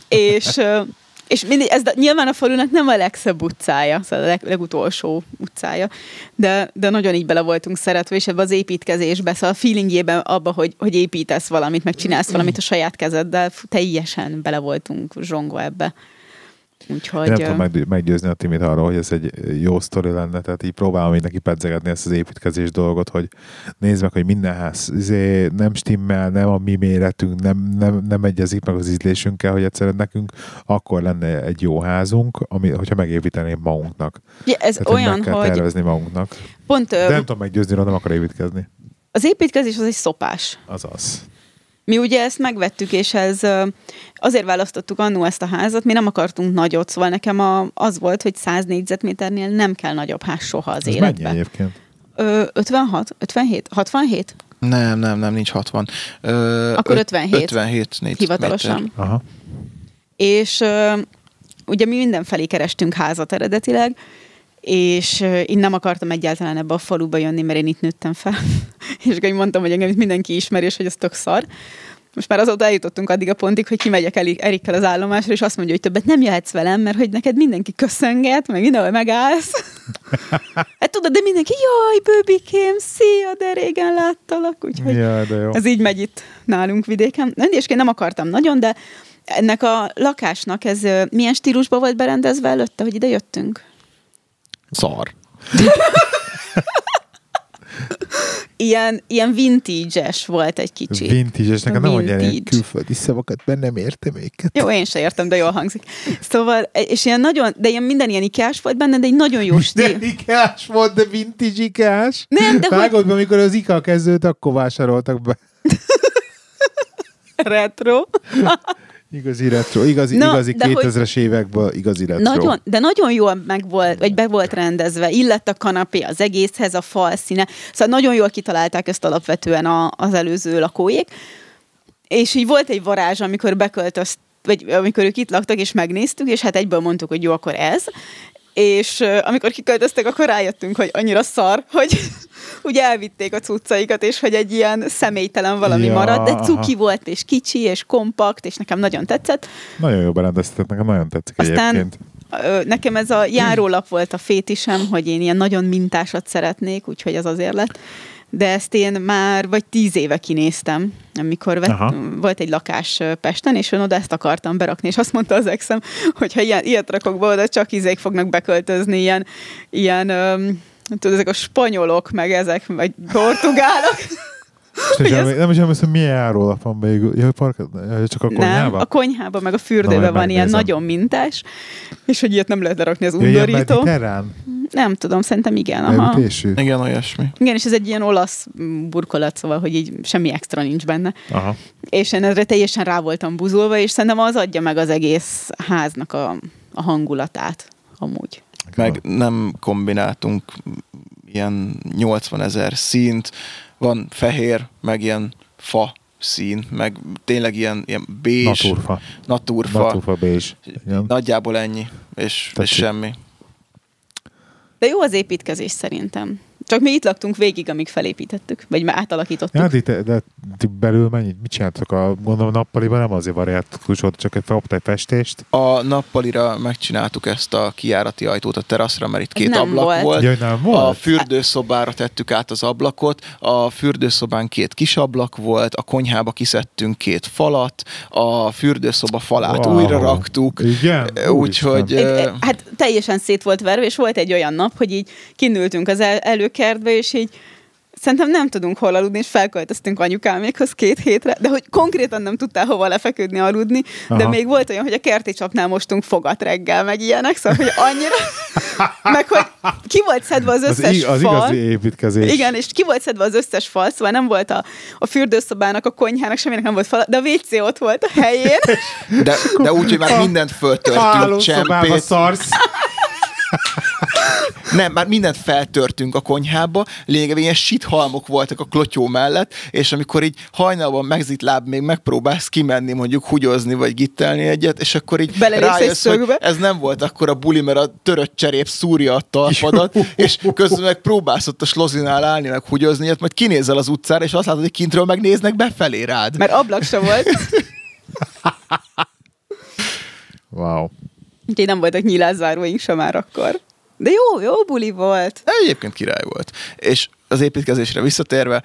Speaker 2: És, ö, és mindig, ez de- nyilván a falunak nem a legszebb utcája, szóval a leg, legutolsó utcája, de, de nagyon így bele voltunk szeretve, és ebbe az építkezésbe, szóval a feelingjében abba, hogy, hogy építesz valamit, meg csinálsz valamit a saját kezeddel, fú, teljesen bele voltunk zsongva ebbe. Úgyhogy,
Speaker 1: Hogy nem
Speaker 2: ö,
Speaker 1: tudom meggy- meggyőzni a Timit arról, hogy ez egy jó sztori lenne, tehát így próbálom így neki pedzegetni ezt az építkezés dolgot, hogy nézd meg, hogy minden ház izé, nem stimmel, nem a mi méretünk, nem, nem, nem egyezik meg az ízlésünkkel, hogy egyszerűen nekünk akkor lenne egy jó házunk, ami, hogyha megépíteném magunknak.
Speaker 2: ugye ez
Speaker 1: Tehát, hogy meg
Speaker 2: olyan,
Speaker 1: kell
Speaker 2: hogy
Speaker 1: tervezni magunknak.
Speaker 2: pont
Speaker 1: De
Speaker 2: ö,
Speaker 1: nem tudom meggyőzni, róla nem akar építkezni.
Speaker 2: az építkezés az egy szopás.
Speaker 1: Az az.
Speaker 2: Mi ugye ezt megvettük, és ez ö, azért választottuk annó ezt a házat, mi nem akartunk nagyot, szóval nekem a, az volt, hogy 100 négyzetméternél nem kell nagyobb ház soha az
Speaker 1: Ez mennyi
Speaker 2: életben.
Speaker 1: egyébként?
Speaker 2: Ö, 56, 57, 67?
Speaker 3: Nem, nem, nem, nincs 60. Ö,
Speaker 2: Akkor
Speaker 3: öt-
Speaker 2: 57.
Speaker 3: 57 négy
Speaker 2: Hivatalosan.
Speaker 3: méter.
Speaker 1: Aha.
Speaker 2: És ö, ugye mi mindenfelé kerestünk házat eredetileg, és ö, én nem akartam egyáltalán ebbe a faluba jönni, mert én itt nőttem fel. és akkor így mondtam, hogy engem itt mindenki ismer, és hogy ez tök szar. Most már azóta eljutottunk addig a pontig, hogy kimegyek Eli- Erikkel az állomásra, és azt mondja, hogy többet nem jöhetsz velem, mert hogy neked mindenki köszönget, meg mindenhol megállsz. hát tudod, de mindenki, jaj, bőbikém, szia, de régen láttalak, úgyhogy...
Speaker 1: Jaj, de jó.
Speaker 2: Ez így megy itt nálunk vidéken. Nem, és én nem akartam nagyon, de ennek a lakásnak ez ö, milyen stílusba volt berendezve előtte, hogy ide jöttünk?
Speaker 3: Szar.
Speaker 2: ilyen, ilyen vintage-es volt egy kicsit.
Speaker 1: Vintage, és nekem nem mondja ilyen
Speaker 2: Vintage.
Speaker 1: külföldi szavakat, mert nem értem őket.
Speaker 2: Jó, én se értem, de jól hangzik. Szóval, és ilyen nagyon, de ilyen minden ilyen ikás volt benne, de egy nagyon jó
Speaker 1: De
Speaker 2: stíl.
Speaker 1: ikás volt, de vintage ikás.
Speaker 2: Nem, de hogy
Speaker 1: Vágod be, amikor az Ika kezdődött, akkor vásároltak be.
Speaker 2: retro.
Speaker 1: Igazi retro, igazi,
Speaker 2: Na,
Speaker 1: igazi
Speaker 2: de hogy-
Speaker 1: 2000-es években igazi retro.
Speaker 2: Nagyon, de nagyon jól meg volt, vagy be volt rendezve, illett a kanapé az egészhez, a fal színe. Szóval nagyon jól kitalálták ezt alapvetően a, az előző lakóik. És így volt egy varázs, amikor beköltözt, vagy amikor ők itt laktak, és megnéztük, és hát egyből mondtuk, hogy jó, akkor ez. És ö, amikor kiköltöztek, akkor rájöttünk, hogy annyira szar, hogy úgy elvitték a cuccaikat, és hogy egy ilyen személytelen valami
Speaker 1: Ja,
Speaker 2: ja, maradt, de
Speaker 1: aha.
Speaker 2: cuki volt, és kicsi, és kompakt, és nekem nagyon tetszett.
Speaker 1: Nagyon jó berendeztetett, nekem nagyon tetszik
Speaker 2: Aztán-
Speaker 1: egyébként.
Speaker 2: Ö, Nekem ez a járólap volt a fétisem, hogy én ilyen nagyon mintásat szeretnék, úgyhogy az azért lett. De ezt én már vagy tíz éve kinéztem, amikor vett,
Speaker 1: Aha.
Speaker 2: volt egy lakás ö, Pesten, és én oda ezt akartam berakni, és azt mondta az exem, hogy ha ilyen, ilyet rakok be oda, csak izék fognak beköltözni, ilyen, ilyen öm, tudod, ezek a spanyolok, meg ezek, meg portugálok.
Speaker 1: És
Speaker 2: hogy
Speaker 1: nem,
Speaker 2: ez-
Speaker 1: nem is emlékszem, milyen járólap van végül. Jaj, parkett, jaj, csak a
Speaker 2: Nem,
Speaker 1: konyhába?
Speaker 2: a konyhában, meg a
Speaker 1: Na,
Speaker 2: fürdőben
Speaker 1: majd
Speaker 2: van ilyen
Speaker 1: megnézem.
Speaker 2: nagyon mintás, és hogy ilyet nem lehet lerakni az
Speaker 1: Jaj, ilyen
Speaker 2: undorító.
Speaker 1: mediterrán
Speaker 2: Nem tudom, szerintem igen. Aha.
Speaker 1: beütésű.
Speaker 3: Igen, olyasmi.
Speaker 2: Igen, és ez egy ilyen olasz mm, burkolat, szóval, hogy így semmi extra nincs benne.
Speaker 1: Aha.
Speaker 2: És én erre teljesen rá voltam buzulva, és szerintem az adja meg az egész háznak a, a hangulatát, amúgy.
Speaker 3: Meg nem kombináltunk ilyen 80 ezer színt, van fehér, meg ilyen fa szín, meg tényleg ilyen, ilyen bézs,
Speaker 1: Naturfa.
Speaker 3: naturfa.
Speaker 1: Naturfa bézs. Igen.
Speaker 3: Nagyjából ennyi, és, és
Speaker 1: Tetszik.
Speaker 3: semmi.
Speaker 2: De jó az építkezés szerintem. Csak mi itt laktunk végig, amíg felépítettük, vagy már átalakítottuk.
Speaker 1: Ja, de, te- de ti belül mennyit? Mit csináltok? A, gondolom nappaliban nem azért variáltatok, volt, csak egy kaptál festést.
Speaker 3: A nappalira megcsináltuk ezt a kijárati ajtót a teraszra, mert itt
Speaker 2: Ez
Speaker 3: két
Speaker 2: nem
Speaker 3: ablak
Speaker 2: volt.
Speaker 3: volt.
Speaker 1: Jaj, nem
Speaker 3: A
Speaker 1: volt?
Speaker 3: fürdőszobára tettük át az ablakot, a fürdőszobán két kis ablak volt, a konyhába kiszedtünk két falat, a fürdőszoba falát wow. újra raktuk,
Speaker 1: Igen?
Speaker 3: úgyhogy...
Speaker 2: Egy,
Speaker 3: ö,
Speaker 2: e- hát teljesen szét volt verve, és volt egy olyan nap, hogy így kinültünk az el- előkertbe, és így szerintem nem tudunk hol aludni, és felköltöztünk anyukámékhoz két hétre, de hogy konkrétan nem tudtál hova lefeküdni aludni, Aha. de
Speaker 1: Aha.
Speaker 2: még volt olyan, hogy a kerti csapnál mostunk fogat reggel, meg ilyenek, szóval, hogy annyira, meg hogy ki volt szedve az
Speaker 1: Az,
Speaker 2: összes
Speaker 1: ig- az
Speaker 2: fal.
Speaker 1: igazi építkezés.
Speaker 2: Igen, és ki volt szedve az összes fal, szóval nem volt a, a fürdőszobának, a konyhának, semminek nem volt fal, de a WC ott volt a helyén.
Speaker 3: de, de úgy, hogy már mindent föltörtünk,
Speaker 1: Hálószobába
Speaker 3: csempét,
Speaker 1: szarsz.
Speaker 3: nem, már mindent feltörtünk a konyhába, lényegében ilyen sithalmok voltak a klotyó mellett, és amikor így hajnalban megzit láb, még megpróbálsz kimenni, mondjuk hugyozni, vagy gittelni egyet, és akkor így
Speaker 2: Belelépsz egy
Speaker 3: rájössz, hogy
Speaker 2: szögbe.
Speaker 3: ez nem volt akkor a buli, mert a törött cserép szúrja a talpadat, és közben meg próbálsz ott a slozinál állni, meg hugyozni, egyet, majd kinézel az utcára, és azt látod, hogy kintről megnéznek befelé rád.
Speaker 2: Mert ablak sem volt.
Speaker 1: Wow.
Speaker 2: Úgyhogy nem voltak nyilászáróink sem már akkor. De jó, jó buli volt.
Speaker 3: Egyébként király volt. És az építkezésre visszatérve,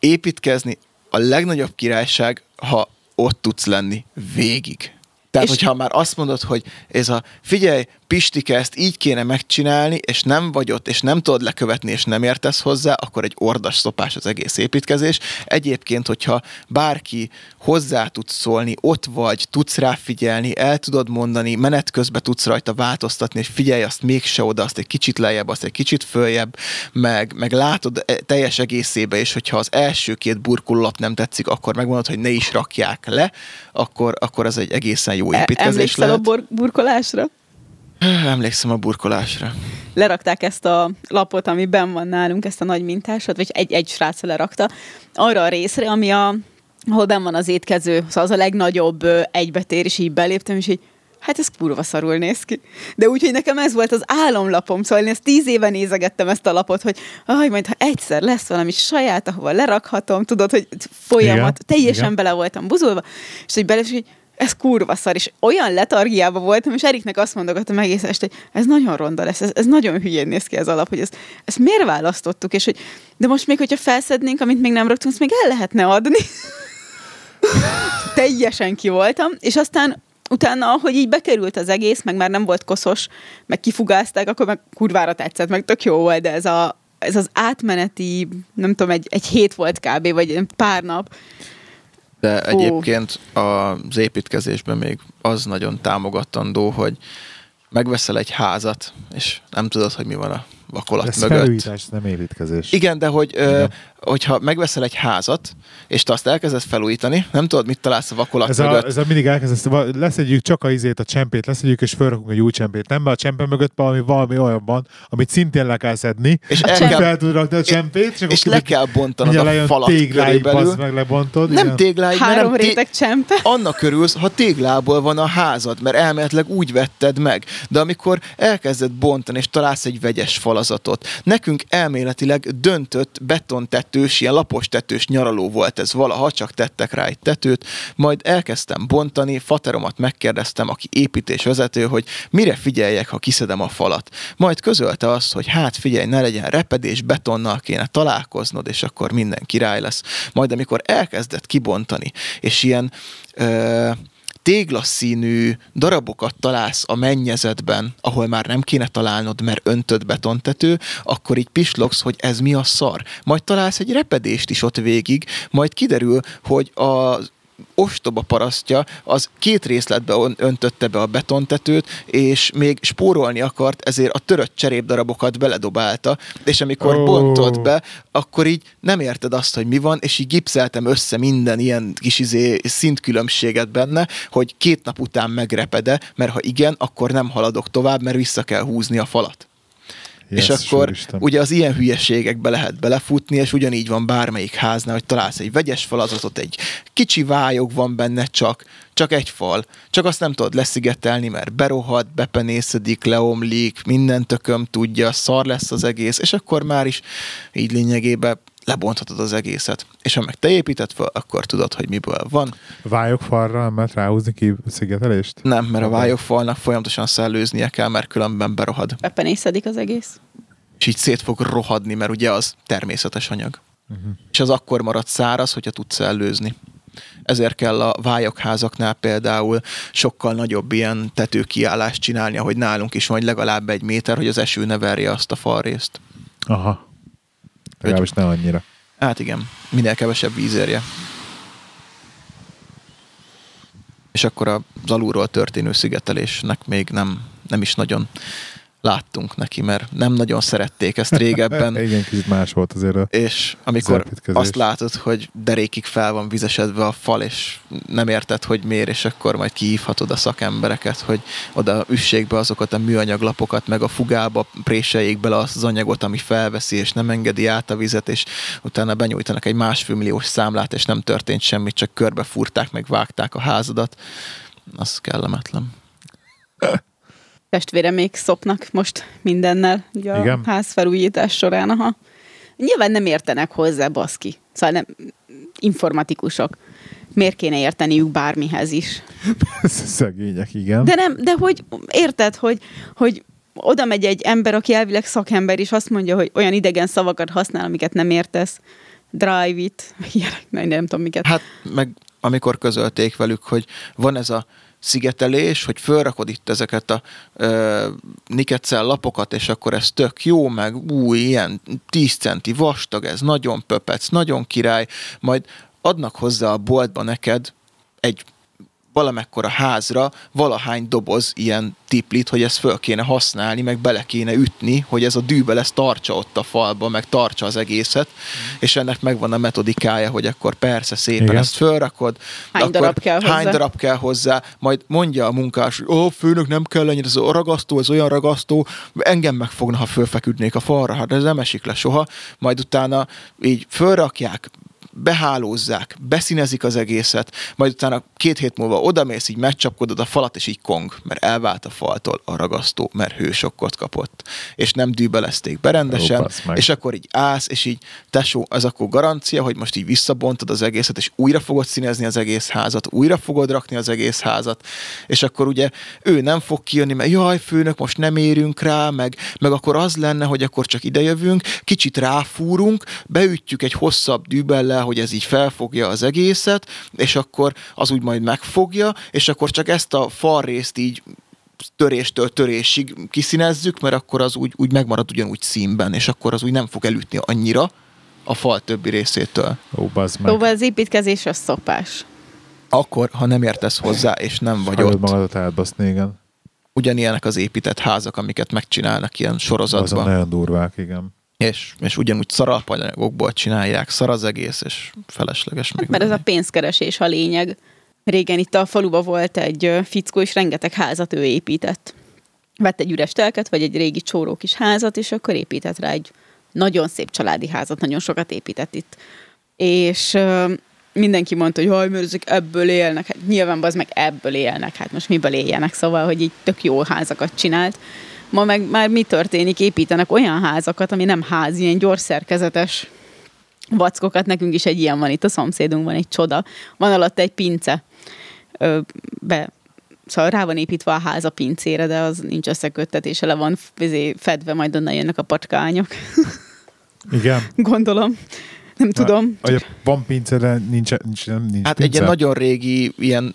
Speaker 3: építkezni a legnagyobb királyság, ha ott tudsz lenni végig. Tehát,
Speaker 2: És-
Speaker 3: és hogyha már azt mondod, hogy ez a figyelj, Pistike, ezt így kéne megcsinálni, és nem vagy ott, és nem tudod lekövetni, és nem értesz hozzá, akkor egy ordas szopás az egész építkezés. Egyébként, hogyha bárki hozzá tudsz szólni, ott vagy, tudsz rá figyelni, el tudod mondani, menet közben tudsz rajta változtatni, és figyelj azt mégse oda, azt egy kicsit lejjebb, azt egy kicsit följebb, meg, meg látod e, teljes egészébe, és hogyha az első két burkollap nem tetszik, akkor megmondod, hogy ne is rakják le, akkor, akkor az egy egészen jó
Speaker 2: E-
Speaker 3: építkezés
Speaker 2: Emlékszel
Speaker 3: lehet.
Speaker 2: a bor- burkolásra?
Speaker 3: Emlékszem a burkolásra.
Speaker 2: Lerakták ezt a lapot, ami benn van nálunk, ezt a nagy mintásot, vagy egy, egy srác lerakta, arra a részre, ami a, ahol benn van az étkező, szóval az a legnagyobb ö, egybetér, és így beléptem, és így hát ez kurva szarul néz ki. De úgy, hogy nekem ez volt az álomlapom, szóval én ezt tíz éve nézegettem ezt a lapot, hogy aj, majd ha egyszer lesz valami saját, ahova lerakhatom, tudod, hogy folyamat,
Speaker 1: Igen,
Speaker 2: teljesen
Speaker 1: igen.
Speaker 2: bele voltam buzulva, és hogy bele, és így, ez kurva szar, és olyan letargiába voltam, és Eriknek azt mondogattam egész este, hogy ez nagyon ronda lesz, ez, ez nagyon hülyén néz ki ez alap, hogy ezt, ezt miért választottuk, és hogy de most még, hogyha felszednénk, amit még nem raktunk, azt még el lehetne adni. Teljesen ki voltam, és aztán utána, hogy így bekerült az egész, meg már nem volt koszos, meg kifugázták, akkor meg kurvára tetszett, meg tök jó volt, de ez a ez az átmeneti, nem tudom, egy, egy hét volt kb, vagy pár nap.
Speaker 3: De egyébként az építkezésben még az nagyon támogatandó, hogy megveszel egy házat, és nem tudod, hogy mi van a vakolat
Speaker 1: Ez
Speaker 3: mögött.
Speaker 1: felújítás, nem építkezés.
Speaker 3: Igen, de hogy, ö, hogyha megveszel egy házat, és te azt elkezded felújítani, nem tudod, mit találsz a vakolat
Speaker 1: Ez a,
Speaker 3: mögött.
Speaker 1: ez a mindig elkezdesz, va- leszedjük csak a izét, a csempét, leszedjük és felrakunk egy új csempét. Nem, mert a csempe mögött valami, valami olyan van, amit szintén le kell szedni, és
Speaker 3: És el
Speaker 1: csak
Speaker 3: kell-
Speaker 1: fel tud rakni a csempét, és,
Speaker 3: és
Speaker 1: akkor
Speaker 3: le kell bontanod
Speaker 1: mindjárt
Speaker 3: a
Speaker 1: lejön
Speaker 3: falat
Speaker 1: tégláig,
Speaker 3: körülbelül.
Speaker 1: bazd meg lebontod.
Speaker 3: Nem
Speaker 1: igen.
Speaker 3: tégláig, mert
Speaker 2: Három
Speaker 3: nem té-
Speaker 2: réteg csempe.
Speaker 3: annak körülsz, ha téglából van a házad, mert elméletileg úgy vetted meg. De amikor elkezded bontani, és találsz egy vegyes falazatot, nekünk elméletileg döntött betontetős, ilyen lapos tetős nyaraló volt ez valaha, csak tettek rá egy tetőt, majd elkezdtem bontani, fateromat megkérdeztem, aki építésvezető, hogy mire figyeljek, ha kiszedem a falat. Majd közölte azt, hogy hát figyelj, ne legyen repedés, betonnal kéne találkoznod, és akkor minden király lesz. Majd amikor elkezdett kibontani, és ilyen ö, téglaszínű darabokat találsz a mennyezetben, ahol már nem kéne találnod, mert öntött betontető, akkor így pislogsz, hogy ez mi a szar. Majd találsz egy repedést is ott végig, majd kiderül, hogy a ostoba parasztja, az két részletbe ön- öntötte be a betontetőt, és még spórolni akart, ezért a törött cserépdarabokat beledobálta, és amikor
Speaker 1: Ó.
Speaker 3: oh. bontott be, akkor így nem érted azt, hogy mi van, és így gipszeltem össze minden ilyen kis izé szintkülönbséget benne, hogy két nap után megrepede, mert ha igen, akkor nem haladok tovább, mert vissza kell húzni a falat.
Speaker 1: Yes,
Speaker 3: és akkor
Speaker 1: Úristen.
Speaker 3: ugye az ilyen hülyeségekbe lehet belefutni, és ugyanígy van bármelyik háznál, hogy találsz egy vegyes falazatot, egy kicsi vályog van benne csak, csak egy fal, csak azt nem tudod leszigetelni, mert berohad, bepenészedik, leomlik, minden tököm tudja, szar lesz az egész, és akkor már is így lényegében lebonthatod az egészet. És ha meg te építed fel, akkor tudod, hogy miből van.
Speaker 1: Vályok falra, nem lehet ráhúzni ki szigetelést?
Speaker 3: Nem, mert a vályogfalnak folyamatosan szellőznie kell, mert különben berohad.
Speaker 2: Bepenészedik az egész.
Speaker 3: és így szét fog rohadni, mert ugye az természetes anyag. Uh-huh. És az akkor marad száraz, hogyha tudsz előzni. Ezért kell a vályokházaknál például sokkal nagyobb ilyen tetőkiállást csinálni, ahogy nálunk is van, hogy legalább egy méter, hogy az eső ne verje azt a falrészt.
Speaker 1: Aha. Legalábbis nem annyira.
Speaker 3: Hát igen, minél kevesebb víz érje. És akkor az alulról történő szigetelésnek még nem, nem is nagyon láttunk neki, mert nem nagyon szerették ezt régebben.
Speaker 1: E, Igen, kicsit más volt azért. a-
Speaker 3: És amikor
Speaker 1: építkezés.
Speaker 3: azt látod, hogy derékig fel van vizesedve a fal, és nem érted, hogy miért, és akkor majd kihívhatod a szakembereket, hogy oda üssék be azokat a műanyaglapokat, meg a fugába préseljék bele azt az anyagot, ami felveszi, és nem engedi át a vizet, és utána benyújtanak egy másfél milliós számlát, és nem történt semmi, csak körbefúrták, meg vágták a házadat. Az kellemetlen.
Speaker 2: testvére még szopnak most mindennel ugye a
Speaker 1: Igen?
Speaker 2: házfelújítás során. Aha. Nyilván nem értenek hozzá, baszki. Szóval nem informatikusok. Miért kéne érteniük bármihez is?
Speaker 1: Szegények, igen.
Speaker 2: De nem, de hogy érted, hogy, hogy oda megy egy ember, aki elvileg szakember, és azt mondja, hogy olyan idegen szavakat használ, amiket nem értesz. Drive it, ilyenek, nem, nem tudom miket.
Speaker 3: Hát meg amikor közölték velük, hogy van ez a szigetelés, hogy fölrakod itt ezeket a ö, niketszell lapokat, és akkor ez tök jó, meg új, ilyen 10 centi vastag, ez nagyon pöpec, nagyon király, majd adnak hozzá a boltba neked egy valamekkora házra valahány doboz ilyen tiplit, hogy ezt föl kéne használni, meg bele kéne ütni, hogy ez a dűbe lesz tartsa ott a falba, meg tartsa az egészet, és ennek megvan a metodikája, hogy akkor persze szépen
Speaker 1: Igen.
Speaker 3: Igen. ezt fölrakod,
Speaker 2: Hány
Speaker 3: akkor
Speaker 2: darab kell
Speaker 3: hány
Speaker 2: hozzá?
Speaker 3: darab kell hozzá, majd mondja a munkás, hogy ó, főnök, nem kell ennyire, ez a ragasztó, ez olyan ragasztó, engem megfogna, ha fölfeküdnék a falra, hát ez nem esik le soha, majd utána így fölrakják, behálózzák, beszínezik az egészet, majd utána két hét múlva odamész, így megcsapkodod a falat, és így kong, mert elvált a faltól a ragasztó, mert hősokkot kapott, és nem dűbelezték be rendesen,
Speaker 1: Ó, bassz meg.
Speaker 3: és akkor így állsz, és így tesó, az akkor garancia, hogy most így visszabontod az egészet, és újra fogod színezni az egész házat, újra fogod rakni az egész házat, és akkor ugye ő nem fog kijönni, mert jaj, főnök, most nem érünk rá, meg, meg akkor az lenne, hogy akkor csak idejövünk, kicsit ráfúrunk, beütjük egy hosszabb dűbellel, hogy ez így felfogja az egészet, és akkor az úgy majd megfogja, és akkor csak ezt a falrészt így töréstől törésig kiszínezzük, mert akkor az úgy, úgy megmarad ugyanúgy színben, és akkor az úgy nem fog elütni annyira a fal többi részétől.
Speaker 1: Ó, bazd meg.
Speaker 2: Szóval az építkezés az szopás.
Speaker 3: Akkor, ha nem értesz hozzá, és nem vagy
Speaker 1: Hallod
Speaker 3: ott.
Speaker 1: magadat átbaszni, igen.
Speaker 3: Ugyanilyenek az épített házak, amiket megcsinálnak ilyen
Speaker 1: Azon
Speaker 3: sorozatban.
Speaker 1: nagyon durvák, igen.
Speaker 3: És, és ugyanúgy szaralpanyagokból csinálják, szar az egész, és felesleges meg.
Speaker 2: Hát, Mert ez a pénzkeresés a lényeg. Régen itt a faluba volt egy ö, fickó, és rengeteg házat ő épített. Vett egy üres telket, vagy egy régi csóró kis házat, és akkor épített rá egy nagyon szép családi házat, nagyon sokat épített itt. És ö, mindenki mondta, hogy haj, mert ezek ebből élnek, hát nyilván az meg ebből élnek, hát most miből éljenek, szóval, hogy így tök jó házakat csinált. Ma meg már mi történik, építenek olyan házakat, ami nem ház, ilyen gyorszerkezetes vackokat, nekünk is egy ilyen van itt a szomszédunkban, egy csoda. Van alatta egy pince. Ö, be, szóval rá van építve a ház a pincére, de az nincs összeköttetése, le van f- izé, fedve, majd onnan jönnek a patkányok.
Speaker 1: Igen.
Speaker 2: Gondolom. Nem tudom.
Speaker 1: Vagy a- Hát, van pince, de nincs, nincs, nem, nincs
Speaker 3: Hát egy
Speaker 1: pince.
Speaker 3: ilyen nagyon régi, ilyen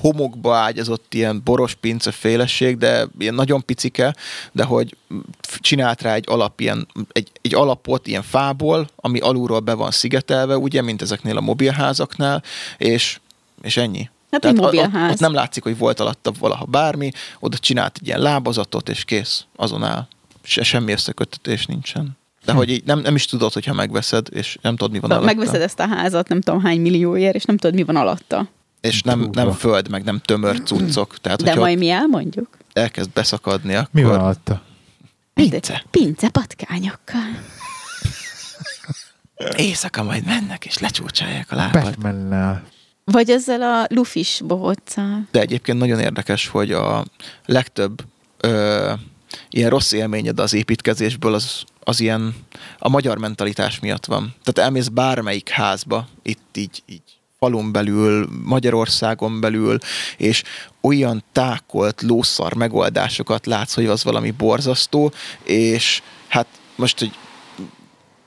Speaker 3: homokba ágyazott, ilyen boros pince féleség, de ilyen nagyon picike, de hogy f- csinált rá egy alap, ilyen, egy, egy alapot ilyen fából, ami alulról be van szigetelve, ugye, mint ezeknél a mobilházaknál, és, és ennyi.
Speaker 2: Hát egy
Speaker 3: a-
Speaker 2: mobilház.
Speaker 3: Ott, ott nem látszik, hogy volt alatta valaha bármi, oda csinált egy ilyen lábazatot, és kész, azon áll. Se, semmi összeköttetés nincsen.
Speaker 1: Hm.
Speaker 3: De hogy így nem, nem is tudod, hogyha megveszed, és nem tudod, mi van
Speaker 2: Szóval
Speaker 3: alatta
Speaker 2: megveszed ezt a házat, nem tudom hány millióért, és nem tudod, mi van
Speaker 3: Hát,
Speaker 2: alatta.
Speaker 3: és nem, nem
Speaker 1: Húha.
Speaker 3: föld, meg nem tömör cuccok. Tehát,
Speaker 2: De
Speaker 3: hogyha
Speaker 2: majd mi elmondjuk.
Speaker 3: ott elkezd beszakadni, akkor...
Speaker 1: Mi van alatta?
Speaker 2: De
Speaker 3: Pince.
Speaker 2: pince patkányokkal.
Speaker 3: Éjszaka majd mennek, és lecsúcsálják a lábad.
Speaker 1: Batman-nel.
Speaker 2: Vagy ezzel a lufis bohóccal.
Speaker 3: De egyébként nagyon érdekes, hogy a legtöbb ö, ilyen rossz élményed az építkezésből, az, az ilyen a magyar mentalitás miatt van. Tehát elmész bármelyik házba, itt így, így falun belül, Magyarországon belül, és olyan tákolt lószar megoldásokat látsz, hogy az valami borzasztó, és hát most, hogy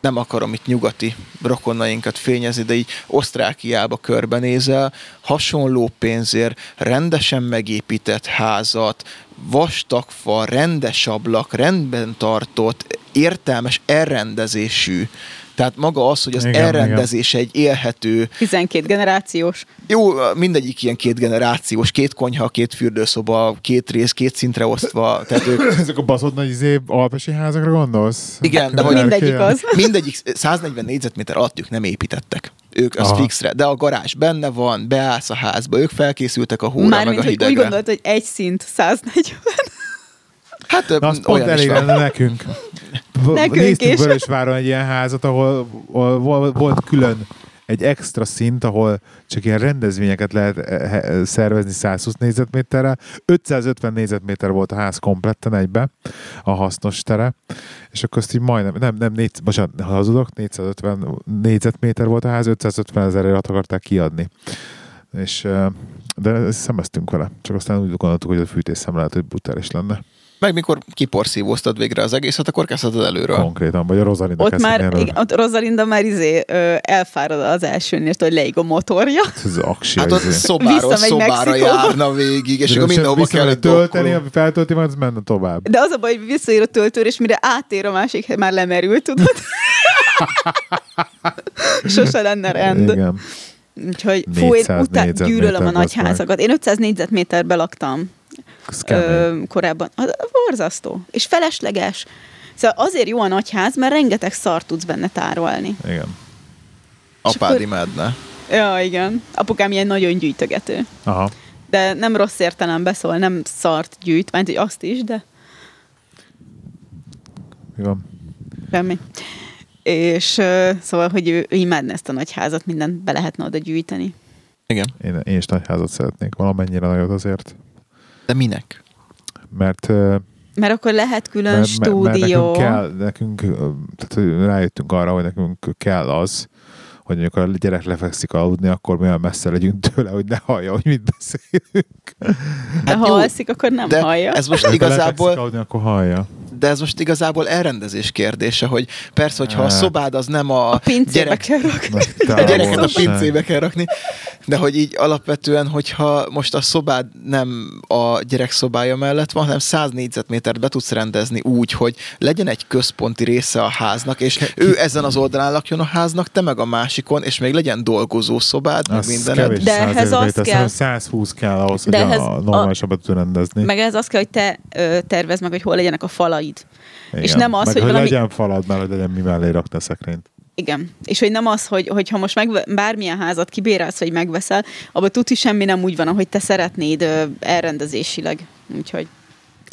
Speaker 3: nem akarom itt nyugati rokonainkat fényezni, de így Osztrákiába körbenézel, hasonló pénzért rendesen megépített házat, vastag fa, rendes ablak, rendben tartott, értelmes elrendezésű. Tehát maga az, hogy az
Speaker 1: Igen,
Speaker 3: igen, elrendezés igen. egy élhető,
Speaker 2: 12 generációs.
Speaker 3: jó, mindegyik ilyen két generációs, két konyha, két fürdőszoba, két rész, két szintre osztva, tehát ők
Speaker 1: Ezek a baszott nagy izé alpesi házakra gondolsz?
Speaker 3: Igen, de hogy
Speaker 2: Mindegyik az.
Speaker 3: Mindegyik 140 négyzetméter alatt ők nem építettek. Ők az
Speaker 1: Aha.
Speaker 3: fixre. De a garázs benne van, beállsz a házba, ők felkészültek a hóra,
Speaker 2: Mármint,
Speaker 3: meg a
Speaker 2: hogy úgy
Speaker 3: hidegre.
Speaker 2: gondolt, hogy egy szint 140.
Speaker 3: hát
Speaker 1: Na,
Speaker 3: ö,
Speaker 1: az pont
Speaker 3: olyan is
Speaker 1: elég
Speaker 3: van.
Speaker 1: lenne nekünk.
Speaker 2: Nekünk
Speaker 1: Néztük
Speaker 2: is.
Speaker 1: Vörösváron egy ilyen házat, ahol, ahol vol- volt külön egy extra szint, ahol csak ilyen rendezvényeket lehet eh, eh, szervezni 120 négyzetméterrel. 550 négyzetméter volt a ház kompletten egybe, a hasznos tere, és akkor azt így majdnem, nem, nem, négy, bocsánat, ne hazudok, 450 négyzetméter volt a ház, 550 ezerért akarták kiadni. És, eh, de szemeztünk vele, csak aztán úgy gondoltuk, hogy a fűtésszem lehet, hogy brutális lenne.
Speaker 3: Meg mikor kiporszívóztad végre az egészet, akkor kezdheted előről.
Speaker 1: Konkrétan, vagy a Rosalinda
Speaker 2: Ott már,
Speaker 1: Castanero.
Speaker 2: igen, ott Rosalinda már izé, ö, elfárad az elsőnél, hogy leig a motorja.
Speaker 1: Ez az aksi.
Speaker 3: Hát ott szobáról
Speaker 2: Visszamegy
Speaker 3: szobára
Speaker 2: Mexikóba.
Speaker 3: járna végig, és akkor mindenhova kellett
Speaker 1: tölteni,
Speaker 3: dokkoló.
Speaker 1: ami feltölti, majd az menne tovább.
Speaker 2: De az a baj, hogy visszaír a töltőre, és mire átér a másik, hely, már lemerül, tudod? Sose lenne rend.
Speaker 1: Igen.
Speaker 2: Úgyhogy fú, én
Speaker 1: 400
Speaker 2: után
Speaker 1: négyzetméter,
Speaker 2: gyűlölöm a
Speaker 1: bazd
Speaker 2: nagy
Speaker 1: meg.
Speaker 2: házakat. Én 500 négyzetméterbe laktam
Speaker 1: Ez kemény.
Speaker 2: ö, korábban. Az borzasztó. És felesleges. Szóval azért jó a nagy ház, mert rengeteg szart tudsz benne tárolni.
Speaker 1: Igen.
Speaker 3: Apád
Speaker 2: akkor-
Speaker 3: imádna.
Speaker 2: Ja, igen. Apukám ilyen nagyon gyűjtögető.
Speaker 1: Aha.
Speaker 2: De nem rossz értelemben beszól, nem szart gyűjt, mert hogy azt is, de
Speaker 1: Mi van?
Speaker 2: semmi. És ö, szóval, hogy ő, ő imádna ezt a nagy házat, mindent be lehetne oda gyűjteni.
Speaker 3: Igen.
Speaker 1: Én, én is nagy házat szeretnék, valamennyire nagyot azért.
Speaker 3: De minek?
Speaker 1: Mert, ö,
Speaker 2: Mert akkor lehet külön
Speaker 1: mert, mert, mert
Speaker 2: stúdió.
Speaker 1: nekünk kell, nekünk, ö, tehát ö, rájöttünk arra, hogy nekünk kell az, hogy mondjuk a gyerek lefekszik aludni, akkor mi olyan messze legyünk tőle, hogy ne hallja, hogy mit beszélünk.
Speaker 2: De
Speaker 3: Hát
Speaker 2: ha
Speaker 3: jó,
Speaker 2: alszik, akkor nem
Speaker 3: De
Speaker 2: hallja.
Speaker 3: ez most
Speaker 1: Ha lefekszik
Speaker 3: igazából
Speaker 1: aludni, akkor hallja.
Speaker 3: de ez most igazából elrendezés kérdése, hogy persze, hogyha a szobád az nem a,
Speaker 2: A pincébe
Speaker 3: gyerek,
Speaker 2: kell rakni.
Speaker 3: a gyereket a pincébe kell rakni, de hogy így alapvetően, hogyha most a szobád nem a gyerek szobája mellett van, hanem 100 négyzetmétert be tudsz rendezni úgy, hogy legyen egy központi része a háznak, és ő ezen az oldalán lakjon a háznak, te meg a másikon, és még legyen dolgozó szobád, meg
Speaker 1: Az
Speaker 3: mindened.
Speaker 1: kevés
Speaker 2: De
Speaker 1: száz
Speaker 2: ehhez
Speaker 1: ezer forint,
Speaker 2: az kell.
Speaker 1: azt hiszem 120 kell ahhoz, hogy
Speaker 2: De
Speaker 1: a
Speaker 2: ehhez a-
Speaker 1: normálisabbat tud rendezni.
Speaker 2: Meg ez az kell, hogy te ö, tervezd meg, hogy hol legyenek a falaid. és nem az,
Speaker 1: meg,
Speaker 2: hogy
Speaker 1: hogy
Speaker 2: valami-
Speaker 1: legyen falad, mert hogy legyen mi mellé rakni a szekrényt.
Speaker 2: Igen. És hogy nem az, hogy, hogy ha most meg, bármilyen házat kibérelsz, vagy megveszel, abban tuti semmi nem úgy van, ahogy te szeretnéd ö, elrendezésileg. Úgyhogy,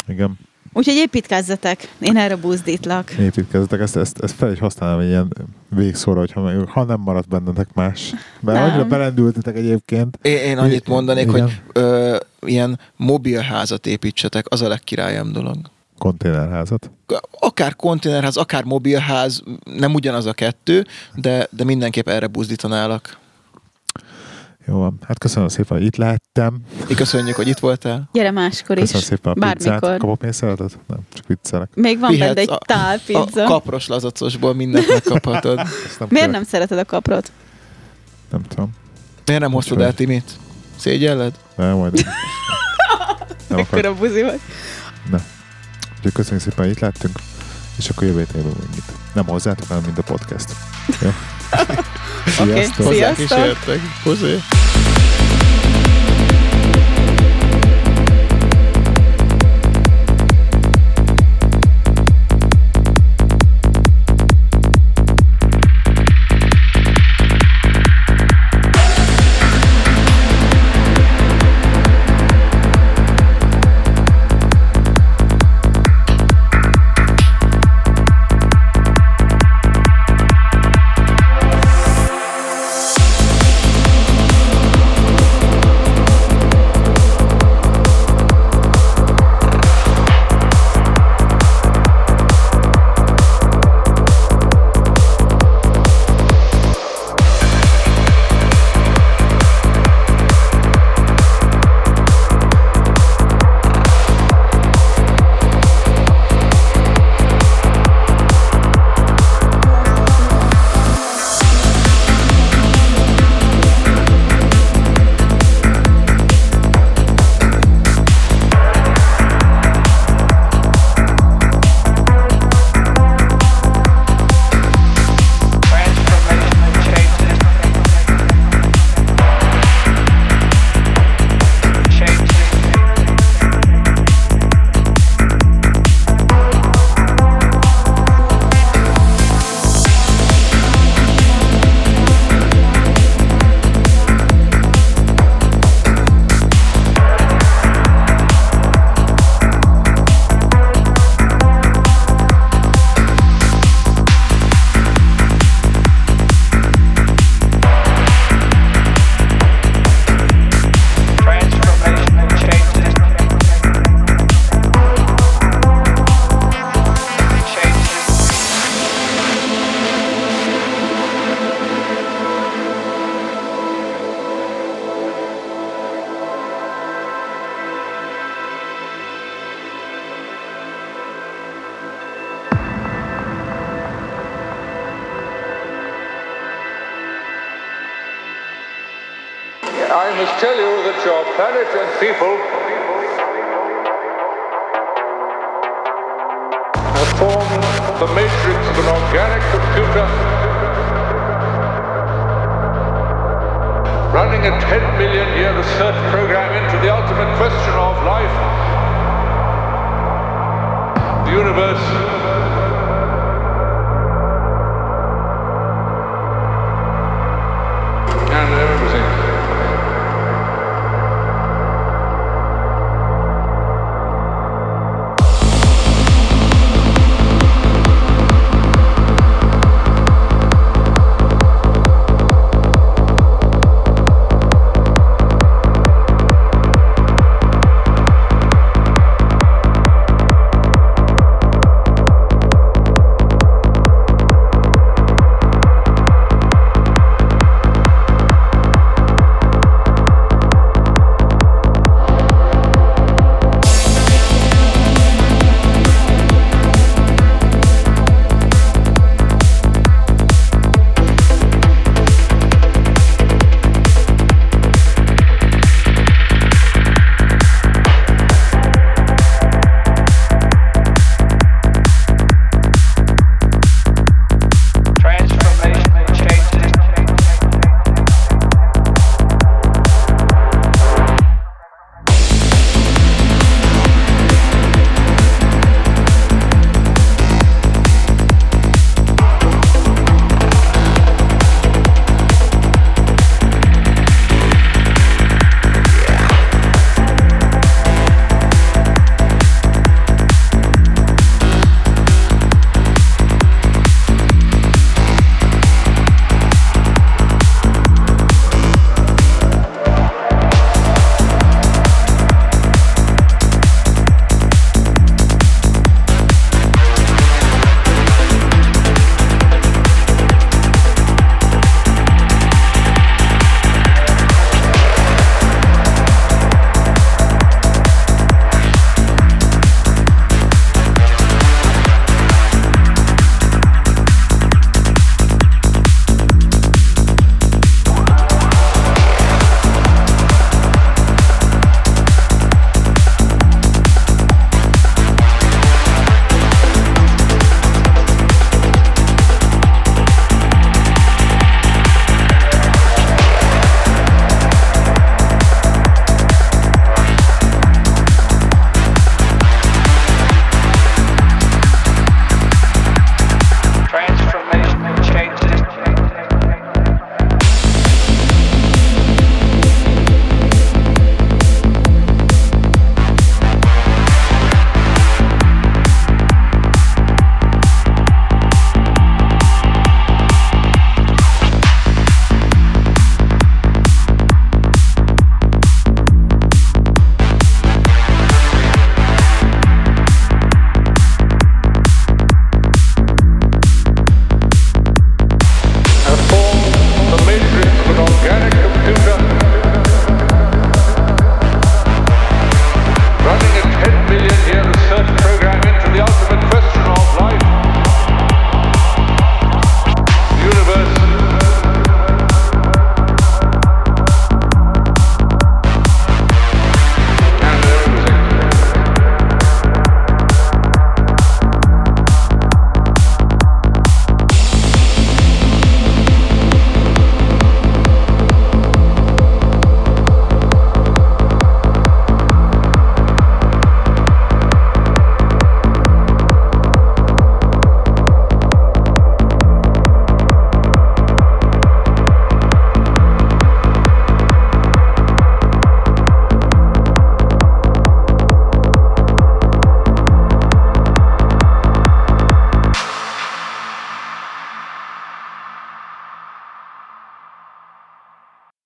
Speaker 1: Igen.
Speaker 2: úgyhogy építkezzetek. Én erre búzdítlak.
Speaker 1: építkezzetek, ezt, ezt, ezt fel is használom egy ilyen végszóra, hogyha meg, ha nem maradt bennetek más. Mert
Speaker 2: Nem.
Speaker 1: annyira belendültetek egyébként.
Speaker 3: Én, én annyit mondanék,
Speaker 1: Igen.
Speaker 3: hogy ö, ilyen mobilházat építsetek, az a legkirályom dolog.
Speaker 1: Konténerházat.
Speaker 3: Akár konténerház, akár mobilház, nem ugyanaz a kettő, de, de mindenképp erre buzdítanálak.
Speaker 1: Jó van. Hát köszönöm szépen, hogy itt láttam.
Speaker 3: Mi köszönjük, hogy itt voltál.
Speaker 2: Gyere máskor is.
Speaker 1: Köszönöm szépen a pizzát.
Speaker 2: Bármikor.
Speaker 1: Kapok még szeretet? Nem, csak viccelek.
Speaker 2: Még van
Speaker 3: Vihetsz
Speaker 2: benne egy
Speaker 3: a- A
Speaker 2: tálpizza.
Speaker 3: kapros lazacosból mindent megkaphatod.
Speaker 1: Ezt nem
Speaker 2: Miért
Speaker 1: kell.
Speaker 2: nem szereted a kaprot?
Speaker 1: Nem tudom.
Speaker 3: Miért nem hoztad el Timit? Szégyelled?
Speaker 1: Nem, majd. én- nem akar.
Speaker 2: Mekkora buzi vagy.
Speaker 1: Úgyhogy Köszönjük szépen, hogy itt lettünk. És akkor jövő héten jövünk itt. Nem hozzátok, hanem mind a podcast. Jó?
Speaker 2: Oké,
Speaker 1: Sziasztok.
Speaker 3: Hozzánk is
Speaker 2: sziasztok!
Speaker 3: értek. Hozzá.
Speaker 4: I must tell you that your planet and people have formed the matrix of an organic computer running a 10 million year research program into the ultimate question of life, the universe,